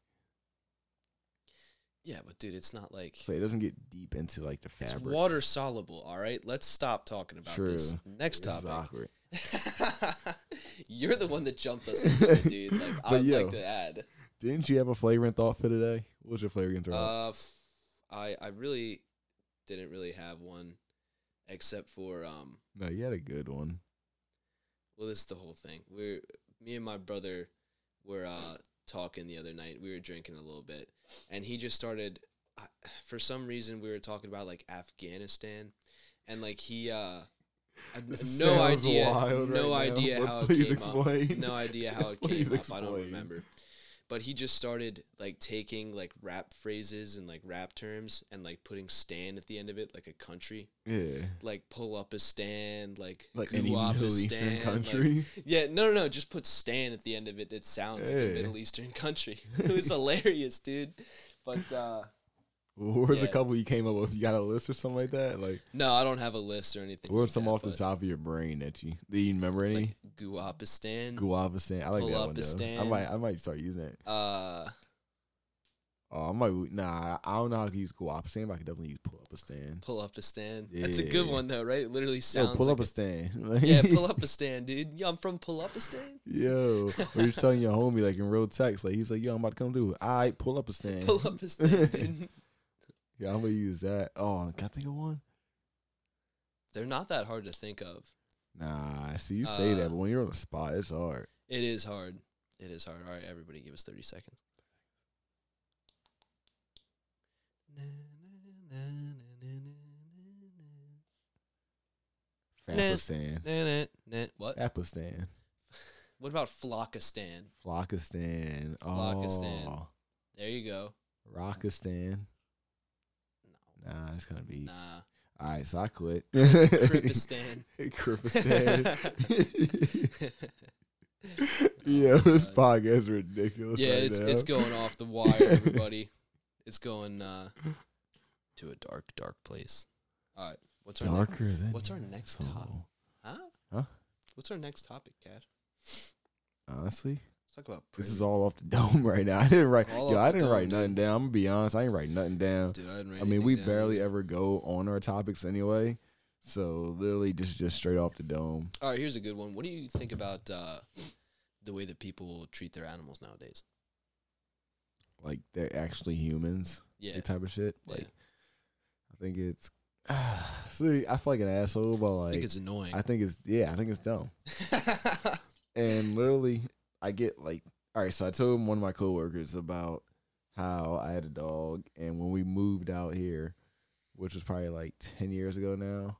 Speaker 2: Yeah, but dude, it's not like
Speaker 3: so it doesn't get deep into like the
Speaker 2: it's
Speaker 3: fabric.
Speaker 2: water soluble. All right, let's stop talking about this.
Speaker 3: True.
Speaker 2: Next
Speaker 3: This is
Speaker 2: topic.
Speaker 3: awkward.
Speaker 2: (laughs) You're the one that jumped us, into it, dude. Like
Speaker 3: (laughs) But
Speaker 2: I'd
Speaker 3: yo.
Speaker 2: like to add.
Speaker 3: Didn't you have a flagrant thought for today? What was your flagrant thought?
Speaker 2: Uh, f- I I really didn't really have one, except for um.
Speaker 3: no, you had a good one.
Speaker 2: Well, this is the whole thing. We're me and my brother were uh, talking the other night. We were drinking a little bit, and he just started. I, for some reason, we were talking about like Afghanistan, and like he. Uh, I,
Speaker 3: This
Speaker 2: no
Speaker 3: sounds
Speaker 2: idea.
Speaker 3: wild
Speaker 2: no
Speaker 3: right now,
Speaker 2: idea
Speaker 3: but
Speaker 2: how it
Speaker 3: please
Speaker 2: came up.
Speaker 3: explain. (laughs)
Speaker 2: No idea how it came
Speaker 3: Please
Speaker 2: up. I don't
Speaker 3: explain.
Speaker 2: remember. but he just started like taking like rap phrases and like rap terms and like putting stand at the end of it like a country
Speaker 3: Yeah.
Speaker 2: like pull up a stand like
Speaker 3: Like
Speaker 2: goo
Speaker 3: any
Speaker 2: up a
Speaker 3: Middle Eastern
Speaker 2: stand, like-
Speaker 3: country. (laughs)
Speaker 2: yeah no no no just put stand at the end of it it sounds like a
Speaker 3: Hey. (laughs)
Speaker 2: middle eastern country it was hilarious dude but uh
Speaker 3: What Where's
Speaker 2: Yeah.
Speaker 3: a couple you came up with? You got a list or something like that? Like,
Speaker 2: no i don't have a list or anything
Speaker 3: what were
Speaker 2: like
Speaker 3: some
Speaker 2: that,
Speaker 3: off the
Speaker 2: but,
Speaker 3: top of your brain that you do you remember any?
Speaker 2: like guapistan
Speaker 3: Guapistan. I like that one though. I
Speaker 2: Guapistan.
Speaker 3: might I might start using it.
Speaker 2: uh
Speaker 3: Oh, I might nah, I don't know how to use Guapistan, but I could definitely use pull up a stand.
Speaker 2: pull up a stand that's a good
Speaker 3: Yeah.
Speaker 2: one though right it literally
Speaker 3: Yo,
Speaker 2: sounds
Speaker 3: pull
Speaker 2: like
Speaker 3: up a stand. (laughs) Like-
Speaker 2: yeah pull up a stand dude yeah i'm from pull up a stand (laughs)
Speaker 3: Yo, or you're telling your homie like in real text, like he's like, "Yo, I'm about to come through." I pull
Speaker 2: (laughs)
Speaker 3: up a stand.
Speaker 2: pull up a
Speaker 3: (laughs)
Speaker 2: stand dude
Speaker 3: yeah, I'm gonna use that. Oh, can I think of one?
Speaker 2: they're not that hard to think of
Speaker 3: Nah, see, you say
Speaker 2: Uh,
Speaker 3: that, but when you're on the spot, it's hard.
Speaker 2: It is hard. It is hard. All right, everybody, give us 30 seconds. nah,
Speaker 3: Fapistan,
Speaker 2: What?
Speaker 3: Fapistan,
Speaker 2: What about Flockistan?
Speaker 3: Flockistan,
Speaker 2: Flockistan.
Speaker 3: oh,
Speaker 2: There you go.
Speaker 3: Rockistan.
Speaker 2: No.
Speaker 3: Nah, it's gonna be.
Speaker 2: Nah.
Speaker 3: (laughs) All right, so I (laughs) quit. (laughs)
Speaker 2: Crippistan. (laughs)
Speaker 3: Crippistan. yeah, this podcast is ridiculous.
Speaker 2: yeah,
Speaker 3: right
Speaker 2: it's
Speaker 3: now.
Speaker 2: it's going off the wire, everybody. it's going uh, to a dark, dark place. All right. What's our next?
Speaker 3: darker than
Speaker 2: what's our next
Speaker 3: soul.
Speaker 2: topic? Huh?
Speaker 3: Huh?
Speaker 2: What's our next topic, Cat?
Speaker 3: Honestly,
Speaker 2: Let's talk about
Speaker 3: this
Speaker 2: prison.
Speaker 3: is all off the dome (laughs) right now. I didn't write.
Speaker 2: All
Speaker 3: yo,
Speaker 2: off
Speaker 3: I
Speaker 2: the
Speaker 3: didn't write
Speaker 2: dome,
Speaker 3: nothing down. I'm gonna be honest. I ain't write nothing down.
Speaker 2: Dude, I, didn't write
Speaker 3: I mean,
Speaker 2: anything
Speaker 3: we
Speaker 2: down.
Speaker 3: barely ever go on our topics anyway. So literally, just just straight off the dome.
Speaker 2: All right, here's a good one. What do you think about uh, the way that people treat their animals nowadays?
Speaker 3: Like they're actually humans.
Speaker 2: Yeah,
Speaker 3: That type of shit.
Speaker 2: Yeah.
Speaker 3: Like, I think it's. (sighs) see, I feel like an asshole, but
Speaker 2: I
Speaker 3: like,
Speaker 2: think it's annoying. (laughs)
Speaker 3: I think it's yeah, I think it's dumb. and literally I get like all right, so I told one of my coworkers about how I had a dog and when we moved out here, which was probably like ten years ago now,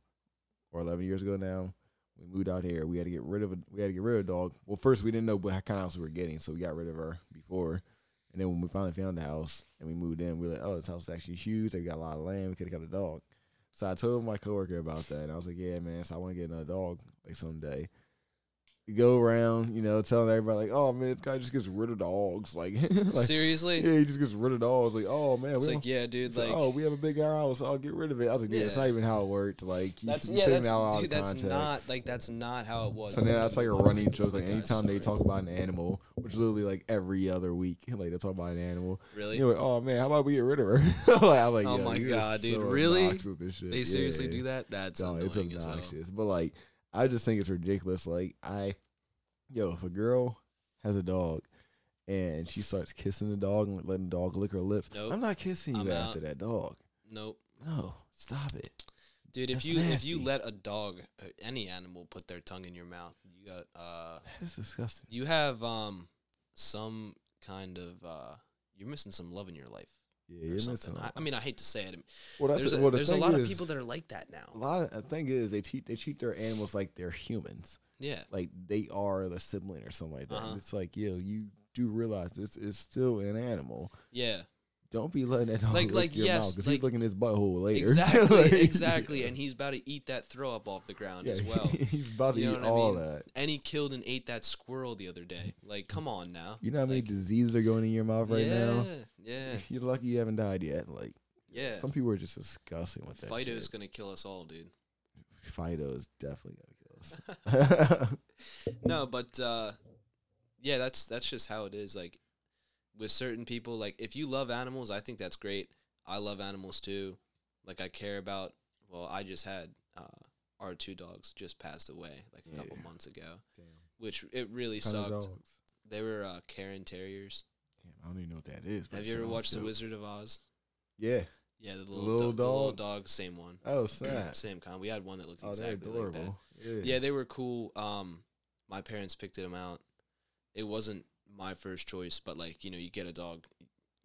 Speaker 3: or eleven years ago now, we moved out here. We had to get rid of a we had to get rid of a dog. Well first we didn't know what kind of house we were getting, so we got rid of her before. And then when we finally found the house and we moved in, we were like, Oh, this house is actually huge, they got a lot of land, we could have got a dog. So I told my coworker about that and I was like, Yeah, man, so I want to get another dog like someday go around, you know, telling everybody like, "Oh man, this guy just gets rid of dogs." (laughs) Like, like
Speaker 2: Seriously,
Speaker 3: yeah, he just gets rid of dogs. Like, oh man,
Speaker 2: it's
Speaker 3: we
Speaker 2: like
Speaker 3: don't-
Speaker 2: yeah, dude.
Speaker 3: it's like,
Speaker 2: Like,
Speaker 3: oh, we have a big house. I'll get rid of it. I was like, yeah, it's
Speaker 2: Yeah.
Speaker 3: not even how it worked. Like, you,
Speaker 2: (laughs) that's
Speaker 3: you
Speaker 2: yeah,
Speaker 3: take it
Speaker 2: that's
Speaker 3: out of
Speaker 2: dude. That's
Speaker 3: context.
Speaker 2: not like that's not how it was.
Speaker 3: So now that's like a running joke. Like
Speaker 2: Okay,
Speaker 3: anytime
Speaker 2: sorry.
Speaker 3: they talk about an animal, which is literally like every other week, (laughs) like they talk about an animal.
Speaker 2: really.
Speaker 3: You're like, oh man, how about we get rid of her? (laughs) like, I'm like,
Speaker 2: Oh
Speaker 3: yo,
Speaker 2: my
Speaker 3: you're
Speaker 2: God, dude,
Speaker 3: so
Speaker 2: really?
Speaker 3: obnoxious with this shit.
Speaker 2: they seriously
Speaker 3: Yeah.
Speaker 2: do that. That's
Speaker 3: No,
Speaker 2: annoying
Speaker 3: it's
Speaker 2: as hell.
Speaker 3: obnoxious. But like, I just think it's ridiculous. Like, I, yo, if a girl has a dog and she starts kissing the dog and letting the dog lick her lips,
Speaker 2: Nope.
Speaker 3: I'm not kissing you
Speaker 2: I'm
Speaker 3: after
Speaker 2: out.
Speaker 3: that dog.
Speaker 2: Nope,
Speaker 3: No, stop it.
Speaker 2: dude. If
Speaker 3: That's
Speaker 2: you if you
Speaker 3: nasty.
Speaker 2: let a dog, uh, any animal, put their tongue in your mouth, you got uh,
Speaker 3: That is disgusting.
Speaker 2: you have um, some kind of uh, you're missing some love in your life.
Speaker 3: Yeah,
Speaker 2: or
Speaker 3: you're
Speaker 2: something.
Speaker 3: missing.
Speaker 2: I, I mean, I hate to say it.
Speaker 3: well, that's
Speaker 2: there's a,
Speaker 3: well, the
Speaker 2: there's a
Speaker 3: thing
Speaker 2: lot of
Speaker 3: is-
Speaker 2: people that are like that
Speaker 3: A
Speaker 2: now.
Speaker 3: lot of the thing is they treat they treat their animals like they're humans,
Speaker 2: Yeah.
Speaker 3: like they are the sibling or something like that.
Speaker 2: Uh-huh.
Speaker 3: It's like yo, you do realize this is still an animal.
Speaker 2: Yeah.
Speaker 3: Don't be letting that dog
Speaker 2: Like-
Speaker 3: lick
Speaker 2: like,
Speaker 3: your
Speaker 2: yes,
Speaker 3: mouth because
Speaker 2: like-
Speaker 3: he's looking at his butthole later. (laughs)
Speaker 2: Exactly.
Speaker 3: Like-
Speaker 2: exactly. And he's about to eat that throw up off the
Speaker 3: (laughs)
Speaker 2: ground as well.
Speaker 3: he's about to
Speaker 2: You know
Speaker 3: eat
Speaker 2: what I
Speaker 3: all
Speaker 2: mean?
Speaker 3: that.
Speaker 2: And he killed and ate that squirrel the other day. Like, come on now.
Speaker 3: You know how many
Speaker 2: Like,
Speaker 3: diseases are going in your mouth right
Speaker 2: yeah,
Speaker 3: now?
Speaker 2: Yeah.
Speaker 3: (laughs) You're lucky you haven't died yet. Like (laughs)
Speaker 2: Yeah.
Speaker 3: some people are just disgusting with that.
Speaker 2: Fido's
Speaker 3: shit.
Speaker 2: gonna kill us all, dude.
Speaker 3: Fido is definitely (laughs)
Speaker 2: (laughs)
Speaker 3: gonna kill us.
Speaker 2: No, but uh, yeah, that's that's just how it is. Like with certain people, like if you love animals, I think that's great. I love animals too. Like I care about. Well, I just had uh, our two dogs just passed away like a couple
Speaker 3: Yeah.
Speaker 2: months ago,
Speaker 3: Damn.
Speaker 2: which it really
Speaker 3: Kind of
Speaker 2: sucked.
Speaker 3: dogs.
Speaker 2: They were uh, Karen Terriers.
Speaker 3: Damn, I don't even know what that is. but
Speaker 2: Have
Speaker 3: it
Speaker 2: you ever
Speaker 3: sounds
Speaker 2: watched The
Speaker 3: dope.
Speaker 2: Wizard of Oz?
Speaker 3: Yeah.
Speaker 2: Yeah, the little,
Speaker 3: Little
Speaker 2: do- the little
Speaker 3: dog?
Speaker 2: dog, same one,
Speaker 3: Oh
Speaker 2: (clears throat)
Speaker 3: snap.
Speaker 2: same kind. We had one that looked
Speaker 3: Oh, they're
Speaker 2: exactly like that.
Speaker 3: adorable. yeah.
Speaker 2: Yeah, they were cool. Um, my parents picked them out. It wasn't my first choice, but like you know, you get a dog,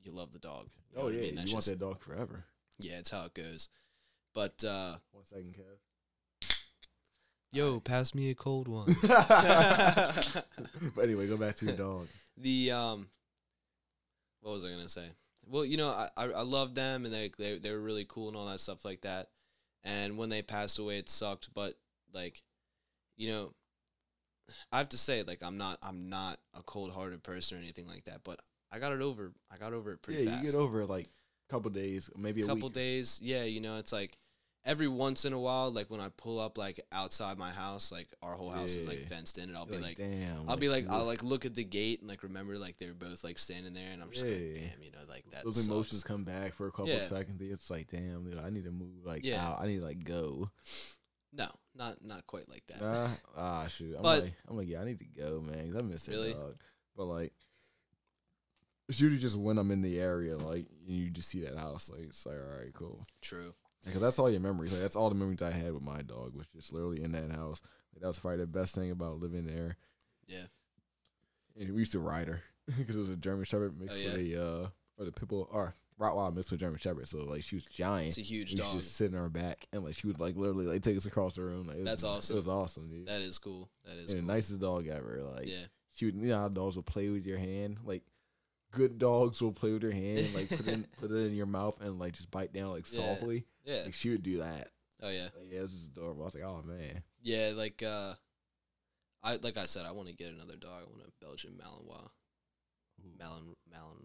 Speaker 2: you love the dog. You know
Speaker 3: Oh
Speaker 2: what I
Speaker 3: yeah.
Speaker 2: mean?
Speaker 3: You
Speaker 2: That's
Speaker 3: want
Speaker 2: just-
Speaker 3: that dog forever.
Speaker 2: Yeah, it's how it goes. But uh,
Speaker 3: One second, Kev.
Speaker 2: (laughs)
Speaker 3: (laughs)
Speaker 2: yo, pass me a
Speaker 3: (laughs)
Speaker 2: cold (laughs) one.
Speaker 3: but anyway, go back to your dog.
Speaker 2: the um, what was I gonna say? Well, you know, I I, I love them and they, they they were really cool and all that stuff like that. And when they passed away, it sucked. But like, you know, I have to say, like, I'm not I'm not a cold hearted person or anything like that. But I got it over. I got over it pretty
Speaker 3: yeah,
Speaker 2: fast.
Speaker 3: you get over it like a couple days, maybe a
Speaker 2: couple
Speaker 3: week.
Speaker 2: days. Yeah, you know, it's like every once in a while, like when I pull up like outside my house, like our whole house is like
Speaker 3: Yeah.
Speaker 2: fenced in, and I'll
Speaker 3: You're
Speaker 2: be like,
Speaker 3: damn.
Speaker 2: I'll be like,
Speaker 3: look,
Speaker 2: I'll like look at the gate and like remember like they were both like standing there, and I'm just like,
Speaker 3: Yeah.
Speaker 2: damn, you know, like that.
Speaker 3: those
Speaker 2: sucks.
Speaker 3: emotions come back for a couple
Speaker 2: Yeah.
Speaker 3: seconds. It's like, damn, dude, I need to move like
Speaker 2: Yeah.
Speaker 3: out. I need to like go.
Speaker 2: No, not not quite like that.
Speaker 3: Nah, ah, shoot. I'm
Speaker 2: But-
Speaker 3: like, I'm like, yeah, I need to go, man, because I miss
Speaker 2: Really?
Speaker 3: it, dog. But like, it's usually just when I'm in the area, like, and you just see that house, like, it's like, all right, cool,
Speaker 2: True.
Speaker 3: because that's all your memories. Like, that's all the memories I had with my dog was just literally in that house. Like, that was probably the best thing about living there.
Speaker 2: Yeah.
Speaker 3: And we used to ride her (laughs) because it was a German Shepherd mixed
Speaker 2: Oh, yeah.
Speaker 3: with a uh, or the people or Rottweiler mixed with German Shepherd, so like she was giant.
Speaker 2: It's a huge
Speaker 3: We used to
Speaker 2: dog.
Speaker 3: just sit in her back and like she would like literally like take us across the room. Like, it was-
Speaker 2: That's awesome.
Speaker 3: It was awesome, dude.
Speaker 2: That is cool. That is
Speaker 3: and
Speaker 2: cool.
Speaker 3: the nicest dog ever. Like
Speaker 2: yeah.
Speaker 3: she would, you know how dogs will play with your hand. Like good dogs will play with their hand, like put it
Speaker 2: (laughs)
Speaker 3: in, put it in your mouth and like just bite down like
Speaker 2: Yeah.
Speaker 3: softly.
Speaker 2: Yeah.
Speaker 3: Like she would do that.
Speaker 2: Oh yeah.
Speaker 3: Like, yeah, it was just adorable. I was like, oh man,
Speaker 2: Yeah. Like uh, I like I said, I want to get another dog. I want a Belgian Malinois. Malin Malin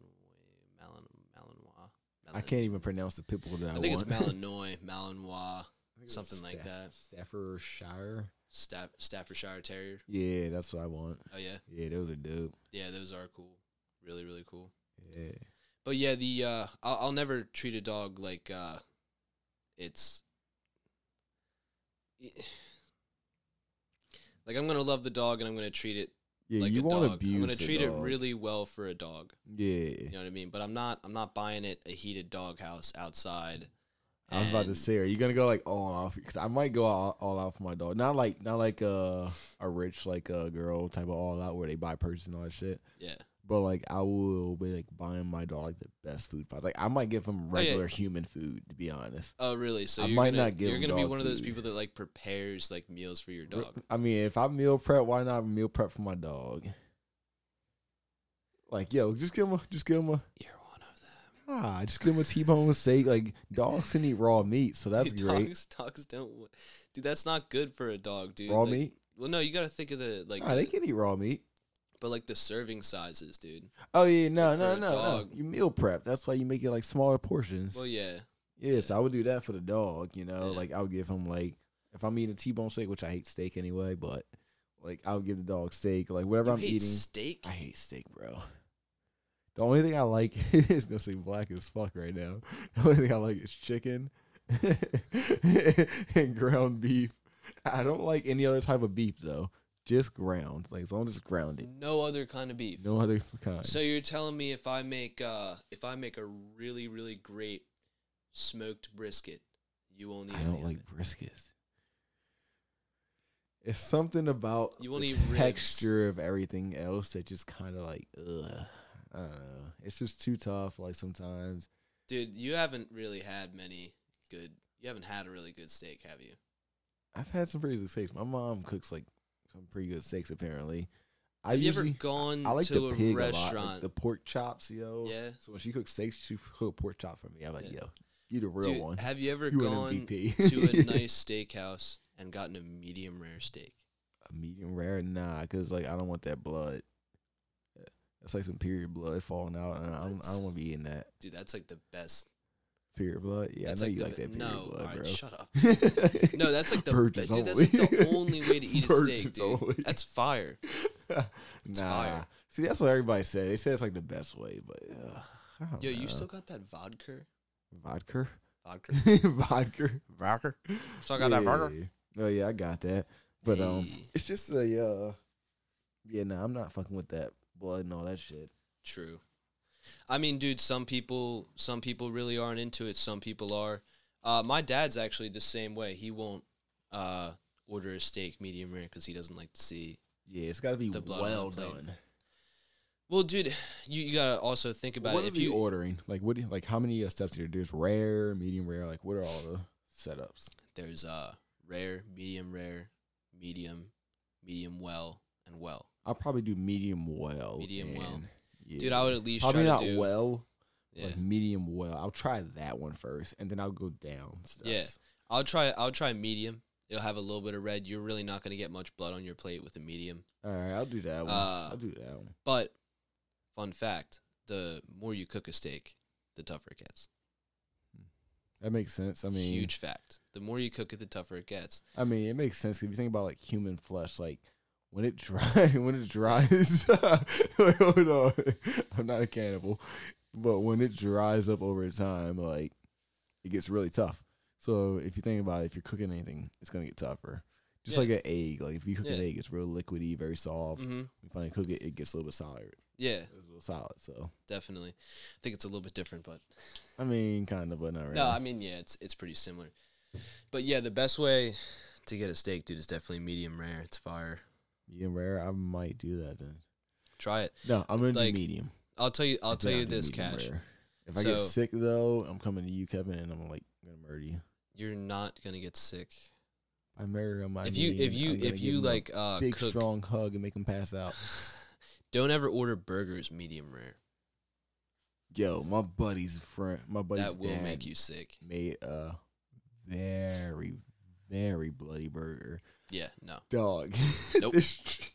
Speaker 2: Malin Malinois.
Speaker 3: I can't even pronounce the pitbull that (laughs) I,
Speaker 2: I think it's
Speaker 3: want.
Speaker 2: Malinois, Malinois,
Speaker 3: I think it was
Speaker 2: something like that.
Speaker 3: Staffordshire.
Speaker 2: Staff, Staffordshire Terrier.
Speaker 3: Yeah, that's what I want.
Speaker 2: Oh yeah,
Speaker 3: Yeah, those are dope.
Speaker 2: yeah, those are cool, really, really cool.
Speaker 3: Yeah.
Speaker 2: But yeah, the uh, I'll, I'll never treat a dog like uh, it's (sighs) like I'm gonna love the dog and I'm gonna treat it
Speaker 3: Yeah,
Speaker 2: like
Speaker 3: you
Speaker 2: a
Speaker 3: want
Speaker 2: dog.
Speaker 3: to abuse
Speaker 2: I'm gonna
Speaker 3: the
Speaker 2: treat it
Speaker 3: dog.
Speaker 2: really well for a dog.
Speaker 3: Yeah.
Speaker 2: You know what I mean? But I'm not I'm not buying it a heated doghouse outside.
Speaker 3: I was about to
Speaker 2: and-
Speaker 3: say, are you gonna go like all off? Because I might go all, all out for my dog. Not like not like uh, a rich like a girl type of all out where they buy purchase and all that shit.
Speaker 2: yeah,
Speaker 3: But like I will be like buying my dog like the best food possible. Like I might give him
Speaker 2: Oh, yeah.
Speaker 3: regular human food to be honest.
Speaker 2: Oh, really? So
Speaker 3: I
Speaker 2: you're
Speaker 3: might
Speaker 2: gonna,
Speaker 3: not give
Speaker 2: You're gonna be
Speaker 3: dog
Speaker 2: one of those
Speaker 3: food.
Speaker 2: people that like prepares like meals for your dog.
Speaker 3: I mean, if I meal prep, why not meal prep for my dog? Like yo, just give him a just give him a
Speaker 2: You're one of them.
Speaker 3: ah, just give him a T-bone with steak. Like dogs can eat raw meat, so (laughs)
Speaker 2: (laughs)
Speaker 3: that's
Speaker 2: Dude,
Speaker 3: great.
Speaker 2: Dogs, dogs don't. wa- Dude, that's not good for a dog, dude.
Speaker 3: Raw
Speaker 2: Like-
Speaker 3: meat?
Speaker 2: Well, no, you gotta think of the like,
Speaker 3: Nah, they
Speaker 2: the-
Speaker 3: can eat raw meat.
Speaker 2: but like the serving sizes, dude.
Speaker 3: Oh yeah, no,
Speaker 2: Like, for
Speaker 3: no,
Speaker 2: a
Speaker 3: no, no.
Speaker 2: dog.
Speaker 3: You meal prep. That's why you make it like smaller portions.
Speaker 2: Well, yeah,
Speaker 3: yes, I would do that for the dog. You know,
Speaker 2: Yeah.
Speaker 3: like I would give him like if I'm eating a T-bone steak, which I hate steak anyway, but like I would give the dog steak. Like whatever
Speaker 2: you
Speaker 3: I'm
Speaker 2: hate
Speaker 3: eating,
Speaker 2: steak.
Speaker 3: I hate steak, bro. The only thing I like (laughs) is gonna say black as fuck right now. The only thing I like is chicken (laughs) and ground beef. I don't like any other type of beef though. Just ground. Like as long as it's grounded.
Speaker 2: No other kind of beef.
Speaker 3: No other kind.
Speaker 2: So you're telling me if I make uh if I make a really really great smoked brisket, you won't eat.
Speaker 3: I
Speaker 2: any
Speaker 3: don't
Speaker 2: of
Speaker 3: like
Speaker 2: it.
Speaker 3: briskets. It's something about
Speaker 2: You won't
Speaker 3: the
Speaker 2: eat ribs.
Speaker 3: texture of everything else that just kind of like, ugh, I don't know. It's just too tough. Like sometimes,
Speaker 2: dude. You haven't really had many good. You haven't had a really good steak, have you?
Speaker 3: I've had some pretty good steaks. My mom cooks like some pretty good steaks. Apparently, I
Speaker 2: Have you
Speaker 3: usually
Speaker 2: ever gone
Speaker 3: I like
Speaker 2: to
Speaker 3: the
Speaker 2: a
Speaker 3: pig a lot, like
Speaker 2: restaurant?
Speaker 3: the pork chops, yo.
Speaker 2: Yeah.
Speaker 3: So when she cooks steaks, she cook a pork chop for me. I'm like,
Speaker 2: Yeah.
Speaker 3: yo, you the real
Speaker 2: Dude,
Speaker 3: one.
Speaker 2: Have you ever
Speaker 3: You an
Speaker 2: gone
Speaker 3: MVP. (laughs)
Speaker 2: to a nice steakhouse and gotten a medium rare steak?
Speaker 3: a medium rare, nah, cause like I don't want that blood. That's like some period blood falling out, and I don't, I
Speaker 2: That's-
Speaker 3: don't want to be in that
Speaker 2: Dude, that's like the best.
Speaker 3: period blood. Yeah,
Speaker 2: that's
Speaker 3: I know
Speaker 2: like
Speaker 3: you
Speaker 2: the
Speaker 3: like that
Speaker 2: be-
Speaker 3: period
Speaker 2: no,
Speaker 3: blood,
Speaker 2: alright,
Speaker 3: bro.
Speaker 2: shut up.
Speaker 3: (laughs)
Speaker 2: No, that's like the
Speaker 3: Virgins
Speaker 2: dude, that's
Speaker 3: (laughs)
Speaker 2: like the only way to eat a steak,
Speaker 3: Virgins
Speaker 2: dude.
Speaker 3: only. Oh,
Speaker 2: That's fire.
Speaker 3: nah.
Speaker 2: fire.
Speaker 3: See, that's what everybody said. They said it's like the best way, but uh, I don't
Speaker 2: Yo,
Speaker 3: know.
Speaker 2: you still got that vodka? (laughs)
Speaker 3: vodka,
Speaker 2: Vodka.
Speaker 3: vodka, vodka.
Speaker 2: Still got that vodka?
Speaker 3: Oh yeah, I got that. But um,
Speaker 2: Hey.
Speaker 3: it's just a uh, yeah. Nah, I'm not fucking with that blood and all that shit.
Speaker 2: True. I mean, dude, some people some people really aren't into it, some people are. Uh, my dad's actually the same way. He won't uh, order a steak medium rare because he doesn't like to see
Speaker 3: Yeah, it's got to be
Speaker 2: The blood on the
Speaker 3: well
Speaker 2: plate.
Speaker 3: done.
Speaker 2: Well, dude, you, you gotta also think about
Speaker 3: what
Speaker 2: it.
Speaker 3: are
Speaker 2: If
Speaker 3: you
Speaker 2: you
Speaker 3: ordering? Like what? Do you, like how many uh, steps do you do? It's rare, medium rare. Like what are all the setups?
Speaker 2: there's uh rare, medium rare, medium, medium well, and well.
Speaker 3: I'll probably do medium well.
Speaker 2: Medium well.
Speaker 3: and-
Speaker 2: Dude, I would at least
Speaker 3: probably
Speaker 2: try
Speaker 3: not
Speaker 2: to do.
Speaker 3: well,
Speaker 2: yeah.
Speaker 3: but medium well. I'll try that one first, and then I'll go down. Steps.
Speaker 2: Yeah. I'll try. I'll try medium. It'll have a little bit of red. You're really not going to get much blood on your plate with the medium.
Speaker 3: All right, I'll do that one.
Speaker 2: Uh,
Speaker 3: I'll do that one.
Speaker 2: But fun fact: the more you cook a steak, the tougher it gets.
Speaker 3: That makes sense. I mean,
Speaker 2: Huge fact: the more you cook it, the tougher it gets.
Speaker 3: I mean, it makes sense 'cause if you think about like human flesh, like when it dry, (laughs) when it dries. (laughs) wait, hold on, I'm not a cannibal, but when it dries up over time, like it gets really tough. So if you think about it, if you're cooking anything, it's gonna get tougher. Just
Speaker 2: Yeah.
Speaker 3: like an egg, like if you cook an
Speaker 2: Yeah.
Speaker 3: egg, it's real liquidy, very soft.
Speaker 2: hmm
Speaker 3: When you finally cook it, it gets a little bit solid.
Speaker 2: Yeah,
Speaker 3: It's a little solid. So
Speaker 2: definitely. I think it's a little bit different, but
Speaker 3: I mean, kind of, but not really.
Speaker 2: No, I mean yeah, it's it's pretty similar. But yeah, the best way to get a steak, dude, is definitely medium rare. It's fire.
Speaker 3: medium rare. I might do that then.
Speaker 2: Try it.
Speaker 3: No, I'm gonna
Speaker 2: Like,
Speaker 3: do medium.
Speaker 2: I'll tell you. I'll tell
Speaker 3: Yeah,
Speaker 2: you
Speaker 3: I'll do
Speaker 2: this,
Speaker 3: medium
Speaker 2: Cash.
Speaker 3: rare. If I get
Speaker 2: So-
Speaker 3: sick though, I'm coming to you, Kevin, and I'm like gonna murder you.
Speaker 2: You're not gonna get sick
Speaker 3: I murder him. I
Speaker 2: if you if
Speaker 3: mean,
Speaker 2: you
Speaker 3: I'm gonna
Speaker 2: if
Speaker 3: give
Speaker 2: you
Speaker 3: him a
Speaker 2: like uh,
Speaker 3: big
Speaker 2: cook.
Speaker 3: strong hug and make him pass out.
Speaker 2: Don't ever order burgers medium rare.
Speaker 3: Yo, my buddy's friend, my buddy's
Speaker 2: that will
Speaker 3: dad
Speaker 2: make you sick.
Speaker 3: made a very very bloody burger.
Speaker 2: Yeah,
Speaker 3: (laughs)
Speaker 2: no.
Speaker 3: Dog,
Speaker 2: Nope.
Speaker 3: this, sh-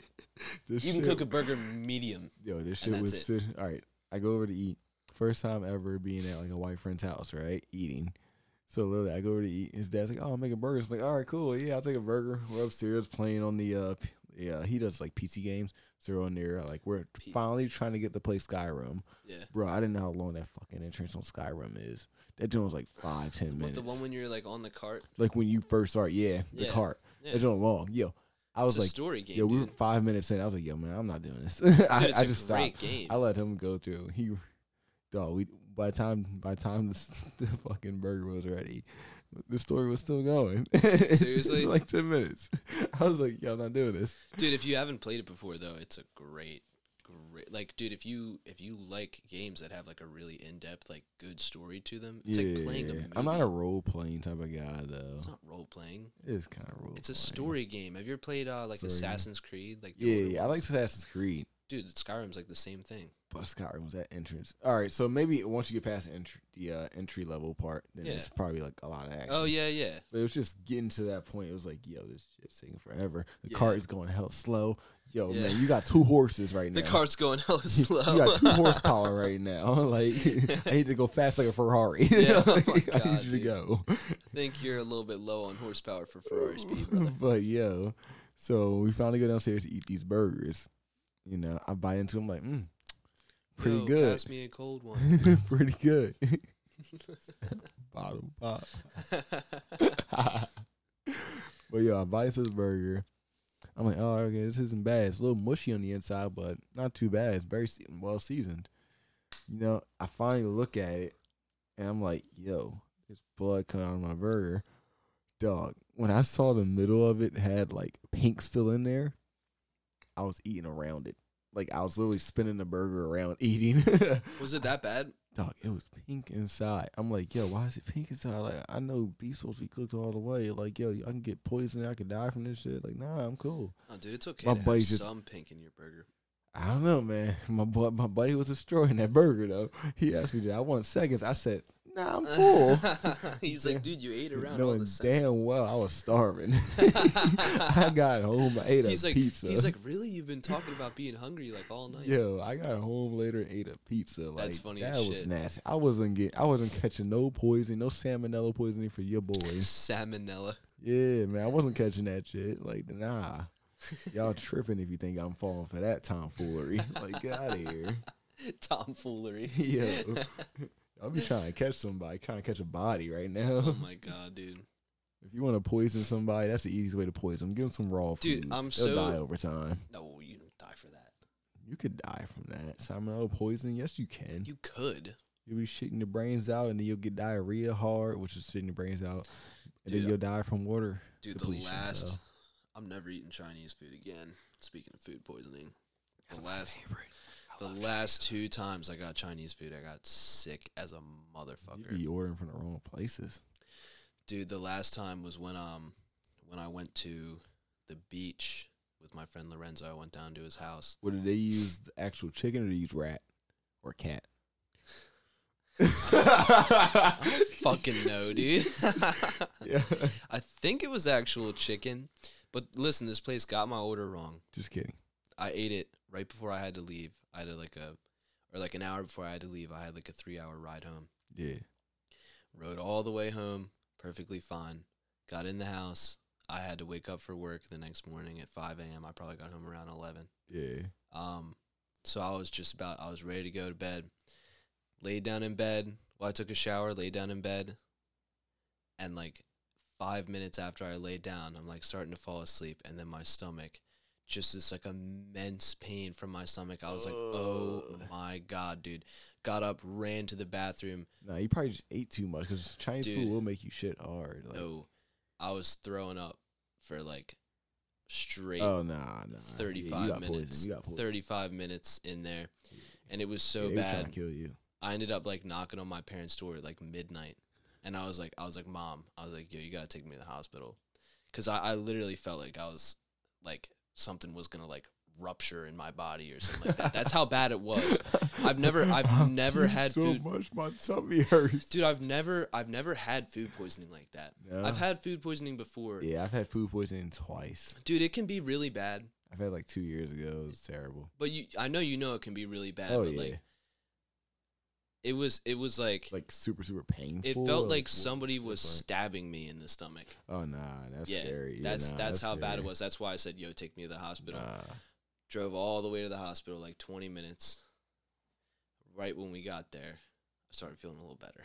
Speaker 3: this
Speaker 2: You can
Speaker 3: shit-
Speaker 2: cook a burger medium.
Speaker 3: Yo, this
Speaker 2: and
Speaker 3: shit was
Speaker 2: that's
Speaker 3: sit. All right, I go over to eat. First time ever being at like a white friend's house, right? Eating. So literally, I go over to eat. His dad's like, "Oh, I'm making burgers." I'm like, "All right, cool. Yeah, I'll take a burger." We're upstairs playing on the uh, p- yeah. He does like PC games. So we're on there. uh, Like we're
Speaker 2: P-
Speaker 3: finally trying to get to play Skyrim,
Speaker 2: Yeah.
Speaker 3: bro. I didn't know how long that fucking entrance on Skyrim is. That joint was like five, ten
Speaker 2: But
Speaker 3: minutes.
Speaker 2: the one when you're like on the cart.
Speaker 3: like when you first start, yeah, the
Speaker 2: Yeah.
Speaker 3: cart.
Speaker 2: Yeah.
Speaker 3: That joint long, yo. I was
Speaker 2: It's a
Speaker 3: like,
Speaker 2: story game.
Speaker 3: Yo, we were
Speaker 2: dude.
Speaker 3: five minutes in. I was like, "Yo, man, I'm not doing this." (laughs)
Speaker 2: Dude,
Speaker 3: I,
Speaker 2: it's
Speaker 3: I
Speaker 2: a
Speaker 3: just
Speaker 2: great
Speaker 3: stopped.
Speaker 2: game.
Speaker 3: I let him go through. He, dog, we by the time by the time the, (laughs) the fucking burger was ready, the story was still going. (laughs) It's been
Speaker 2: Seriously?
Speaker 3: like ten minutes. (laughs) I was like, "Yo, I'm not doing this."
Speaker 2: dude if you haven't played it before though it's a great great like dude if you if you like games that have like a really in-depth like good story to them it's like playing a movie.
Speaker 3: I'm not a role playing type of guy though.
Speaker 2: it's not role playing
Speaker 3: It's kind of role.
Speaker 2: it's a story game have you ever played uh like
Speaker 3: Story.
Speaker 2: assassin's creed like the
Speaker 3: Yeah,
Speaker 2: older
Speaker 3: yeah, I like
Speaker 2: ones?
Speaker 3: Assassin's Creed.
Speaker 2: dude skyrim's like the same thing
Speaker 3: But Skyrim was that entrance. All right, so maybe once you get past the entry, the uh, entry level part, then
Speaker 2: Yeah.
Speaker 3: it's probably like a lot of action.
Speaker 2: oh yeah yeah
Speaker 3: But it was just getting to that point. It was like, yo, this shit's taking forever. The
Speaker 2: Yeah.
Speaker 3: cart is going hell slow. Yo,
Speaker 2: Yeah.
Speaker 3: man, you got two horses right
Speaker 2: (laughs) the
Speaker 3: now.
Speaker 2: cart's going hella slow
Speaker 3: (laughs) You got two
Speaker 2: (laughs)
Speaker 3: horsepower right now. (laughs) Like, I need to go fast like a Ferrari.
Speaker 2: Yeah, oh my
Speaker 3: (laughs) Like, I need
Speaker 2: God,
Speaker 3: you to
Speaker 2: dude.
Speaker 3: go.
Speaker 2: i think you're a little bit low on horsepower for ferrari speed brother.
Speaker 3: (laughs) but yo, so we finally go downstairs to eat these burgers. You know, I bite into them like, mm, pretty
Speaker 2: Yo,
Speaker 3: good,
Speaker 2: pass me a cold one
Speaker 3: (laughs) pretty good. Bottom pop. (laughs) but yo, I bite into this burger. I'm like, oh, okay, this isn't bad. It's a little mushy on the inside, but not too bad. It's very se- well seasoned. You know, I finally look at it, and I'm like, yo, there's blood coming out of my burger, dog. When I saw the middle of it had like pink still in there, I was eating around it. Like I was literally spinning the burger around eating.
Speaker 2: (laughs)
Speaker 3: (laughs)
Speaker 2: was it that bad
Speaker 3: dog, it was pink inside. I'm like, yo, why is it pink inside? Like, I know beef's supposed to be cooked all the way. Like, yo, I can get poisoned. I could die from this shit. Like, nah, I'm cool.
Speaker 2: oh dude it's okay
Speaker 3: My
Speaker 2: to have
Speaker 3: buddy's just-
Speaker 2: some pink in your burger
Speaker 3: I don't know, man. (laughs) My bu- my buddy was destroying that burger though. (laughs) He asked me, "Did I want seconds?" I said, "Nah, I'm cool."
Speaker 2: (laughs) he's like dude you ate around all
Speaker 3: Knowing
Speaker 2: the same
Speaker 3: damn well I was
Speaker 2: (laughs)
Speaker 3: starving. (laughs) I got home. I ate
Speaker 2: he's
Speaker 3: a
Speaker 2: like
Speaker 3: pizza.
Speaker 2: he's like really you've been talking about being hungry like all
Speaker 3: (laughs)
Speaker 2: night
Speaker 3: Yo, I got home later and ate a pizza. Like,
Speaker 2: That's funny
Speaker 3: That
Speaker 2: as
Speaker 3: was
Speaker 2: shit.
Speaker 3: nasty. I wasn't get. I wasn't catching no poison, no salmonella poisoning for your boys.
Speaker 2: salmonella (laughs)
Speaker 3: Yeah, man, I wasn't catching that shit. Like, nah, y'all tripping if you think I'm falling for that tomfoolery. Like, get out of here. (laughs)
Speaker 2: tomfoolery
Speaker 3: Yo, I'll be trying to catch somebody, trying to catch a body right now.
Speaker 2: oh my god dude
Speaker 3: if you want to poison somebody, that's the easiest way to poison them. Give them some raw
Speaker 2: Dude,
Speaker 3: food.
Speaker 2: I'm
Speaker 3: They'll
Speaker 2: so-
Speaker 3: die over time.
Speaker 2: no you don't die for that
Speaker 3: You could die from that salmonella poisoning. Yes, you can.
Speaker 2: you could
Speaker 3: You'll be shitting your brains out, and then you'll get diarrhea hard, which is shitting your brains out, and
Speaker 2: Dude,
Speaker 3: then you'll die from water
Speaker 2: dude the
Speaker 3: depletion,
Speaker 2: last
Speaker 3: so.
Speaker 2: i'm never eating chinese food again speaking of food poisoning the last the last two times i got chinese food i got sick as a motherfucker
Speaker 3: You be ordering from the wrong places.
Speaker 2: Dude, the last time was when um when I went to the beach with my friend Lorenzo. I went down to his house.
Speaker 3: What did they use? The actual chicken or did they use rat? or
Speaker 2: (laughs)
Speaker 3: cat? (laughs)
Speaker 2: Fucking no, dude. (laughs)
Speaker 3: yeah.
Speaker 2: I think it was actual chicken, but listen, this place got my order wrong.
Speaker 3: Just kidding.
Speaker 2: I ate it right before I had to leave. I had a, like a, or like an hour before I had to leave. I had like a three hour ride home.
Speaker 3: Yeah.
Speaker 2: Rode all the way home, perfectly fine. Got in the house. I had to wake up for work the next morning at 5 a.m. I probably got home around 11.
Speaker 3: Yeah.
Speaker 2: Um, so I was just about, I was ready to go to bed. Laid down in bed. Well, I took a shower, laid down in bed. And like five minutes after I laid down, I'm like starting to fall asleep. And then my stomach, just this like immense pain from my stomach. I was like, oh my God, dude. Got up, ran to the bathroom.
Speaker 3: Nah, you probably just ate too much because Chinese
Speaker 2: Dude.
Speaker 3: food will make you shit hard. Like,
Speaker 2: No, I was throwing up for like straight
Speaker 3: Oh nah, nah.
Speaker 2: 35
Speaker 3: yeah, you got
Speaker 2: minutes.
Speaker 3: Poison. You got poison.
Speaker 2: 35 minutes in there. And it was so
Speaker 3: yeah, he was trying
Speaker 2: bad.
Speaker 3: to kill you.
Speaker 2: I ended up like knocking on my parents' door at like midnight, and I was like, I was like, Mom, I was like, Yo, you gotta take me to the hospital, because I, I literally felt like I was like something was gonna like rupture in my body or something like
Speaker 3: (laughs)
Speaker 2: that. That's how bad it was. I've never, I've never had
Speaker 3: so
Speaker 2: food,
Speaker 3: much. My tummy hurts,
Speaker 2: dude. I've never, I've never had food poisoning like that.
Speaker 3: Yeah.
Speaker 2: I've had food poisoning before,
Speaker 3: yeah, I've had food poisoning twice.
Speaker 2: dude. It can be really bad,
Speaker 3: I've had like two years ago. It was terrible.
Speaker 2: but you, I know you know it can be really bad.
Speaker 3: oh
Speaker 2: but
Speaker 3: yeah,
Speaker 2: like it was, it was like.
Speaker 3: It's, like super super painful.
Speaker 2: it felt like
Speaker 3: what-
Speaker 2: somebody was
Speaker 3: like-
Speaker 2: stabbing me in the stomach.
Speaker 3: Oh nah, that's
Speaker 2: yeah,
Speaker 3: scary. Yeah,
Speaker 2: that's
Speaker 3: nah,
Speaker 2: that's, how bad it
Speaker 3: scary.
Speaker 2: was. That's why I said, "Yo, take me to the hospital."
Speaker 3: Nah.
Speaker 2: Drove all the way to the hospital, like twenty minutes. Right when we got there, I started feeling a little better. (laughs)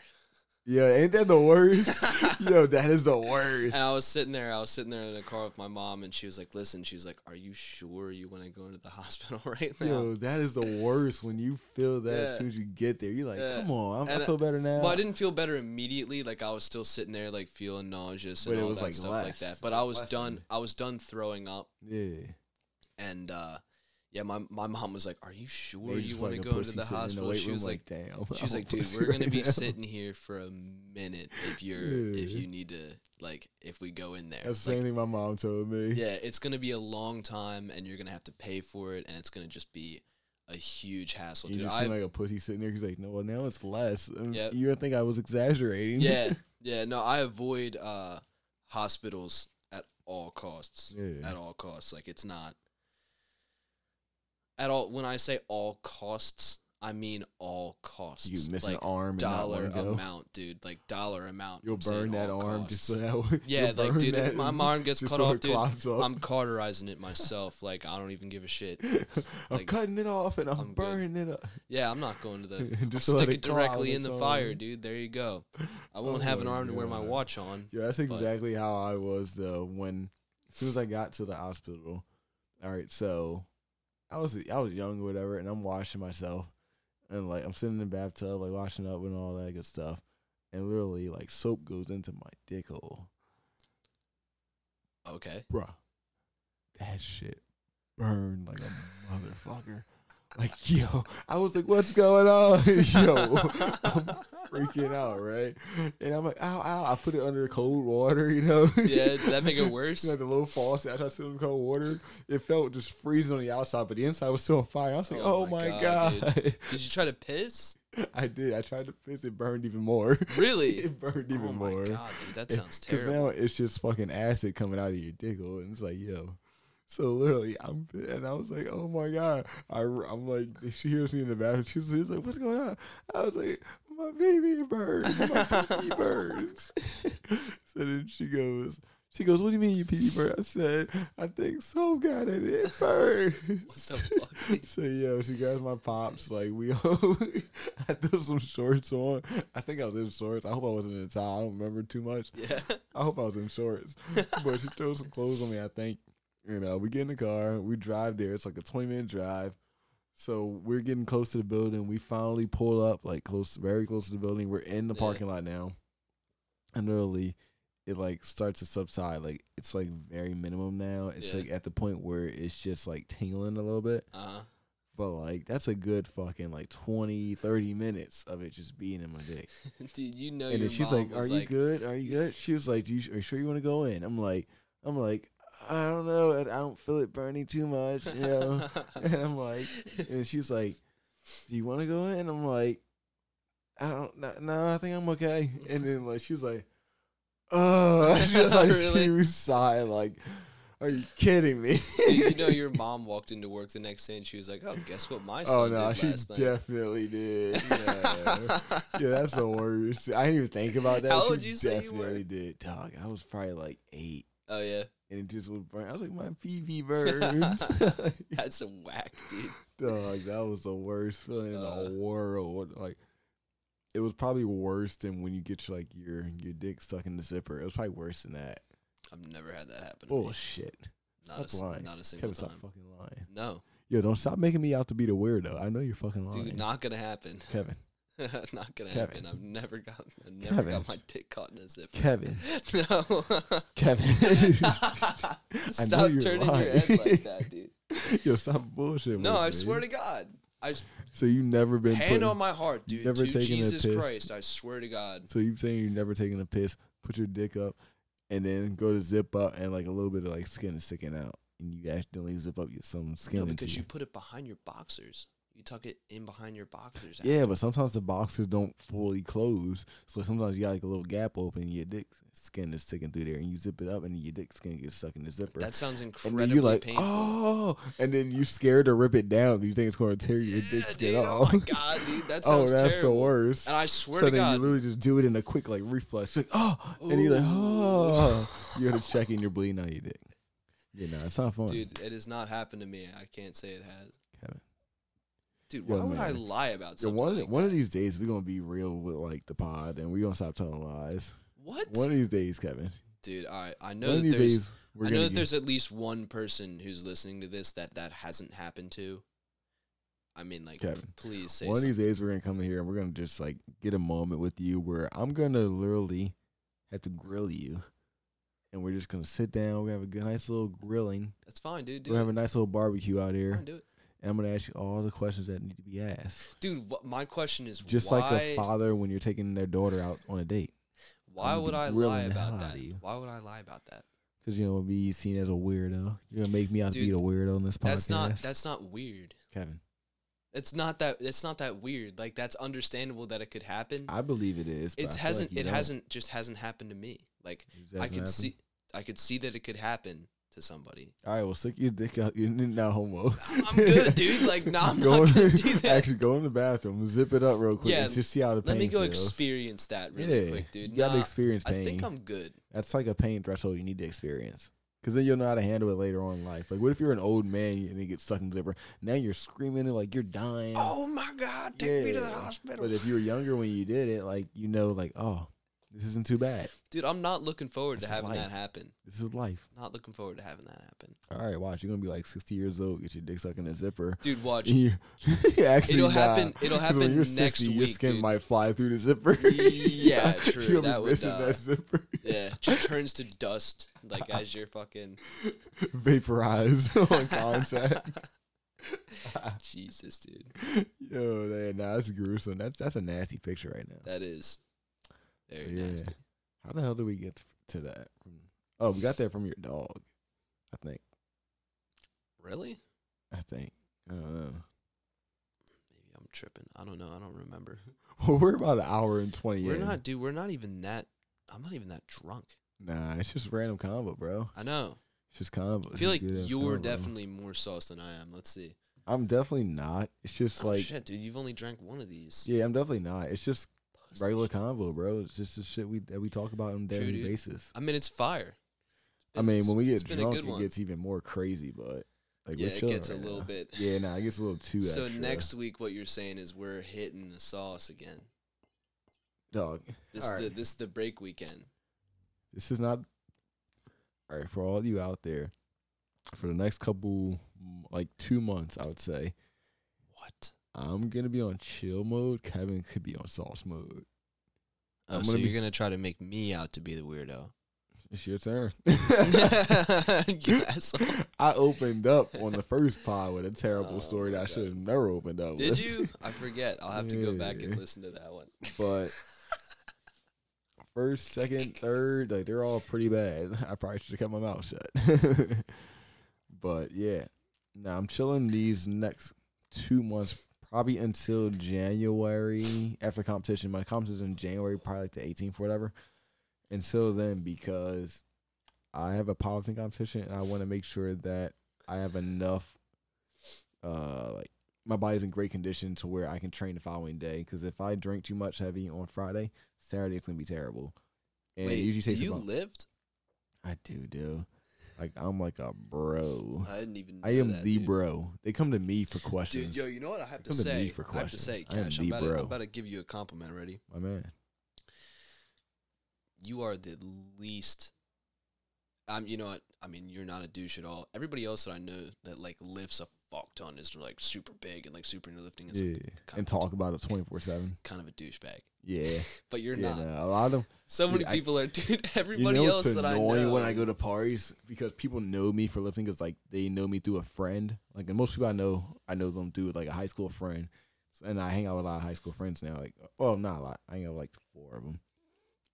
Speaker 3: Yeah, ain't that the worst? Yo, that is the worst.
Speaker 2: And I was sitting there, I was sitting there in the car with my mom, and she was like, "Listen," she was like, "Are you sure you want to go into the (laughs) hospital right now?"
Speaker 3: Yo, that is the worst when you feel that
Speaker 2: Yeah.
Speaker 3: as soon as you get there. You're like,
Speaker 2: Yeah.
Speaker 3: come on, I'm,
Speaker 2: And uh,
Speaker 3: I feel better now.
Speaker 2: Well, I didn't feel better immediately. Like I was still sitting there, like feeling nauseous and
Speaker 3: But it
Speaker 2: all
Speaker 3: was,
Speaker 2: that
Speaker 3: like,
Speaker 2: stuff like
Speaker 3: less.
Speaker 2: that. But I was
Speaker 3: Less
Speaker 2: done.
Speaker 3: than-
Speaker 2: I was done throwing up,
Speaker 3: Yeah.
Speaker 2: and uh, yeah, my my mom was like, "Are you sure
Speaker 3: They
Speaker 2: you
Speaker 3: just
Speaker 2: want to
Speaker 3: fucking
Speaker 2: go into
Speaker 3: pussy
Speaker 2: the
Speaker 3: sitting in
Speaker 2: hospital?"
Speaker 3: weight
Speaker 2: she
Speaker 3: room,
Speaker 2: was like,
Speaker 3: damn.
Speaker 2: She was
Speaker 3: I'm
Speaker 2: like,
Speaker 3: a
Speaker 2: "Dude,
Speaker 3: pussy
Speaker 2: we're gonna
Speaker 3: right
Speaker 2: be
Speaker 3: (laughs) now."
Speaker 2: sitting here for a minute if you're if
Speaker 3: Yeah.
Speaker 2: you need to like if we go in there."
Speaker 3: That's the
Speaker 2: Like,
Speaker 3: same thing my mom told me.
Speaker 2: yeah, it's gonna be a long time, and you're gonna have to pay for it, and it's gonna just be a huge hassle,
Speaker 3: You
Speaker 2: dude.
Speaker 3: just
Speaker 2: I,
Speaker 3: seem like a pussy sitting there. He's like, no, well, now it's less. Um,
Speaker 2: Yep.
Speaker 3: You would think I was exaggerating. (laughs)
Speaker 2: yeah, yeah. No, I avoid uh, hospitals at all costs.
Speaker 3: Yeah.
Speaker 2: At all costs, like it's not at all. When I say all costs, I mean all costs.
Speaker 3: You miss an
Speaker 2: Like,
Speaker 3: arm and
Speaker 2: dollar
Speaker 3: not wanna go.
Speaker 2: amount, dude. Like dollar amount.
Speaker 3: You'll
Speaker 2: I'm saying
Speaker 3: burn that
Speaker 2: all
Speaker 3: arm just
Speaker 2: costs.
Speaker 3: so that way-
Speaker 2: Yeah,
Speaker 3: you'll
Speaker 2: like
Speaker 3: burn
Speaker 2: dude, if
Speaker 3: that
Speaker 2: my
Speaker 3: (laughs) and-
Speaker 2: arm gets
Speaker 3: just
Speaker 2: cut
Speaker 3: so
Speaker 2: off,
Speaker 3: it
Speaker 2: dude.
Speaker 3: clots up.
Speaker 2: I'm cauterizing
Speaker 3: (laughs)
Speaker 2: it myself. Like I don't even give a shit.
Speaker 3: I'm
Speaker 2: like,
Speaker 3: cutting it off and I'm,
Speaker 2: I'm good.
Speaker 3: burning it up.
Speaker 2: Yeah, I'm not going to the.
Speaker 3: (laughs) Just
Speaker 2: I'll
Speaker 3: let
Speaker 2: stick
Speaker 3: it
Speaker 2: it directly
Speaker 3: clog
Speaker 2: in the
Speaker 3: its
Speaker 2: fire,
Speaker 3: own.
Speaker 2: dude. There you go.
Speaker 3: (laughs)
Speaker 2: I won't
Speaker 3: Oh
Speaker 2: have an
Speaker 3: my
Speaker 2: arm to wear my
Speaker 3: God.
Speaker 2: watch on.
Speaker 3: Yeah, that's
Speaker 2: but-
Speaker 3: exactly how I was though. When as soon as I got to the hospital, all right, so I was I was young or whatever, and I'm washing myself, and like I'm sitting in the bathtub, like washing up and all that good stuff, and literally like soap goes into my dick hole,
Speaker 2: Okay.
Speaker 3: bruh. That shit burned like a motherfucker. Like yo, I was like, "What's going on?" (laughs) yo, I'm freaking out, right? And I'm like, "Ow, ow!" I put it under cold water, you know. (laughs)
Speaker 2: Yeah, does that make it worse?
Speaker 3: You know, the little faucet. I tried to sit in cold water. It felt just freezing on the outside, but the inside was still on fire. I was like,
Speaker 2: Oh
Speaker 3: "Oh,
Speaker 2: my
Speaker 3: my
Speaker 2: God,
Speaker 3: god!"
Speaker 2: Did you try to piss?
Speaker 3: (laughs) I did. I tried to piss. It burned even more. (laughs)
Speaker 2: Really?
Speaker 3: it burned even
Speaker 2: oh my
Speaker 3: more.
Speaker 2: god, dude, that sounds
Speaker 3: Because
Speaker 2: terrible.
Speaker 3: now it's just fucking acid coming out of your dick hole, and it's like, yo. So literally, I'm and I was like, oh my god, I, am like, she hears me in the bathroom. She's, she's like, what's going on? I was like, my baby burns, my pee burns. (laughs) so then she goes, she goes, what do you mean you pee burns? I said, I think so got it,
Speaker 2: (laughs)
Speaker 3: it burns.
Speaker 2: What the fuck?
Speaker 3: (laughs) So yeah, she grabs my pops. Like we, (laughs) I threw some shorts on. I think I was in shorts. I hope I wasn't in a tie. I don't remember too much.
Speaker 2: (laughs) Yeah.
Speaker 3: I hope I was in
Speaker 2: (laughs)
Speaker 3: shorts. but she threw some clothes on me. I think. You know, we get in the car. We drive there. It's like a twenty minute drive. So we're getting close to the building. We finally pull up, like close, very close to the building. We're in the
Speaker 2: Yeah.
Speaker 3: parking lot now, and literally, it like starts to subside. Like it's like very minimum now. It's
Speaker 2: Yeah.
Speaker 3: like at the point where it's just like tingling a little bit
Speaker 2: Uh,
Speaker 3: but like that's a good fucking like 20 30 minutes of it just being in my
Speaker 2: (laughs)
Speaker 3: dick
Speaker 2: (laughs) dude, you know
Speaker 3: and
Speaker 2: your
Speaker 3: then she's
Speaker 2: mom
Speaker 3: like are
Speaker 2: was
Speaker 3: you
Speaker 2: (laughs)
Speaker 3: good are you good she was like Do you, are you sure you want to go in i'm like i'm like i don't (laughs)
Speaker 2: (laughs)
Speaker 3: know i I don't feel it burning too much you know and i'm like and she's like do you want to go in? I'm like, I don't know. No, I think I'm okay. And then like she was like, (laughs) oh, (laughs) she was like,
Speaker 2: (laughs) Really?
Speaker 3: she was sighing like, are you kidding me?
Speaker 2: Dude, you know, your mom walked into work the next day and she was like, "Oh, guess what my
Speaker 3: (laughs)
Speaker 2: son
Speaker 3: oh no,
Speaker 2: did
Speaker 3: she
Speaker 2: last night." (laughs)
Speaker 3: definitely did. Yeah. yeah, that's the worst. I didn't even think about that.
Speaker 2: How
Speaker 3: She
Speaker 2: old you say you were?
Speaker 3: Definitely did. Dog, I was probably like eight.
Speaker 2: (laughs) oh yeah,
Speaker 3: And it just would burn. I was like, my PV
Speaker 2: (laughs)
Speaker 3: burns.
Speaker 2: that's a whack, dude.
Speaker 3: Dog, that was the worst feeling in
Speaker 2: Uh.
Speaker 3: the world. Like, it was probably worse than when you get your, like your your dick stuck in the zipper. It was probably worse than that.
Speaker 2: I've never had that happen. to me.
Speaker 3: Bullshit.
Speaker 2: Not
Speaker 3: Stop
Speaker 2: a s-
Speaker 3: Oh, lying.
Speaker 2: not a single
Speaker 3: Kevin,
Speaker 2: time.
Speaker 3: stop fucking lying.
Speaker 2: No,
Speaker 3: Yo, don't stop making me out to be the weirdo. I know you're fucking lying.
Speaker 2: dude, not gonna happen. (laughs)
Speaker 3: Kevin.
Speaker 2: not gonna happen.
Speaker 3: Kevin.
Speaker 2: I've never gotten. I've never
Speaker 3: Kevin.
Speaker 2: got my dick caught in a (laughs) zipper.
Speaker 3: Kevin.
Speaker 2: no.
Speaker 3: Kevin. (laughs)
Speaker 2: Stop
Speaker 3: you're
Speaker 2: turning your
Speaker 3: lying.
Speaker 2: head like that, dude.
Speaker 3: Yo, stop bullshit.
Speaker 2: No, I swear to God. I s-
Speaker 3: So you've never been
Speaker 2: hand
Speaker 3: put-
Speaker 2: on my heart, dude.
Speaker 3: never
Speaker 2: to
Speaker 3: taken a
Speaker 2: Jesus
Speaker 3: piss.
Speaker 2: Christ, I swear to God.
Speaker 3: So you saying you've never taken a piss? Put your dick up, and then go to zip up, and like a little bit of like skin is sticking out, and you accidentally zip up your some skin.
Speaker 2: No,
Speaker 3: into
Speaker 2: because you
Speaker 3: you.
Speaker 2: put it behind your boxers. You tuck it in behind your boxers.
Speaker 3: Yeah, but sometimes the boxers don't fully close, so sometimes you got like a little gap open, and your dick skin is sticking through there, and you zip it up, and your dick skin gets stuck in the zipper.
Speaker 2: That sounds
Speaker 3: and then
Speaker 2: incredibly
Speaker 3: you like,
Speaker 2: painful.
Speaker 3: oh, and then you scared to rip it down because you think it's going to tear your
Speaker 2: Yeah,
Speaker 3: dick skin
Speaker 2: dude,
Speaker 3: off. (laughs)
Speaker 2: Oh my god, dude, that
Speaker 3: Oh,
Speaker 2: sounds
Speaker 3: that's
Speaker 2: terrible.
Speaker 3: the worst.
Speaker 2: And I swear
Speaker 3: so
Speaker 2: to
Speaker 3: then
Speaker 2: God,
Speaker 3: you literally just do it in a quick like reflex, like oh, and you're like oh,
Speaker 2: (laughs)
Speaker 3: you're gonna check and you're bleeding out your dick. Yeah, no, it's not fun,
Speaker 2: dude, it has not happened to me. I can't say it has.
Speaker 3: Kevin.
Speaker 2: Dude,
Speaker 3: Yo,
Speaker 2: why would I
Speaker 3: man.
Speaker 2: lie about
Speaker 3: Yo,
Speaker 2: something?
Speaker 3: one of,
Speaker 2: like
Speaker 3: one
Speaker 2: that?
Speaker 3: of these days we're gonna be real with like the pod, and we're gonna stop telling lies.
Speaker 2: what?
Speaker 3: One of these days, Kevin.
Speaker 2: dude, all right, I
Speaker 3: one
Speaker 2: know
Speaker 3: of
Speaker 2: that
Speaker 3: these
Speaker 2: there's
Speaker 3: days we're
Speaker 2: I
Speaker 3: gonna
Speaker 2: know that
Speaker 3: get-
Speaker 2: there's at least one person who's listening to this that that hasn't happened to. I mean, like,
Speaker 3: Kevin.
Speaker 2: please say
Speaker 3: one of
Speaker 2: something.
Speaker 3: these days we're gonna come in here and we're gonna just like get a moment with you where I'm gonna literally have to grill you, and we're just gonna sit down. We're gonna have a good, nice little grilling.
Speaker 2: That's fine, dude. Do
Speaker 3: we're
Speaker 2: it.
Speaker 3: gonna have a nice little barbecue out here.
Speaker 2: Fine, do it.
Speaker 3: and I'm gonna ask you all the questions that need to be asked.
Speaker 2: Dude, wh- my question is
Speaker 3: Just
Speaker 2: why,
Speaker 3: like a father when you're taking their daughter out on a date, I'm
Speaker 2: why
Speaker 3: gonna
Speaker 2: would
Speaker 3: be
Speaker 2: I
Speaker 3: grilling
Speaker 2: lie
Speaker 3: the hell
Speaker 2: about
Speaker 3: out
Speaker 2: that?
Speaker 3: of you.
Speaker 2: Why would I lie about that?
Speaker 3: because you know it'll be seen as a weirdo. You're gonna make me out to be
Speaker 2: Dude,
Speaker 3: the weirdo in this podcast.
Speaker 2: That's not that's not weird.
Speaker 3: Kevin.
Speaker 2: It's not that it's not that weird. Like that's understandable that it could happen.
Speaker 3: I believe it is. but I
Speaker 2: it
Speaker 3: feel
Speaker 2: hasn't
Speaker 3: like you
Speaker 2: it
Speaker 3: don't.
Speaker 2: hasn't just hasn't happened to me. Like
Speaker 3: It just
Speaker 2: I
Speaker 3: hasn't
Speaker 2: could
Speaker 3: happened?
Speaker 2: see I could see that it could happen to somebody. (laughs)
Speaker 3: All right, well, stick your dick out. You're not homo.
Speaker 2: I'm good,
Speaker 3: (laughs)
Speaker 2: dude. Like, nah, I'm
Speaker 3: Go
Speaker 2: not
Speaker 3: in-
Speaker 2: gonna
Speaker 3: (laughs)
Speaker 2: do that.
Speaker 3: Actually, go in the bathroom, zip it up real quick,
Speaker 2: Yeah,
Speaker 3: and just see how the pain
Speaker 2: Let me go
Speaker 3: feels.
Speaker 2: experience that really
Speaker 3: Yeah,
Speaker 2: quick, dude.
Speaker 3: you gotta
Speaker 2: Nah,
Speaker 3: experience
Speaker 2: I think
Speaker 3: pain.
Speaker 2: I'm good.
Speaker 3: That's like a pain threshold you need to experience. Cause then you'll know how to handle it later on in life. Like, what if you're an old man and you get stuck in the zipper? Now you're screaming and like you're dying.
Speaker 2: Oh my god, take me to the
Speaker 3: Yeah.
Speaker 2: hospital.
Speaker 3: But if you were younger when you did it, like you know, like oh, this isn't too bad.
Speaker 2: Dude, I'm not looking forward to
Speaker 3: It's
Speaker 2: having that
Speaker 3: life.
Speaker 2: happen.
Speaker 3: This is life.
Speaker 2: Not looking forward to having that happen.
Speaker 3: All right, watch. You're gonna be like 60 years old. Get your dick stuck in a zipper. (laughs)
Speaker 2: Dude, watch.
Speaker 3: And you- actually,
Speaker 2: It'll
Speaker 3: nah.
Speaker 2: happen- it'll
Speaker 3: 'Cause when
Speaker 2: happen
Speaker 3: you're
Speaker 2: next
Speaker 3: 60, Your
Speaker 2: week,
Speaker 3: skin
Speaker 2: dude.
Speaker 3: might fly through the zipper. (laughs)
Speaker 2: Yeah, true,
Speaker 3: You'll
Speaker 2: that
Speaker 3: be
Speaker 2: would,
Speaker 3: missing
Speaker 2: uh,
Speaker 3: that zipper. (laughs)
Speaker 2: Yeah, it just turns to dust like as you're
Speaker 3: (laughs)
Speaker 2: fucking
Speaker 3: Vaporized (laughs)
Speaker 2: (laughs)
Speaker 3: on contact.
Speaker 2: Jesus, dude.
Speaker 3: Yo, man, nah, that's gruesome. That's that's a nasty picture right now.
Speaker 2: That is very
Speaker 3: Yeah.
Speaker 2: nasty.
Speaker 3: How the hell do we get to that? Oh, we got that from your dog. I think.
Speaker 2: Really?
Speaker 3: I think. Uh, I don't know.
Speaker 2: Maybe I'm tripping. I don't know. I don't remember.
Speaker 3: (laughs) Well, we're about an hour and 20
Speaker 2: We're
Speaker 3: in.
Speaker 2: not, dude. We're not even that. I'm not even that drunk.
Speaker 3: Nah, it's just random combo, bro.
Speaker 2: I know.
Speaker 3: It's just combo.
Speaker 2: I
Speaker 3: It's
Speaker 2: feel
Speaker 3: a
Speaker 2: like
Speaker 3: good-ass
Speaker 2: you're
Speaker 3: combo.
Speaker 2: definitely more sauce than I am. Let's see.
Speaker 3: I'm definitely not. It's just
Speaker 2: oh
Speaker 3: like.
Speaker 2: shit, dude. You've only drank one of these.
Speaker 3: Yeah, I'm definitely not. It's just
Speaker 2: Pussy
Speaker 3: regular
Speaker 2: shit.
Speaker 3: convo, bro. It's just the shit we that we talk about on a
Speaker 2: True,
Speaker 3: daily
Speaker 2: dude.
Speaker 3: basis.
Speaker 2: I mean, it's fire.
Speaker 3: I mean, when we
Speaker 2: it's
Speaker 3: get
Speaker 2: been a
Speaker 3: drunk,
Speaker 2: good
Speaker 3: it
Speaker 2: one.
Speaker 3: gets even more crazy, but like
Speaker 2: yeah,
Speaker 3: we're
Speaker 2: it
Speaker 3: chilling
Speaker 2: gets
Speaker 3: right
Speaker 2: a little
Speaker 3: now.
Speaker 2: bit.
Speaker 3: Yeah, nah, it gets a little too.
Speaker 2: So
Speaker 3: extra.
Speaker 2: next week, what you're saying is we're hitting the sauce again.
Speaker 3: dog,
Speaker 2: This
Speaker 3: All
Speaker 2: is the
Speaker 3: right.
Speaker 2: this is the break weekend.
Speaker 3: this is not. All right, for all you out there, for the next couple mm, like two months, I would say
Speaker 2: What?
Speaker 3: I'm gonna be on chill mode. Kevin could be on sauce mode.
Speaker 2: Oh,
Speaker 3: I'm
Speaker 2: so
Speaker 3: gonna
Speaker 2: you're
Speaker 3: be-
Speaker 2: gonna try to make me out to be
Speaker 3: (laughs)
Speaker 2: the weirdo. (laughs)
Speaker 3: It's your turn. (laughs)
Speaker 2: You asshole.
Speaker 3: I opened up on the first pod with a terrible
Speaker 2: Oh
Speaker 3: story
Speaker 2: my
Speaker 3: that I
Speaker 2: God.
Speaker 3: should have never opened up.
Speaker 2: Did
Speaker 3: with.
Speaker 2: you? I forget. I'll have to go back and
Speaker 3: Yeah.
Speaker 2: listen to that one.
Speaker 3: but first, second, third, like they're all pretty bad. I probably should have kept my mouth shut. (laughs) but yeah, now I'm chilling these next two months probably until January after competition. My competition in January, probably like the 18th or whatever. Until then, because I have a powerlifting competition and I want to make sure that I have enough, uh, like my body's in great condition to where I can train the following day. Because if I drink too much heavy on Friday, Saturday it's gonna be terrible. And
Speaker 2: Wait,
Speaker 3: it usually takes
Speaker 2: do you
Speaker 3: about-
Speaker 2: lived?
Speaker 3: I do, do. Like I'm like a bro.
Speaker 2: I didn't even. Know
Speaker 3: I am
Speaker 2: that,
Speaker 3: the
Speaker 2: dude.
Speaker 3: bro. They come to me for questions.
Speaker 2: Dude, yo, you know what I have to
Speaker 3: Come to me
Speaker 2: say?
Speaker 3: for
Speaker 2: I have to say,
Speaker 3: questions. I am
Speaker 2: Cash,
Speaker 3: the
Speaker 2: I'm about, to, I'm
Speaker 3: bro.
Speaker 2: about to give you a compliment. Ready?
Speaker 3: my man.
Speaker 2: You are the least. I'm. You know what? I mean, you're not a douche at all. Everybody else that I know that like lifts a fuck ton is like super big and like super into lifting is
Speaker 3: Yeah.
Speaker 2: like, kind
Speaker 3: And
Speaker 2: of a-
Speaker 3: talk about it 24 seven.
Speaker 2: kind of a douchebag.
Speaker 3: Yeah.
Speaker 2: But you're
Speaker 3: yeah,
Speaker 2: not.
Speaker 3: nah, a lot of
Speaker 2: So many
Speaker 3: Dude, I-
Speaker 2: people are, (laughs) dude.
Speaker 3: you
Speaker 2: Everybody
Speaker 3: know
Speaker 2: else
Speaker 3: it's
Speaker 2: that I
Speaker 3: annoying
Speaker 2: know.
Speaker 3: when I go to parties because people know me for lifting because like they know me through a friend. Like and most people I know, I know them through like a high school friend. So- And I hang out with a lot of high school friends now. Like, well, not a lot. I hang out with like four of them,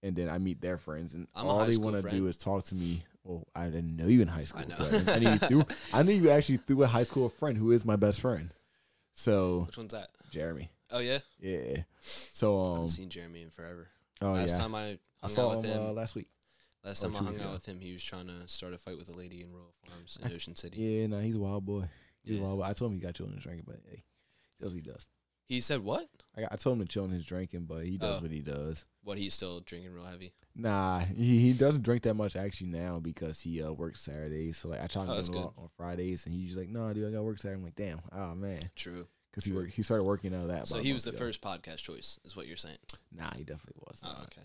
Speaker 3: and then I meet their friends, and
Speaker 2: I'm a
Speaker 3: all
Speaker 2: high
Speaker 3: they
Speaker 2: school
Speaker 3: want to do
Speaker 2: friend.
Speaker 3: is talk to me. Well, I didn't know you in high school.
Speaker 2: know.
Speaker 3: but I knew you
Speaker 2: (laughs)
Speaker 3: through. I knew you actually through a high school friend who is my best friend. So
Speaker 2: Which one's that?
Speaker 3: Jeremy,
Speaker 2: Oh yeah,
Speaker 3: yeah. So
Speaker 2: I
Speaker 3: um,
Speaker 2: haven't seen Jeremy in forever.
Speaker 3: oh
Speaker 2: last
Speaker 3: yeah,
Speaker 2: time I
Speaker 3: I
Speaker 2: hung
Speaker 3: saw
Speaker 2: out with
Speaker 3: him
Speaker 2: him,
Speaker 3: uh, last week.
Speaker 2: last
Speaker 3: or
Speaker 2: time I
Speaker 3: two
Speaker 2: hung
Speaker 3: weeks
Speaker 2: out
Speaker 3: ago.
Speaker 2: with him, he was trying to start a fight with a lady in Royal Farms
Speaker 3: (laughs)
Speaker 2: in Ocean City.
Speaker 3: Yeah, no, he's a wild boy. He's
Speaker 2: Yeah.
Speaker 3: a wild boy. I told him he got children his drinking, but hey, he does what he does.
Speaker 2: He said what?
Speaker 3: I, got- I told him to chill in his drinking, but he does
Speaker 2: Oh.
Speaker 3: what he does.
Speaker 2: What he's still drinking real heavy.
Speaker 3: Nah, he, he doesn't drink that much actually now because he uh, works Saturdays. So like I try
Speaker 2: Oh,
Speaker 3: to get
Speaker 2: that's
Speaker 3: him out on Fridays, and he's just like, "No, nah, dude, I got to work Saturday." I'm like, "Damn, oh man,"
Speaker 2: True.
Speaker 3: because he
Speaker 2: True.
Speaker 3: worked. He started working out of that.
Speaker 2: So
Speaker 3: about a
Speaker 2: he was the
Speaker 3: month ago.
Speaker 2: first podcast choice, is what you're saying.
Speaker 3: Nah, he definitely was.
Speaker 2: Oh,
Speaker 3: not.
Speaker 2: okay.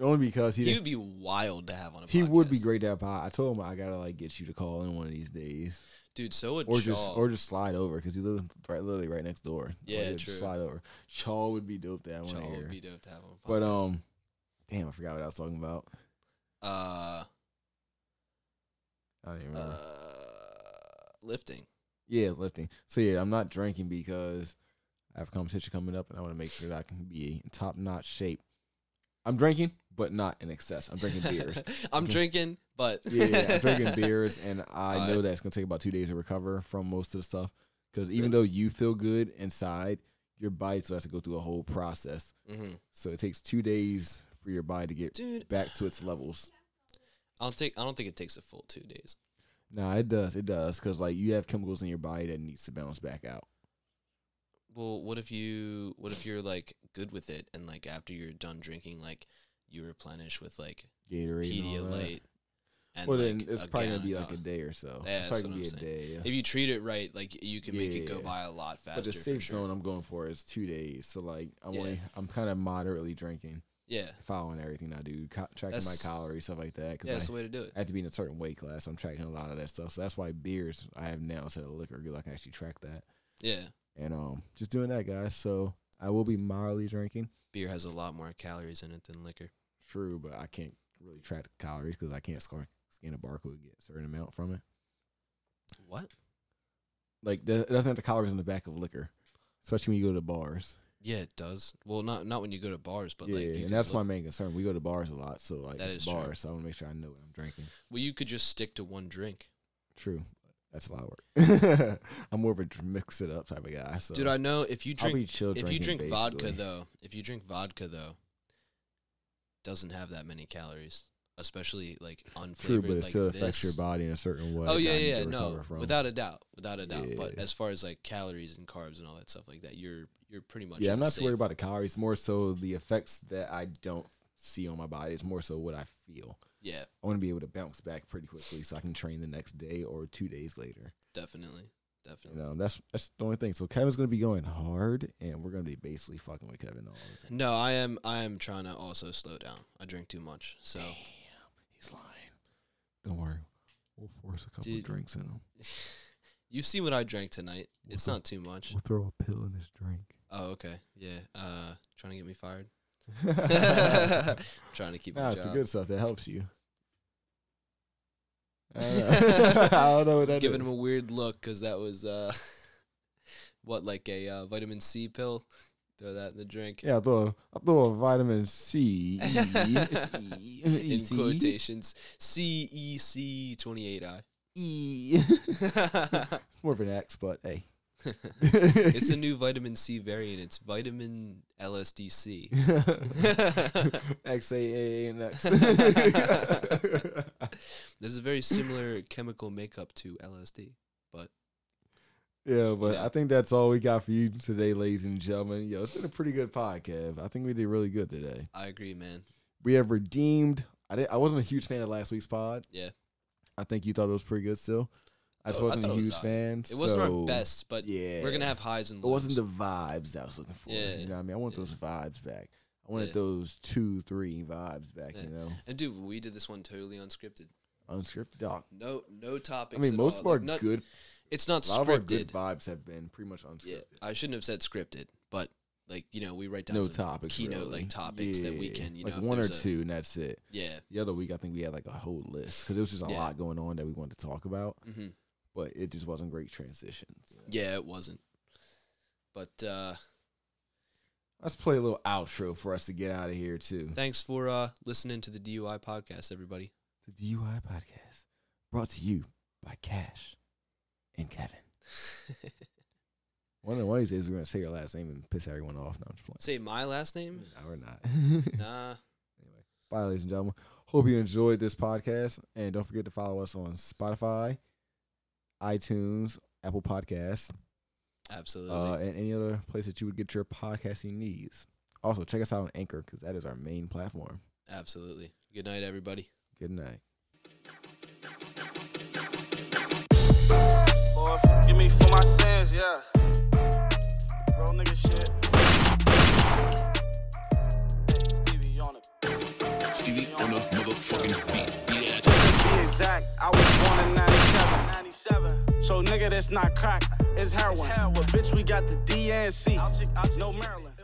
Speaker 3: Only because he
Speaker 2: He
Speaker 3: didn't-
Speaker 2: would be wild to have on a podcast.
Speaker 3: he would be great to have. I I told him I gotta like get you to call in one of these days.
Speaker 2: Dude, so would
Speaker 3: or
Speaker 2: Shaw.
Speaker 3: just or just slide over because he lives right literally right next door. Like,
Speaker 2: Yeah,
Speaker 3: yeah, just
Speaker 2: true.
Speaker 3: slide over. Shaw would be dope. That
Speaker 2: Shaw
Speaker 3: one
Speaker 2: would
Speaker 3: here.
Speaker 2: be dope to have on a podcast.
Speaker 3: But um, damn, I forgot what I was talking about.
Speaker 2: uh,
Speaker 3: I don't even remember.
Speaker 2: uh, lifting.
Speaker 3: yeah, lifting. So yeah, I'm not drinking because I have a competition coming up, and I want to make sure that I can be in top notch shape. I'm drinking, but not in excess. I'm drinking beers.
Speaker 2: (laughs) I'm
Speaker 3: Okay.
Speaker 2: drinking, but
Speaker 3: yeah, yeah, I'm
Speaker 2: (laughs)
Speaker 3: drinking beers, and I
Speaker 2: All
Speaker 3: know
Speaker 2: right.
Speaker 3: that it's gonna take about two days to recover from most of the stuff. Because even though you feel good inside, your body still has to go through a whole process.
Speaker 2: hmm
Speaker 3: So it takes two days for your body to get
Speaker 2: Dude.
Speaker 3: back to its levels.
Speaker 2: I'll take. I don't think it takes a full two days.
Speaker 3: Nah, it does. It does because like you have chemicals in your body that needs to bounce back out.
Speaker 2: Well, what if you? What if you're like good with it, and like after you're done drinking, like you replenish with like
Speaker 3: Gatorade. and all that.
Speaker 2: Pedialyte. And
Speaker 3: well,
Speaker 2: like,
Speaker 3: then it's
Speaker 2: a
Speaker 3: probably gonna
Speaker 2: gallon-
Speaker 3: be like a
Speaker 2: uh,
Speaker 3: day or so.
Speaker 2: Yeah,
Speaker 3: it's
Speaker 2: that's
Speaker 3: probably gonna
Speaker 2: what
Speaker 3: be a
Speaker 2: I'm
Speaker 3: day. yeah.
Speaker 2: If you treat it right, like you can make it go
Speaker 3: Yeah.
Speaker 2: by a lot faster.
Speaker 3: But the
Speaker 2: for
Speaker 3: safe
Speaker 2: sure.
Speaker 3: zone I'm going for is two days. So like I'm
Speaker 2: Yeah.
Speaker 3: only, I'm kind of moderately drinking,
Speaker 2: Yeah,
Speaker 3: following everything I do, co- tracking
Speaker 2: That's-
Speaker 3: my calories, stuff like that.
Speaker 2: yeah, that's
Speaker 3: Because
Speaker 2: the way to do it.
Speaker 3: I have to be in a certain weight class. I'm tracking a lot of that stuff. So that's why beers I have now instead of liquor because I can actually track that.
Speaker 2: Yeah,
Speaker 3: And um, just doing that, guys. So I will be mildly drinking.
Speaker 2: beer has a lot more calories in it than liquor.
Speaker 3: True, but I can't really track the calories because I can't scan, scan a barcode and get a certain amount from it.
Speaker 2: What?
Speaker 3: Like the, it doesn't have the calories in the back of liquor, especially when you go to bars.
Speaker 2: Yeah, it does. Well, not not when you go to bars, but
Speaker 3: yeah,
Speaker 2: like you
Speaker 3: and
Speaker 2: can
Speaker 3: that's my
Speaker 2: look-
Speaker 3: main concern. We go to bars a lot, so like
Speaker 2: That
Speaker 3: it's
Speaker 2: is true.
Speaker 3: bars, so I want to make sure I know what I'm drinking.
Speaker 2: Well, you could just stick to one drink,
Speaker 3: True, that's a lot of work. (laughs) I'm more of a dr- mix it up type of guy. So
Speaker 2: dude. I know if you
Speaker 3: I'll be
Speaker 2: drink
Speaker 3: chill
Speaker 2: if
Speaker 3: drinking,
Speaker 2: you drink vodka
Speaker 3: basically.
Speaker 2: though, if you drink vodka though, doesn't have that many calories, especially like unflavored.
Speaker 3: True, but it
Speaker 2: like
Speaker 3: still
Speaker 2: this.
Speaker 3: affects your body in a certain way.
Speaker 2: Oh
Speaker 3: that
Speaker 2: yeah,
Speaker 3: I need
Speaker 2: yeah,
Speaker 3: to
Speaker 2: yeah, no,
Speaker 3: recover from.
Speaker 2: without a doubt, without a doubt. But
Speaker 3: Yeah.
Speaker 2: as far as like calories and carbs and all that stuff like that, you're you're pretty much
Speaker 3: yeah,
Speaker 2: in
Speaker 3: I'm
Speaker 2: the
Speaker 3: not too worried
Speaker 2: safe.
Speaker 3: about the calories. More so the effects that I don't see on my body. It's more so what I feel.
Speaker 2: Yeah,
Speaker 3: I want to be able to bounce back pretty quickly so I can train the next day or two days later.
Speaker 2: definitely,
Speaker 3: You
Speaker 2: definitely.
Speaker 3: know, that's that's the only thing. So Kevin's gonna be going hard, and we're gonna be basically fucking with Kevin all the time.
Speaker 2: No, I am I am trying to also slow down. I drink too much, so
Speaker 3: He's lying. Don't worry, we'll force a couple
Speaker 2: Dude.
Speaker 3: drinks in him.
Speaker 2: you see what I drank tonight. It's
Speaker 3: (laughs) Wha-
Speaker 2: not too much.
Speaker 3: We'll throw a pill in his (laughs) drink.
Speaker 2: Oh, okay, yeah. Uh, trying to get me fired. (laughs) trying to
Speaker 3: (laughs)
Speaker 2: keep
Speaker 3: nah,
Speaker 2: my
Speaker 3: it's the
Speaker 2: job.
Speaker 3: good stuff that helps
Speaker 2: (laughs)
Speaker 3: you. I don't know, Uh, (laughs) I don't know what that
Speaker 2: Giving
Speaker 3: is.
Speaker 2: him a weird look because that was uh, (laughs) what like a uh, vitamin C pill. Throw that in the drink.
Speaker 3: yeah, I throw, I throw a vitamin
Speaker 2: (laughs)
Speaker 3: C. E, it's E,
Speaker 2: in
Speaker 3: EC.
Speaker 2: quotations. C
Speaker 3: (laughs)
Speaker 2: E C twenty eight I.
Speaker 3: E. it's more of an X, but hey,
Speaker 2: (laughs) It's a new vitamin C variant. It's vitamin
Speaker 3: (laughs)
Speaker 2: LSDC.
Speaker 3: XAA and X.
Speaker 2: There's a very similar chemical makeup to LSD, but
Speaker 3: (laughs) Yeah, but
Speaker 2: Yeah.
Speaker 3: I think that's all we got for you today, ladies and gentlemen. Yo, it's been a pretty good podcast. I think we did really good today.
Speaker 2: I agree, man.
Speaker 3: We have redeemed. I didn't, I wasn't a huge fan of last week's pod.
Speaker 2: Yeah.
Speaker 3: I think you thought it was pretty good still. I just
Speaker 2: Oh, I
Speaker 3: wasn't a
Speaker 2: thought it was
Speaker 3: huge
Speaker 2: all right.
Speaker 3: fan.
Speaker 2: It wasn't
Speaker 3: so
Speaker 2: our best, but
Speaker 3: yeah.
Speaker 2: we're gonna have highs and
Speaker 3: It
Speaker 2: lows.
Speaker 3: wasn't the vibes that I was looking for.
Speaker 2: Yeah,
Speaker 3: You know what I mean? I want
Speaker 2: yeah.
Speaker 3: those vibes back. I wanted
Speaker 2: Yeah.
Speaker 3: those two, three vibes back, you know?
Speaker 2: and dude, we did this one totally unscripted.
Speaker 3: Unscripted. Dog.
Speaker 2: No, no topics.
Speaker 3: I mean,
Speaker 2: at
Speaker 3: most
Speaker 2: all.
Speaker 3: of our
Speaker 2: Like, not-
Speaker 3: good,
Speaker 2: It's not
Speaker 3: a lot of our good
Speaker 2: scripted.
Speaker 3: vibes have been pretty much unscripted.
Speaker 2: yeah, I shouldn't have said scripted, but like you know, we write down
Speaker 3: no
Speaker 2: some
Speaker 3: topics,
Speaker 2: keynote
Speaker 3: really.
Speaker 2: like topics that we
Speaker 3: Yeah,
Speaker 2: can you
Speaker 3: like
Speaker 2: know if
Speaker 3: one or
Speaker 2: there's a-
Speaker 3: two, and that's it.
Speaker 2: Yeah,
Speaker 3: The other week, I think we had like a whole list because there was just a
Speaker 2: Yeah.
Speaker 3: lot going on that we wanted to talk about,
Speaker 2: hmm
Speaker 3: but it just wasn't great transitions.
Speaker 2: yeah, it wasn't. But uh,
Speaker 3: Let's play a little outro for us to get out of here too.
Speaker 2: thanks for uh, listening to the DUI podcast, everybody.
Speaker 3: The DUI podcast brought to you by Cash and
Speaker 2: (laughs)
Speaker 3: Kevin. One of one of these days, we're gonna say your last name and piss everyone off. No, I'm just
Speaker 2: Say my last name?
Speaker 3: playing. No, we're not.
Speaker 2: (laughs)
Speaker 3: Mm.
Speaker 2: Nah.
Speaker 3: Bye, ladies and gentlemen. Hope you enjoyed this podcast. And don't forget to follow us on Spotify, iTunes, Apple Podcasts,
Speaker 2: Absolutely.
Speaker 3: uh, and any other place that you would get your podcasting needs. Also, check us out on Anchor because that is our main platform.
Speaker 2: Absolutely. Good night, everybody.
Speaker 3: Good night.
Speaker 5: Lord, forgive me for my sins, yeah. Real nigga shit. Stevie on it.
Speaker 7: Stevie on the motherfucking beat. Yeah.
Speaker 5: Be exact, I was born in 97. 97. So nigga, that's not crack, it's heroin. But bitch, we got the DNC. No Maryland.